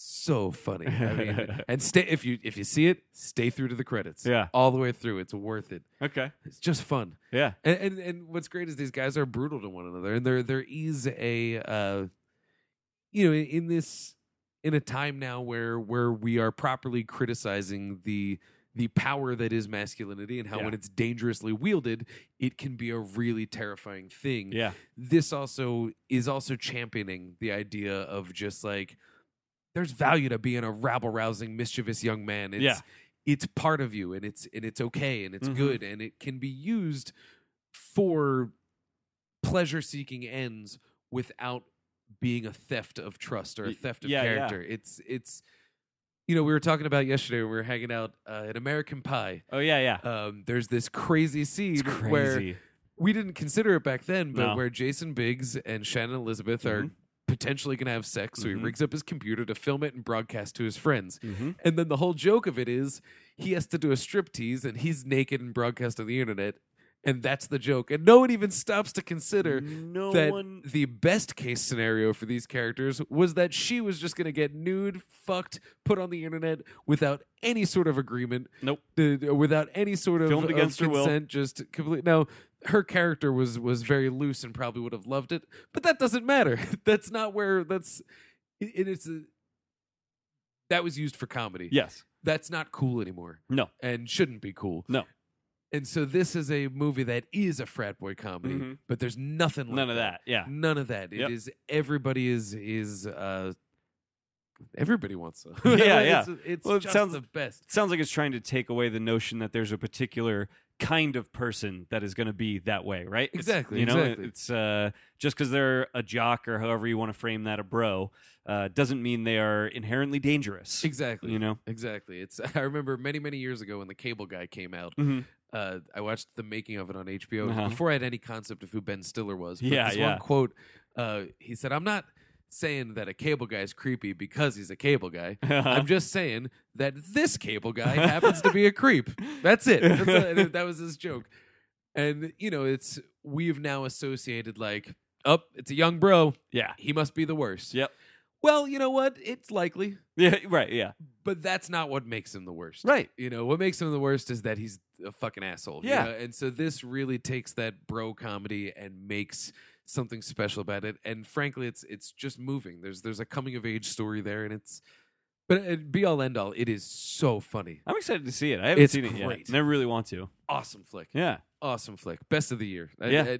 so funny. I mean, and stay if you if you see it, stay through to the credits. Yeah. all the way through. It's worth it. Okay. It's just fun. Yeah. And and, and what's great is these guys are brutal to one another, and there there is a uh, you know in, in this in a time now where where we are properly criticizing the the power that is masculinity and how Yeah. when it's dangerously wielded it can be a really terrifying thing Yeah. this also is also championing the idea of just like there's value to being a rabble rousing mischievous young man it's Yeah. it's part of you and it's and it's okay and it's Mhm. good and it can be used for pleasure seeking ends without being a theft of trust or a Y- theft of yeah, yeah. character. It's it's you know we were talking about yesterday when we were hanging out uh, at American Pie. Oh yeah, yeah. Um, there's this crazy scene It's crazy. where we didn't consider it back then, but No. where Jason Biggs and Shannon Elizabeth are Mhm. potentially going to have sex, so he Mhm. rigs up his computer to film it and broadcast to his friends. Mhm. And then the whole joke of it is he has to do a striptease and he's naked and broadcast on the internet, and that's the joke. And no one even stops to consider No that one. the best case scenario for these characters was that she was just going to get nude, fucked, put on the internet without any sort of agreement. Nope. d- d- without any sort of, of Filmed against her will. consent. Just complete. Now, her character was was very loose and probably would have loved it, but that doesn't matter. that's not where that's. It, it- it's a, that was used for comedy. Yes. That's not cool anymore No. and shouldn't be cool. No. And so this is a movie that is a frat boy comedy, Mhm. but there's nothing like None of that. Yeah. None of that. It is Yep. everybody is is uh everybody wants some. Yeah, Like, yeah. It's, it's Well, it just sounds- the best. It sounds like it's trying to take away the notion that there's a particular kind of person that is going to be that way, right? It's- Exactly, you know, exactly. it's uh, just because they're a jock or however you want to frame that, a bro, uh, doesn't mean they are inherently dangerous. Exactly. You know. Exactly. It's I remember many many years ago when the Cable Guy came out. Mhm. Uh, I watched the making of it on HBO It was Uh-huh. before I had any concept of who Ben Stiller was. But Yeah, this yeah. one quote, uh, he said, "I'm not saying that a cable guy is creepy because he's a cable guy. I'm just saying that this cable guy happens to be a creep. That's it. That's a- that was his joke. And you know, it's we've now associated like, oh, it's a young bro. yeah. He must be the worst. Yep. Well, you know what? It's likely, Yeah. Right. Yeah. but that's not what makes him the worst. Right. You know, what makes him the worst is that he's a fucking asshole. you Yeah. know? And so this really takes that bro comedy and makes something special about it. And frankly, it's it's just moving. There's there's a coming of age story there, and it's but it, be all end all. It is so funny. I'm excited to see it. I haven't It's seen it great. yet. And I really want to. Awesome flick. Yeah. Awesome flick. Best of the year. I- Yeah. I-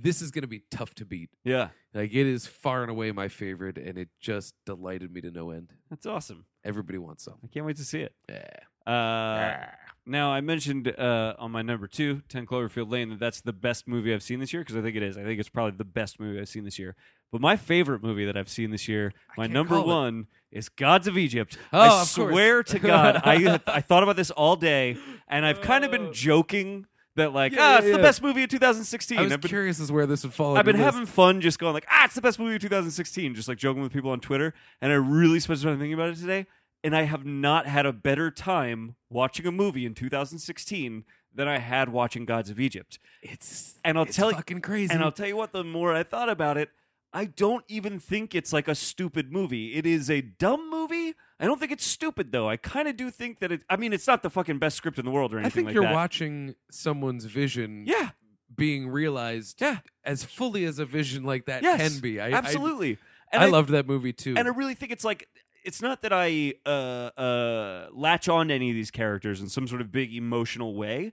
this is gonna be tough to beat. Yeah. Like it is far and away my favorite, and it just delighted me to no end. That's awesome. Everybody wants some. I can't wait to see it. Yeah. Uh, now, I mentioned uh, on my number two, 10 Cloverfield Lane, that that's the best movie I've seen this year because I think it is. I think it's probably the best movie I've seen this year. But my favorite movie that I've seen this year, my can't number call it. one, is Gods of Egypt. Oh, I of course. swear to God, I, I thought about this all day, and I've kind of been joking that, like, Uh. Yeah, ah, yeah, it's yeah. the best movie of 2016. I was I've been curious as where this would fall. I've into been this. having fun just going like, ah, it's the best movie of 2016, just like joking with people on Twitter. And I really spent some time thinking about it today. And I have not had a better time watching a movie in 2016 than I had watching Gods of Egypt. It's And I'll it's tell you, fucking crazy. and I'll tell you what, the more I thought about it, I don't even think it's like a stupid movie. It is a dumb movie. I don't think it's stupid though. I kind of do think that it. I mean, it's not the fucking best script in the world or I anything think like you're that. watching someone's vision yeah, being realized yeah, as fully as a vision like that yes, can be. I, absolutely. I, And I I- loved that movie too. and I really think it's like it's not that I uh, uh, latch on to any of these characters in some sort of big emotional way,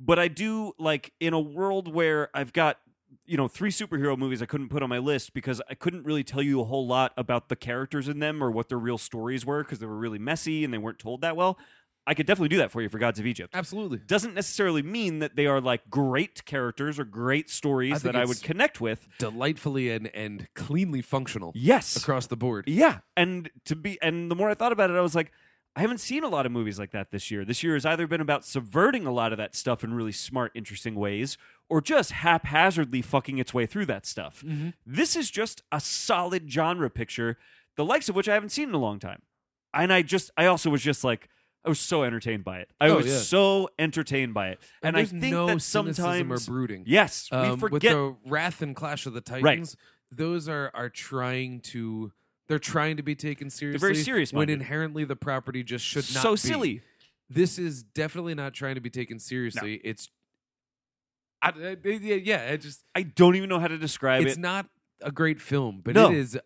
but I do like in a world where I've got you know three superhero movies I couldn't put on my list because I couldn't really tell you a whole lot about the characters in them or what their real stories were because they were really messy and they weren't told that well. I could definitely do that for you for Gods of Egypt. absolutely. Doesn't necessarily mean that they are like great characters or great I stories think that I it's- would connect with. Delightfully and, and cleanly functional Yes. across the board. Yeah, and to be and the more I thought about it, I was like, I haven't seen a lot of movies like that this year. This year has either been about subverting a lot of that stuff in really smart, interesting ways, or just haphazardly fucking its way through that stuff. Mm-hmm. This is just a solid genre picture, the likes of which I haven't seen in a long time. And I just, I also was just like, I was so entertained by it. I Oh, was yeah. so entertained by it, and, I there's think no that cynicism or sometimes, brooding. yes, we Um, with forget. the Wrath and Clash of the Titans, those are are trying to they're trying to be taken seriously. very serious when minded. inherently the property just should not so be. silly. this is definitely not trying to be taken seriously. It's, I, I- yeah, yeah, I just I don't even know how to describe it's it. not a great film, but No. it is a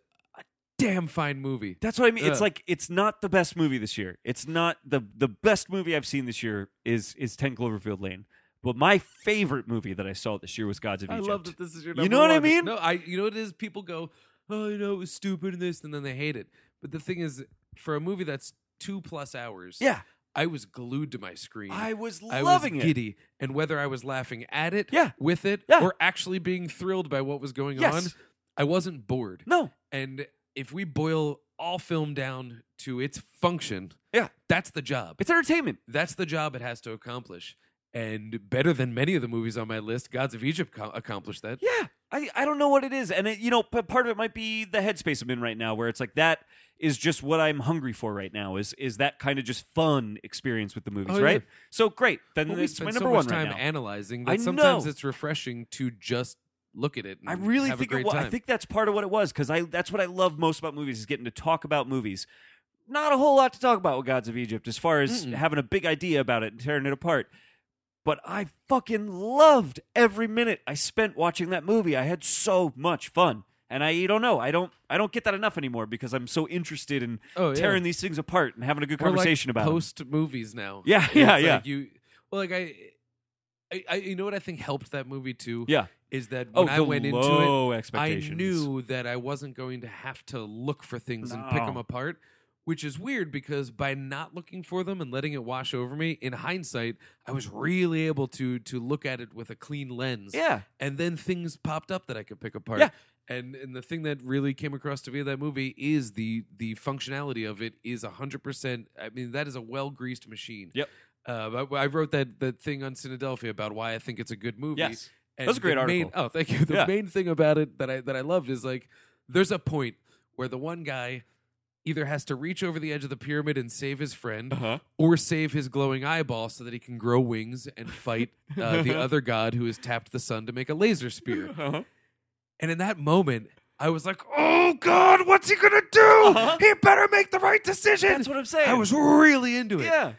damn fine movie. That's what I mean. It's Yeah. like it's not the best movie this year. It's not the the best movie I've seen this year is is Ten Cloverfield Lane. But my favorite movie that I saw this year was Gods of I Egypt. love that this is your. You Number know what I one. mean? No, I. You know what it is? People go, oh, you know, it was stupid and this, and then they hate it. But the thing is, for a movie that's two plus hours, Yeah, I was glued to my screen. I was I loving was it. giddy, and whether I was laughing at it, Yeah. with it, Yeah. or actually being thrilled by what was going Yes. on, I wasn't bored. No. And if we boil all film down to its function, Yeah. that's the job. It's entertainment. that's the job it has to accomplish. And better than many of the movies on my list, Gods of Egypt co- accomplished that. Yeah, I, I don't know what it is, and it, you know, p- part of it might be the headspace I'm in right now, where it's like that is just what I'm hungry for right now. Is is that kind of just fun experience with the movies, Oh, yeah. right? So great, then Well, we it's my spend so number much one time right now. analyzing I that sometimes know. it's refreshing to just look at it. And I really have think a great it was, time. I think that's part of what it was because I that's what I love most about movies is getting to talk about movies. Not a whole lot to talk about with Gods of Egypt as far as Mm-mm. having a big idea about it and tearing it apart. But I fucking loved every minute I spent watching that movie. I had so much fun. And I don't know. I don't I don't get that enough anymore because I'm so interested in Oh, yeah. tearing these things apart and having a good We're like conversation about it. post movies now. Yeah, It's yeah, yeah. Like you well, like I, I, I, you know what I think helped that movie too. Yeah. is that Oh, when I the went low into it, I expectations. knew that I wasn't going to have to look for things and pick No. them apart. Which is weird because by not looking for them and letting it wash over me, in hindsight, I was really able to to look at it with a clean lens Yeah. and then things popped up that I could pick apart. Yeah. And and the thing that really came across to me of that movie is the the functionality of it is hundred percent. I mean, that is a well greased machine. Yep. Uh, I, I wrote that that thing on Cinedelphia about why I think it's a good movie. Yes. And That was a great the main- article. oh, thank you. The Yeah. main thing about it that I that I loved is like there's a point where the one guy either has to reach over the edge of the pyramid and save his friend Uh-huh. or save his glowing eyeball so that he can grow wings and fight uh, the other god who has tapped the sun to make a laser spear. Uh-huh. And in that moment, I was like, "Oh God, what's he gonna do? Uh-huh. He better make the right decision." That's what I'm saying. I was really into it. Yeah.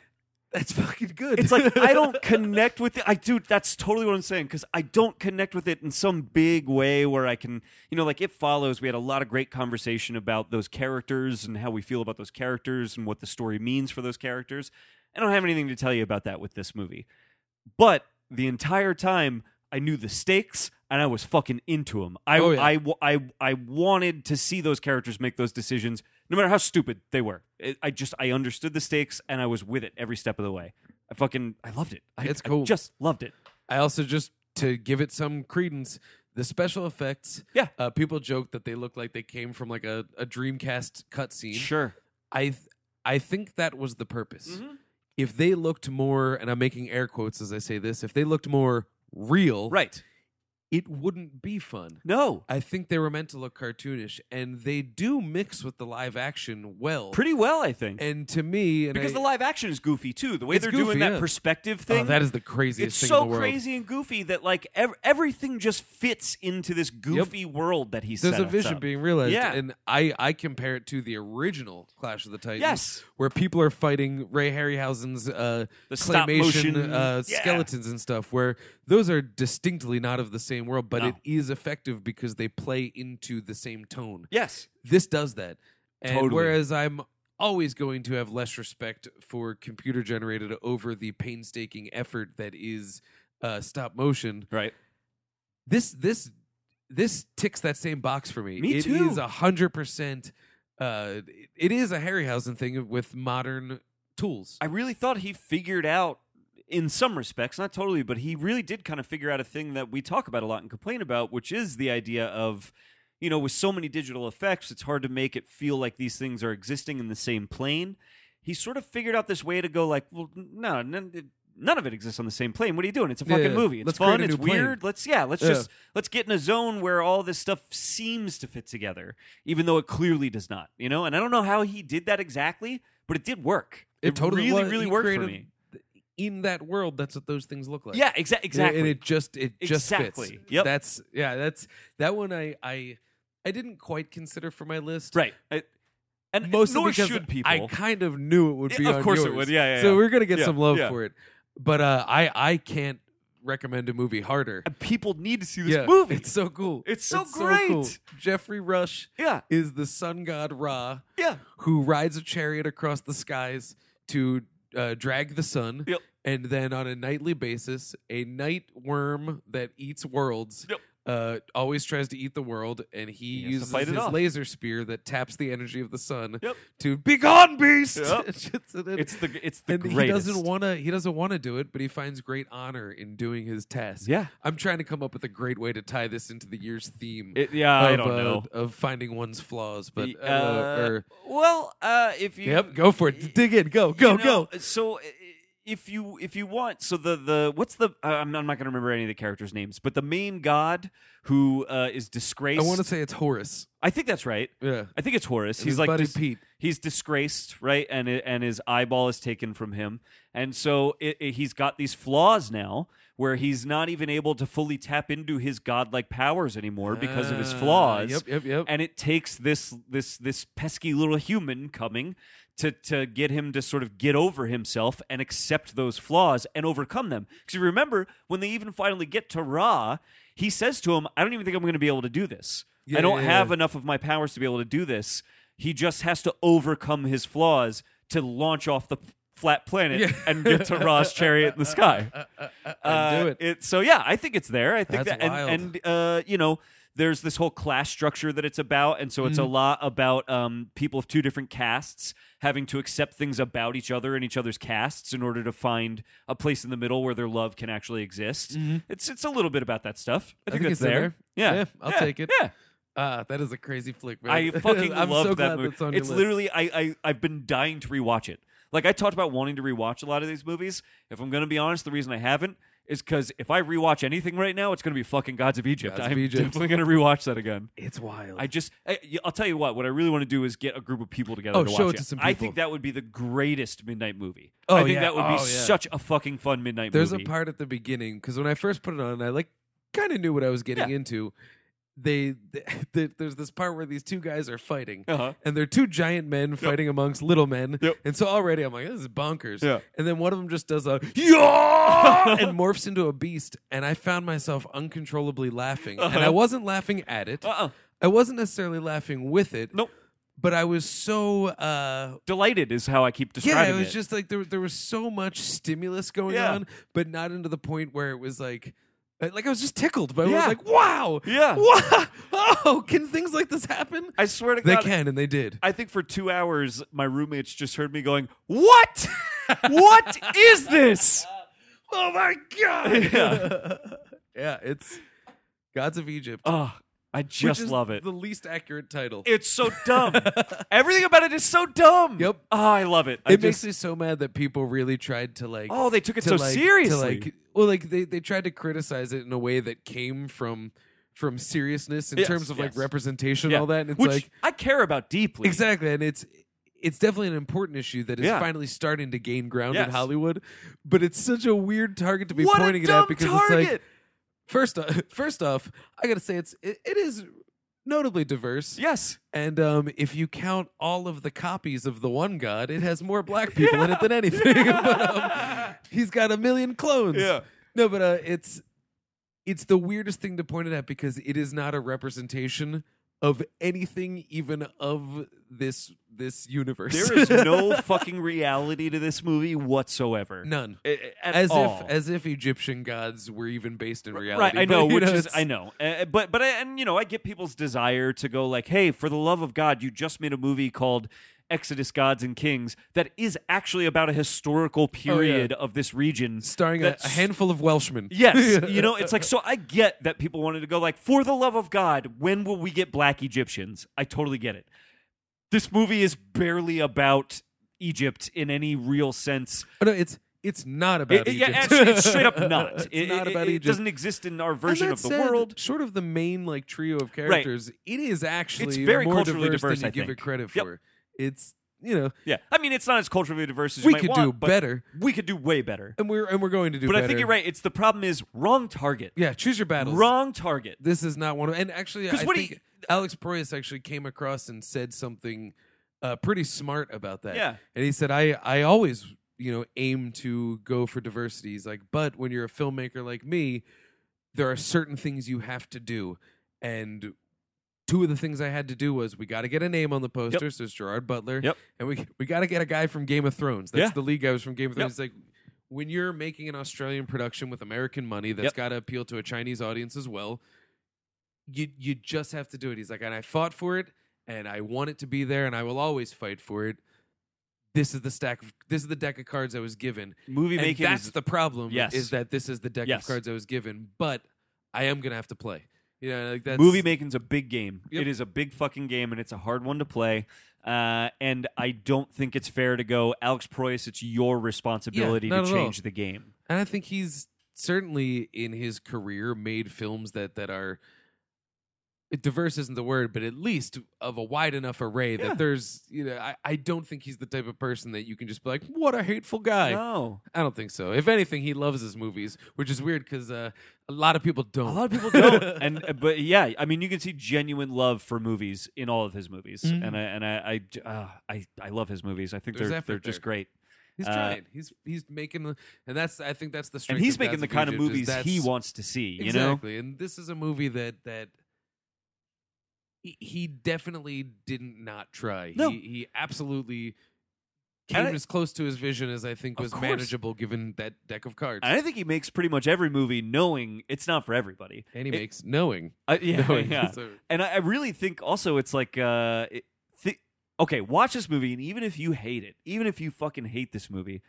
that's fucking good. It's like I don't connect with it. I do. That's totally what I'm saying because I don't connect with it in some big way where I can, you know, like it follows. We had a lot of great conversation about those characters and how we feel about those characters and what the story means for those characters. I don't have anything to tell you about that with this movie, but the entire time I knew the stakes and I was fucking into them. I Oh, yeah. I, w- I, I wanted to see those characters make those decisions, no matter how stupid they were. It, I just I understood the stakes and I was with it every step of the way. I fucking I loved it. I, It's I cool. just loved it. I also just to give it some credence, the special effects. Yeah. uh, people joke that they look like they came from like a, a Dreamcast cutscene. Sure. I th- I think that was the purpose. Mm-hmm. If they looked more, and I'm making air quotes as I say this, if they looked more real, Right. it wouldn't be fun. No. I think they were meant to look cartoonish, and they do mix with the live action well. Pretty well, I think. and to me, and because I- the live action is goofy too. The way It's they're goofy, doing that yeah. perspective Oh, thing. that is the craziest it's thing so in the world. crazy and goofy that like ev- everything just fits into this goofy world that he's There's set a us vision up. being realized, Yeah. and I I compare it to the original Clash of the Titans, Yes. where people are fighting Ray Harryhausen's uh, The stop motion, claymation uh, yeah. skeletons and stuff. Where those are distinctly not of the same world, but No. it is effective because they play into the same tone. Yes. this does that. And Totally. whereas I'm always going to have less respect for computer generated over the painstaking effort that is uh, stop motion, Right. this this this ticks that same box for me. Me It too. is a hundred percent. Uh, it is a Harryhausen thing with modern tools. I really thought he figured out, in some respects, not totally, but he really did kind of figure out a thing that we talk about a lot and complain about, which is the idea of, you know, with so many digital effects, it's hard to make it feel like these things are existing in the same plane. He sort of figured out this way to go like, well, no, none, none of it exists on the same plane. What are you doing? It's a Yeah, fucking yeah. movie. It's Let's create fun. a It's new plane. weird. Let's yeah. Let's Yeah. just let's get in a zone where all this stuff seems to fit together, even though it clearly does not. You know, and I don't know how he did that exactly, but it did work. It, really, wa- really he worked for created- me. In that world, that's what those things look like. Yeah, exa- exactly. And it just it just Exactly. fits. Yep. That's yeah. That's that one. I I I didn't quite consider for my list. right. I- and mostly nor because should people. I kind of knew it would Yeah, be. of on course it yours. would. Yeah, yeah, So yeah. we're gonna get Yeah, some love yeah. for it. But uh, I I can't recommend a movie harder. And people need to see this Yeah, movie. It's so cool. It's so great. cool. Jeffrey Rush yeah, is the sun god Ra, yeah. who rides a chariot across the skies to uh, drag the sun. Yep. And then on a nightly basis, a night worm that eats worlds Yep. uh, always tries to eat the world, and he, He has to uses fight it his off. laser spear that taps the energy of the sun Yep. to be gone, beast. Yep. It's- and it- It's the it's the and he greatest. doesn't want to. He doesn't want to do it, but he finds great honor in doing his task. Yeah. I'm trying to come up with a great way to tie this into the year's theme. It- yeah, of, I don't uh, know. of finding one's flaws, but The, I don't know, uh, or- well, uh, if you yep, go for it. Dig in. Go, go, you know, go. So uh, if you if you want, so the the what's the uh, I'm not, I'm not going to remember any of the characters' names, but the main god who uh, is disgraced. I want to say it's Horace. I think that's right. Yeah. I think it's Horace. He's his like buddy this- Pete. He's disgraced, right? And it, and his eyeball is taken from him, and so it, it- he's got these flaws now, where he's not even able to fully tap into his godlike powers anymore because of his Ah, flaws. Yep, yep, yep. And it takes this this this pesky little human coming to to get him to sort of get over himself and accept those flaws and overcome them. Because you remember when they even finally get to Ra, he says to him, "I don't even think I'm going to be able to do this. Yeah, I don't yeah, yeah. have enough of my powers to be able to do this." He just has to overcome his flaws to launch off the flat planet Yeah. and get to Ra's chariot in the sky. And do Uh, it. So yeah, I think it's there. I think That's that and, wild. and uh, you know, there's this whole class structure that it's about, and so it's Mm-hmm. a lot about um, people of two different castes having to accept things about each other and each other's castes in order to find a place in the middle where their love can actually exist. It's it's a little bit about that stuff. I, think, Mm-hmm. think it's it's in there. there. Yeah, Yeah, I'll take it. Yeah, Ah, that is a crazy flick, man. I fucking I'm love so glad that movie. That's on your it's list. literally I, I I've been dying to rewatch it. Like I talked about wanting to rewatch a lot of these movies. If I'm gonna be honest, the reason I haven't is because if I rewatch anything right now, it's gonna be fucking Gods of Egypt. Gods of I'm Egypt. definitely gonna rewatch that again. It's wild. I just I, will tell you what. What I really want to do is get a group of people together Oh, to watch show it to some I people. think that would be the greatest midnight movie. Oh, I think yeah. that would Oh, be yeah. such a fucking fun midnight There's movie. a part at the beginning because when I first put it on, I like kind of knew what I was getting Yeah. into. They, th- there's this part where these two guys are fighting, Uh-huh. and they're two giant men fighting amongst little men, Yep. and so already I'm like, this is bonkers. Yeah. And then one of them just does a yeah and morphs into a beast, and I found myself uncontrollably laughing, and I wasn't laughing at it. Uh-huh. Uh-uh. I wasn't necessarily laughing with it. Nope. But I was so uh, Delighted is how I keep yeah, describing it was just like there there was so much stimulus going Yeah. on, but not into the point where it was like uh, like I was just tickled by Yeah. I was like, wow. Yeah. Wow. Oh, can things like this happen? I swear to they God, can and they did. I think for two hours, my roommates just heard me going, "What? what is this?" oh my god. Yeah. yeah, it's Gods of Egypt. Oh, I which just is love it. The least accurate title. It's so dumb. Everything about it is so dumb. Yep. Oh, I love it. it I just, makes me so mad that people really tried to like oh, they took it to so like- to, seriously. like, well, like they, they tried to criticize it in a way that came from from seriousness in Yes, terms of like yes. representation Yeah. and all that. And it's Which like I care about deeply. exactly, and it's it's definitely an important issue that is Yeah. finally starting to gain ground Yes. in Hollywood. But it's such a weird target to be What pointing a it dumb at because target. it's like first off, first off, I gotta say it's it, it is notably diverse yes. and um, if you count all of the copies of the one god, it has more black people in it than anything. But, um, he's got a million clones. Yeah. No, but uh, it's it's the weirdest thing to point it at because it is not a representation of anything, even of this this universe. There is no fucking reality to this movie whatsoever. none. A- a- at As all. if as if Egyptian gods were even based in Right, reality. I But, know, you which is it's- I know, uh, but but I, and you know, I get people's desire to go like, "Hey, for the love of God, you just made a movie called Exodus: Gods and Kings that is actually about a Oh, historical period of this region, starring a, that's- a handful of Welshmen. Yes, you know, it's like so. I get that people wanted to go like, "For the love of God, when will we get black Egyptians?" I totally get it. This movie is barely about Egypt in any real sense. Oh, no, it's it's not about It- it- yeah, Egypt. actually, it's straight up not. it's It- not it- about it Egypt. doesn't exist in our And version that of the said, world. Short of the main like trio of characters, it is actually It's very more culturally diverse, than I you give think. it credit Yep. for. It's you know Yeah, I mean, it's not as culturally diverse as you we might could do want, but better, We could do way better. and we're and we're going to do. But better. I think you're right. It's the problem is wrong target. Yeah, choose your battles. Wrong target. This is not one of. And actually, I 'Cause what do think you- Alex Proyas actually came across and said something uh, pretty smart about that. Yeah. and he said, "I I always you know aim to go for diversity. He's like, but when you're a filmmaker like me, there are certain things you have to do, and." Two of the things I had to do was we got to get a name on the poster. So it's Gerard Butler. Yep. And we we got to get a guy from Game of Thrones. That's Yeah. the lead guy was from Game of Yep. Thrones. It's like when you're making an Australian production with American money that's Yep. got to appeal to a Chinese audience as well, you you just have to do it. He's like, and I fought for it, and I want it to be there, and I will always fight for it. This is the stack. Of, this is the deck of cards I was given. Movie And making that's is the problem. Yes. is that this is the deck Yes. of cards I was given, but I am gonna have to play. You know, like that's movie making's a big game. Yep. It is a big fucking game, and it's a hard one to play. Uh, and I don't think it's fair to go, Alex Proyas. It's your responsibility not to at all. change the game. And I think he's certainly in his career made films that that are diverse isn't the word, but at least of a wide enough array Yeah. that there's you know, I, I don't think he's the type of person that you can just be like, What a hateful guy. no, I don't think so. If anything, he loves his movies, which is weird because uh, a lot of people don't. a lot of people don't. and but yeah, I mean, you can see genuine love for movies in all of his movies, Mhm. and I and I I, uh, I I love his movies. I think There's they're effort they're just there. great. he's uh, trying. He's he's making, the- and that's I think that's the strength. and he's of making Gods the kind of Egypt is movies he that's- wants to see. You know, exactly. And this is a movie that that he- he definitely didn't not try. No. He, he absolutely And came I- as close to his vision as I think Of was course. manageable given that deck of cards. And I think he makes pretty much every movie knowing it's not for everybody. and he it- makes knowing. I yeah, knowing yeah. So, and I, I really think also it's like uh it, thi okay watch this movie and even if you hate it even if you fucking hate this movie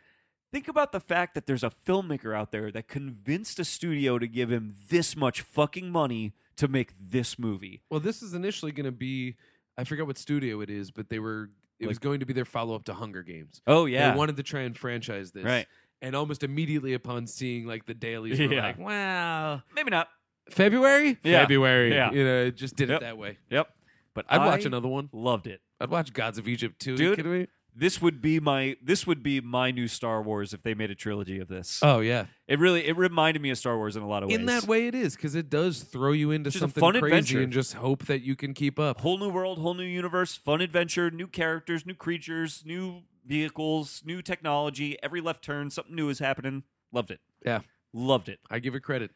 think about the fact that there's a filmmaker out there that convinced a studio to give him this much fucking money to make this movie well, this is initially going to be I forget what studio it is, but they were it was Like- going to be their follow up to Hunger Games. oh They wanted to try and franchise this. right And almost immediately upon seeing like the dailies, were Yeah. like, "Wow, maybe not February, Yeah. February." Yeah. You know, it just did Yep. it that way. yep but I'd watch I another one. loved it I'd watch Gods of Egypt too. Dude. Are you kidding me? this would be my this would be my new Star Wars if they made a trilogy of this. Oh yeah. it really it reminded me of Star Wars in a lot of ways. In that way, it is because it does throw you into Just a something fun crazy adventure. and just hope that you can keep up. whole new world, whole new universe, fun adventure, new characters, new creatures, new vehicles, new technology. Every left turn, something new is happening. Loved it. Yeah. Loved it. I give it credit.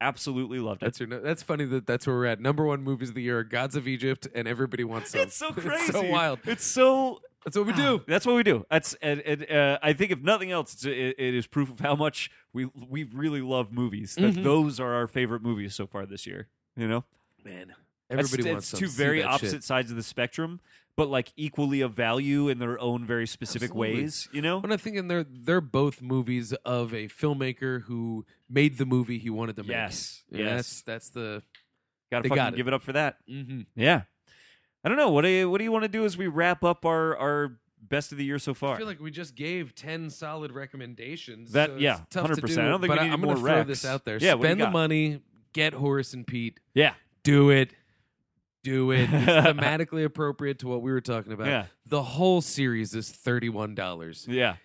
Absolutely loved it. That's your. no- That's funny that that's where we're at. Number one movies of the year: are Gods of Egypt, and everybody wants some. It's so crazy. it's so wild. It's so. Ah. That's what we do. That's what we do. That's and, and, uh, I think if nothing else, it's, it, it is proof of how much we we really love movies. That Mhm. those are our favorite movies so far this year. You know, Man, Ah, That's- everybody it's wants some. two See very that shit. opposite sides of the spectrum, but like equally of value in their own very specific Absolutely. ways. You know, When I'm thinking they're they're both movies of a filmmaker who made the movie he wanted to make. Yes, Yeah, yes. That's that's the. Gotta They fucking got it. give it up for that. Mm-hmm. Yeah. I don't know. What do you, what do you want to do as we wrap up our, our best of the year so far? I feel like we just gave ten solid recommendations. That- so it's yeah, tough to 100%. do, I don't think but we I- need I'm more gonna throw recs. this out there. Yeah, what do you spend the got? money, get Horace and Pete, yeah. do it, do it. It's thematically appropriate to what we were talking about. Yeah. The whole series is thirty one dollars. Yeah.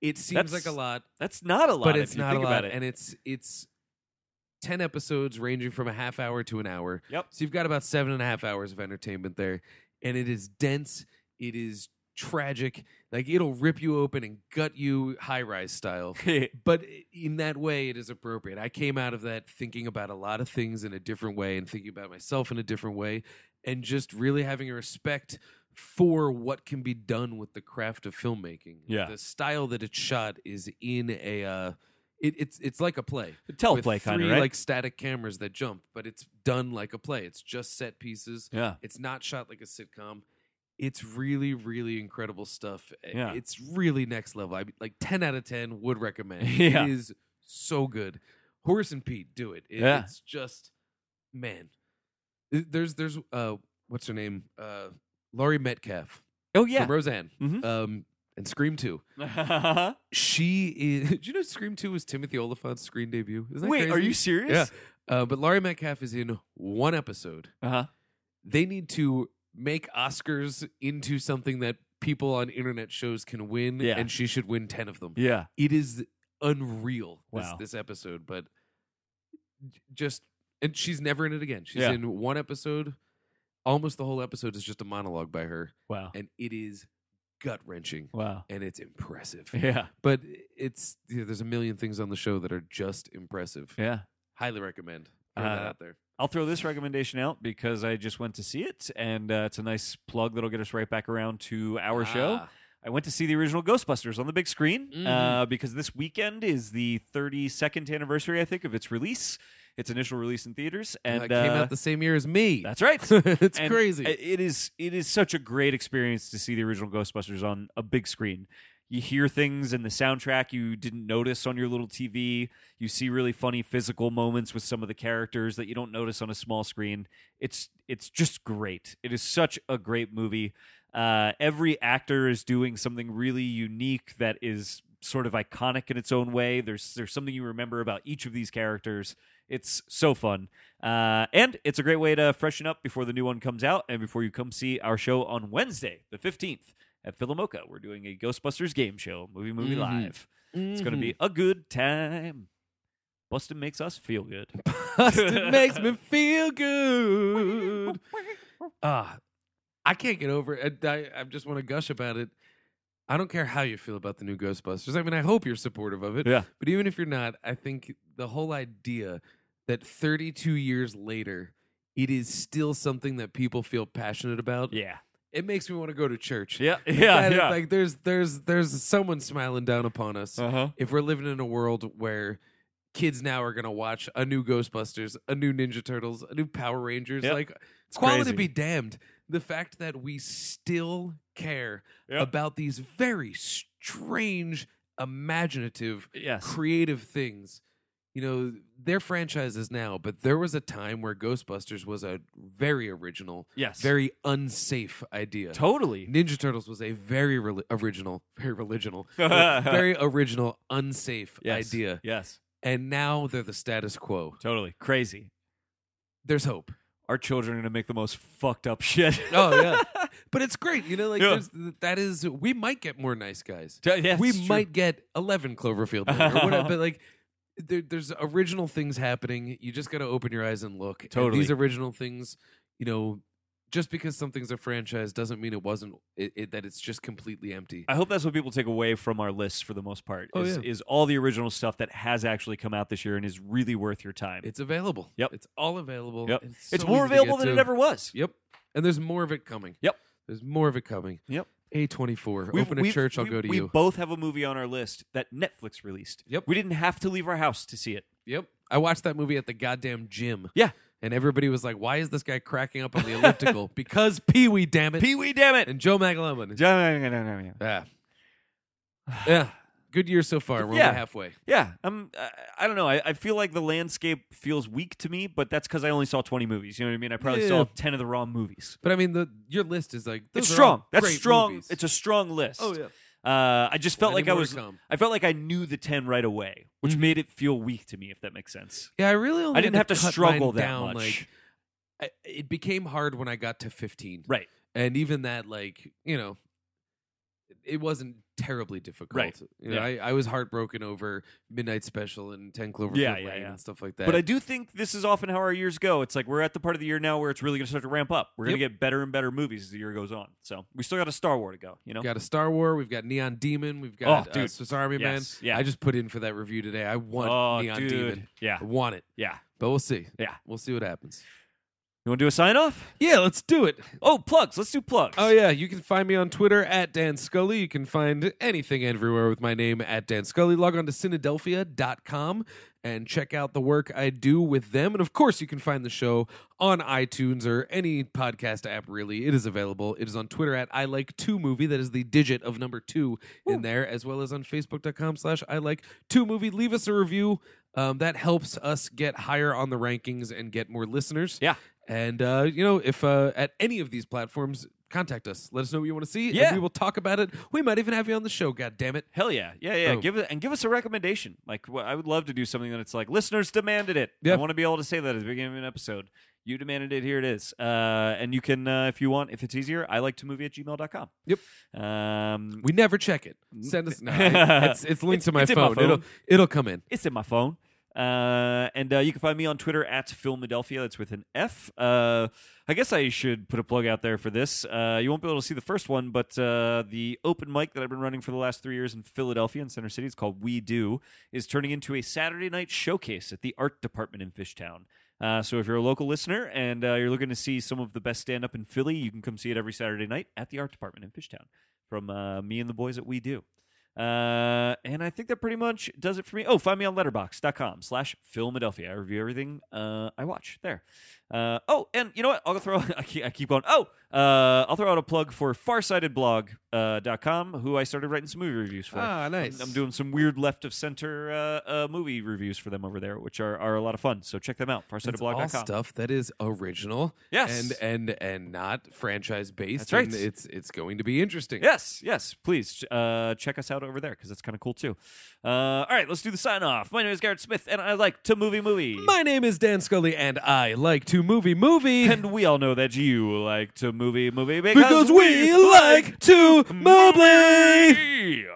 It seems That's like a lot, That's not a lot. but if it's you not think a lot, about it. and it's it's ten episodes ranging from a half hour to an hour. Yep. So you've got about seven and a half hours of entertainment there, and it is dense. It is tragic. Like it'll rip you open and gut you high rise style. But in that way, it is appropriate. I came out of that thinking about a lot of things in a different way and thinking about myself in a different way and just really having a respect for what can be done with the craft of filmmaking. Yeah. The style that it's shot is in a. Uh, it, it's it's like a play with Teleplay kind three of, Oh, right? like static cameras that jump, but it's done like a play. It's just set pieces. yeah. It's not shot like a sitcom. It's really, really incredible stuff. I- Yeah. It's really next level. I like ten out of ten would recommend. Yeah. It is so good. Horace and Pete do it. It- Yeah. It's just man. Th- There's there's uh what's her name? Uh Laurie Metcalf Oh, from Roseanne. Mhm. Um and Scream Two. yeah. She is. Do you know Scream Two was Timothy Oliphant's screen debut? Isn't that Wait, are crazy? you serious? Uh, but Laurie Metcalf is in one episode. Yeah. Uh-huh. They need to make Oscars into something that people on internet shows can win, Yeah. and she should win 10 of them. Yeah. It is unreal, this, Wow. this episode, but j- just, and she's never in it again. She's Yeah. in one episode. Almost the whole episode is just a monologue by her, Wow. and it is gut wrenching Wow. and it's impressive. Yeah. But it's, you know, there's a million things on the show that are just impressive. Yeah. Highly recommend. Throw that Uh, out there. I'll throw this recommendation out because I just went to see it, and uh, it's a nice plug that'll get us right back around to our show. Ah, I went to see the original Ghostbusters on the big screen Mhm. uh, because this weekend is the 32nd anniversary, I think, of its release. its initial release in theaters, And and that came uh, out the same year as me. that's right. it's And crazy. i- It is. It is such a great experience to see the original Ghostbusters on a big screen. You hear things in the soundtrack you didn't notice on your little TV. You see really funny physical moments with some of the characters that you don't notice on a small screen. It's it's just great. It is such a great movie. Uh, every actor is doing something really unique that is sort of iconic in its own way. There's there's something you remember about each of these characters. It's so fun. Uh, and it's a great way to freshen up before the new one comes out and before you come see our show on Wednesday, the 15th at Philomoka. We're doing a Ghostbusters game show, Movie Movie Mhm. Live. It's going to Mm-hmm. be a good time. Bustin' makes us feel good. Mm. Busted makes me feel good. Ah, I can't get over it. I, I just want to gush about it. I don't care how you feel about the new Ghostbusters. I mean, I hope you're supportive of it. Yeah. But even if you're not, I think the whole idea that 32 years later, it is still something that people feel passionate about. Yeah. It makes me want to go to church. Yeah. Yeah. That is, yeah. Like there's there's there's someone smiling down upon us uh-huh. if we're living in a world where kids now are going to watch a new Ghostbusters, a new Ninja Turtles, a new Power Rangers, Yep. like quality crazy. be damned. The fact that we still care Yep. about these very strange, imaginative, Yes. creative things. You know, they're franchises now, but there was a time where Ghostbusters was a very original, Yes. very unsafe idea. totally. Ninja Turtles was a very reli- original, very original, very original, unsafe Yes. idea. Yes. And now they're the status quo. Totally. Crazy. There's hope. Our children are going to make the most fucked up shit. Oh yeah, but it's great. You know, like Yeah. there's, that is we might get more nice guys. Yes, we it's true. might get eleven Cloverfield, Lane or whatever, but like. There, there's original things happening. You just got to open your eyes and look. And Totally. these original things, you know, just because something's a franchise doesn't mean it wasn't it, it, that it's just completely empty. I hope that's what people take away from our lists for the most part. Oh, is, yeah. is all the original stuff that has actually come out this year and is really worth your time. It's available. Yep. It's all available. Yep. and It's so more easy to get available than it to. ever was. Yep. And there's more of it coming. Yep. There's more of it coming. Yep. A24. We've- Open a we've- church, I'll we- go to we you. both have a movie on our list that Netflix released. Yep. We didn't have to leave our house to see it. Yep. I watched that movie at the goddamn gym. Yeah. And everybody was like, why is this guy cracking up on the elliptical? because Pee Wee, damn it. Pee Wee, damn it. and Joe Magalama. Yeah. yeah. Good year so far. We're Yeah. only halfway. Yeah, I'm. I, I don't know. I, I feel like the landscape feels weak to me, but that's because I only saw 20 movies. You know what I mean? I probably Yeah. saw 10 of the wrong movies. But I mean, the your list is like, those it's are strong. all That's great strong. movies. It's a strong list. Oh, yeah. Uh, I just felt Plenty like I more to was. come. I felt like I knew the 10 right away, which Mm-hmm. made it feel weak to me. If that makes sense. Yeah, I really only I didn't had have to cut struggle mine that down, much. Like, I, it became hard when I got to 15. Right. and even that like you know it- it wasn't terribly difficult Right. you know, Yeah. I, I was heartbroken over midnight special and 10 cloverfield Yeah, lane yeah, yeah. and stuff like that But I do think this is often how our years go. It's like we're at the part of the year now where it's really going to start to ramp up. We're going to get better and better movies as the year goes on. So we still got a Star War to go. You know. We've got a star war we've got neon demon we've got Oh, uh, dude. swiss army Yes, man yeah. i just put in for that review today i want oh, neon dude. demon Yeah. i want it Yeah. but we'll see Yeah. we'll see what happens You want to do a sign off? yeah let's do it Oh, plugs. Let's do plugs. Oh yeah, you can find me on Twitter at Dan Scully. You can find anything everywhere with my name at Dan Scully. Log on to Cynadelphia.com and check out the work I do with them. And of course, you can find the show on iTunes or any podcast app really. It is available. It is on Twitter at I like 2 movie. That is the digit of number 2 in there as well as on facebook.com slash I like 2 movie. Leave us a review. Um, that helps us get higher on the rankings and get more listeners. Yeah. And uh, you know, if uh, at any of these platforms, contact us. Let us know what you want to see, Yeah. and we will talk about it. We might even have you on the show. God damn it! Hell yeah, yeah, yeah. Boom. Give it and give us a recommendation. Like wh- I would love to do something that it's like listeners demanded it. Yeah. I want to be able to say that at the beginning of an episode. You demanded it. Here it is. Uh, and you can, uh, if you want, if it's easier, I like to movie at gmail.com. Yep. Um, We never check it. Send us. No, it- it's, it's linked to my Mm. it's in my phone. phone. It'll it'll come in. it's in my phone. Uh, and uh, you can find me on Twitter at Philadelphia. That's with an F. Uh, I guess I should put a plug out there for this. Uh, you won't be able to see the first one, but uh, the open mic that I've been running for the last three years in Philadelphia in Center City, it's called We Do, is turning into a Saturday night showcase at the art department in Fishtown. Uh, so if you're a local listener and uh, you're looking to see some of the best stand up in Philly, you can come see it every Saturday night at the art department in Fishtown from uh, me and the boys at We Do. Uh, and I think that pretty much does it for me. Oh, find me on letterbox.com slash Philadelphia. I review everything uh, I watch there. Uh, oh, and you know what? I'll throw, I keep, I keep going. Oh, uh, I'll throw out a plug for farsightedblog.com, uh, dot com, who I started writing some movie reviews for. Ah, nice. I'm, I'm doing some weird left of center uh, uh, movie reviews for them over there, which are, are a lot of fun. So check them out, It's all farsightedblog.com. stuff that is original, Yes. and and and not franchise based. That's right. and It's it's going to be interesting. Yes, yes. Please uh, check us out over there because that's kind of cool too. Uh, all right, let's do the sign off. My name is Garrett Smith, and I like to movie movie. My name is Dan Scully, and I like to movie movie and we all know that you like to movie movie because, because we like to movie. we.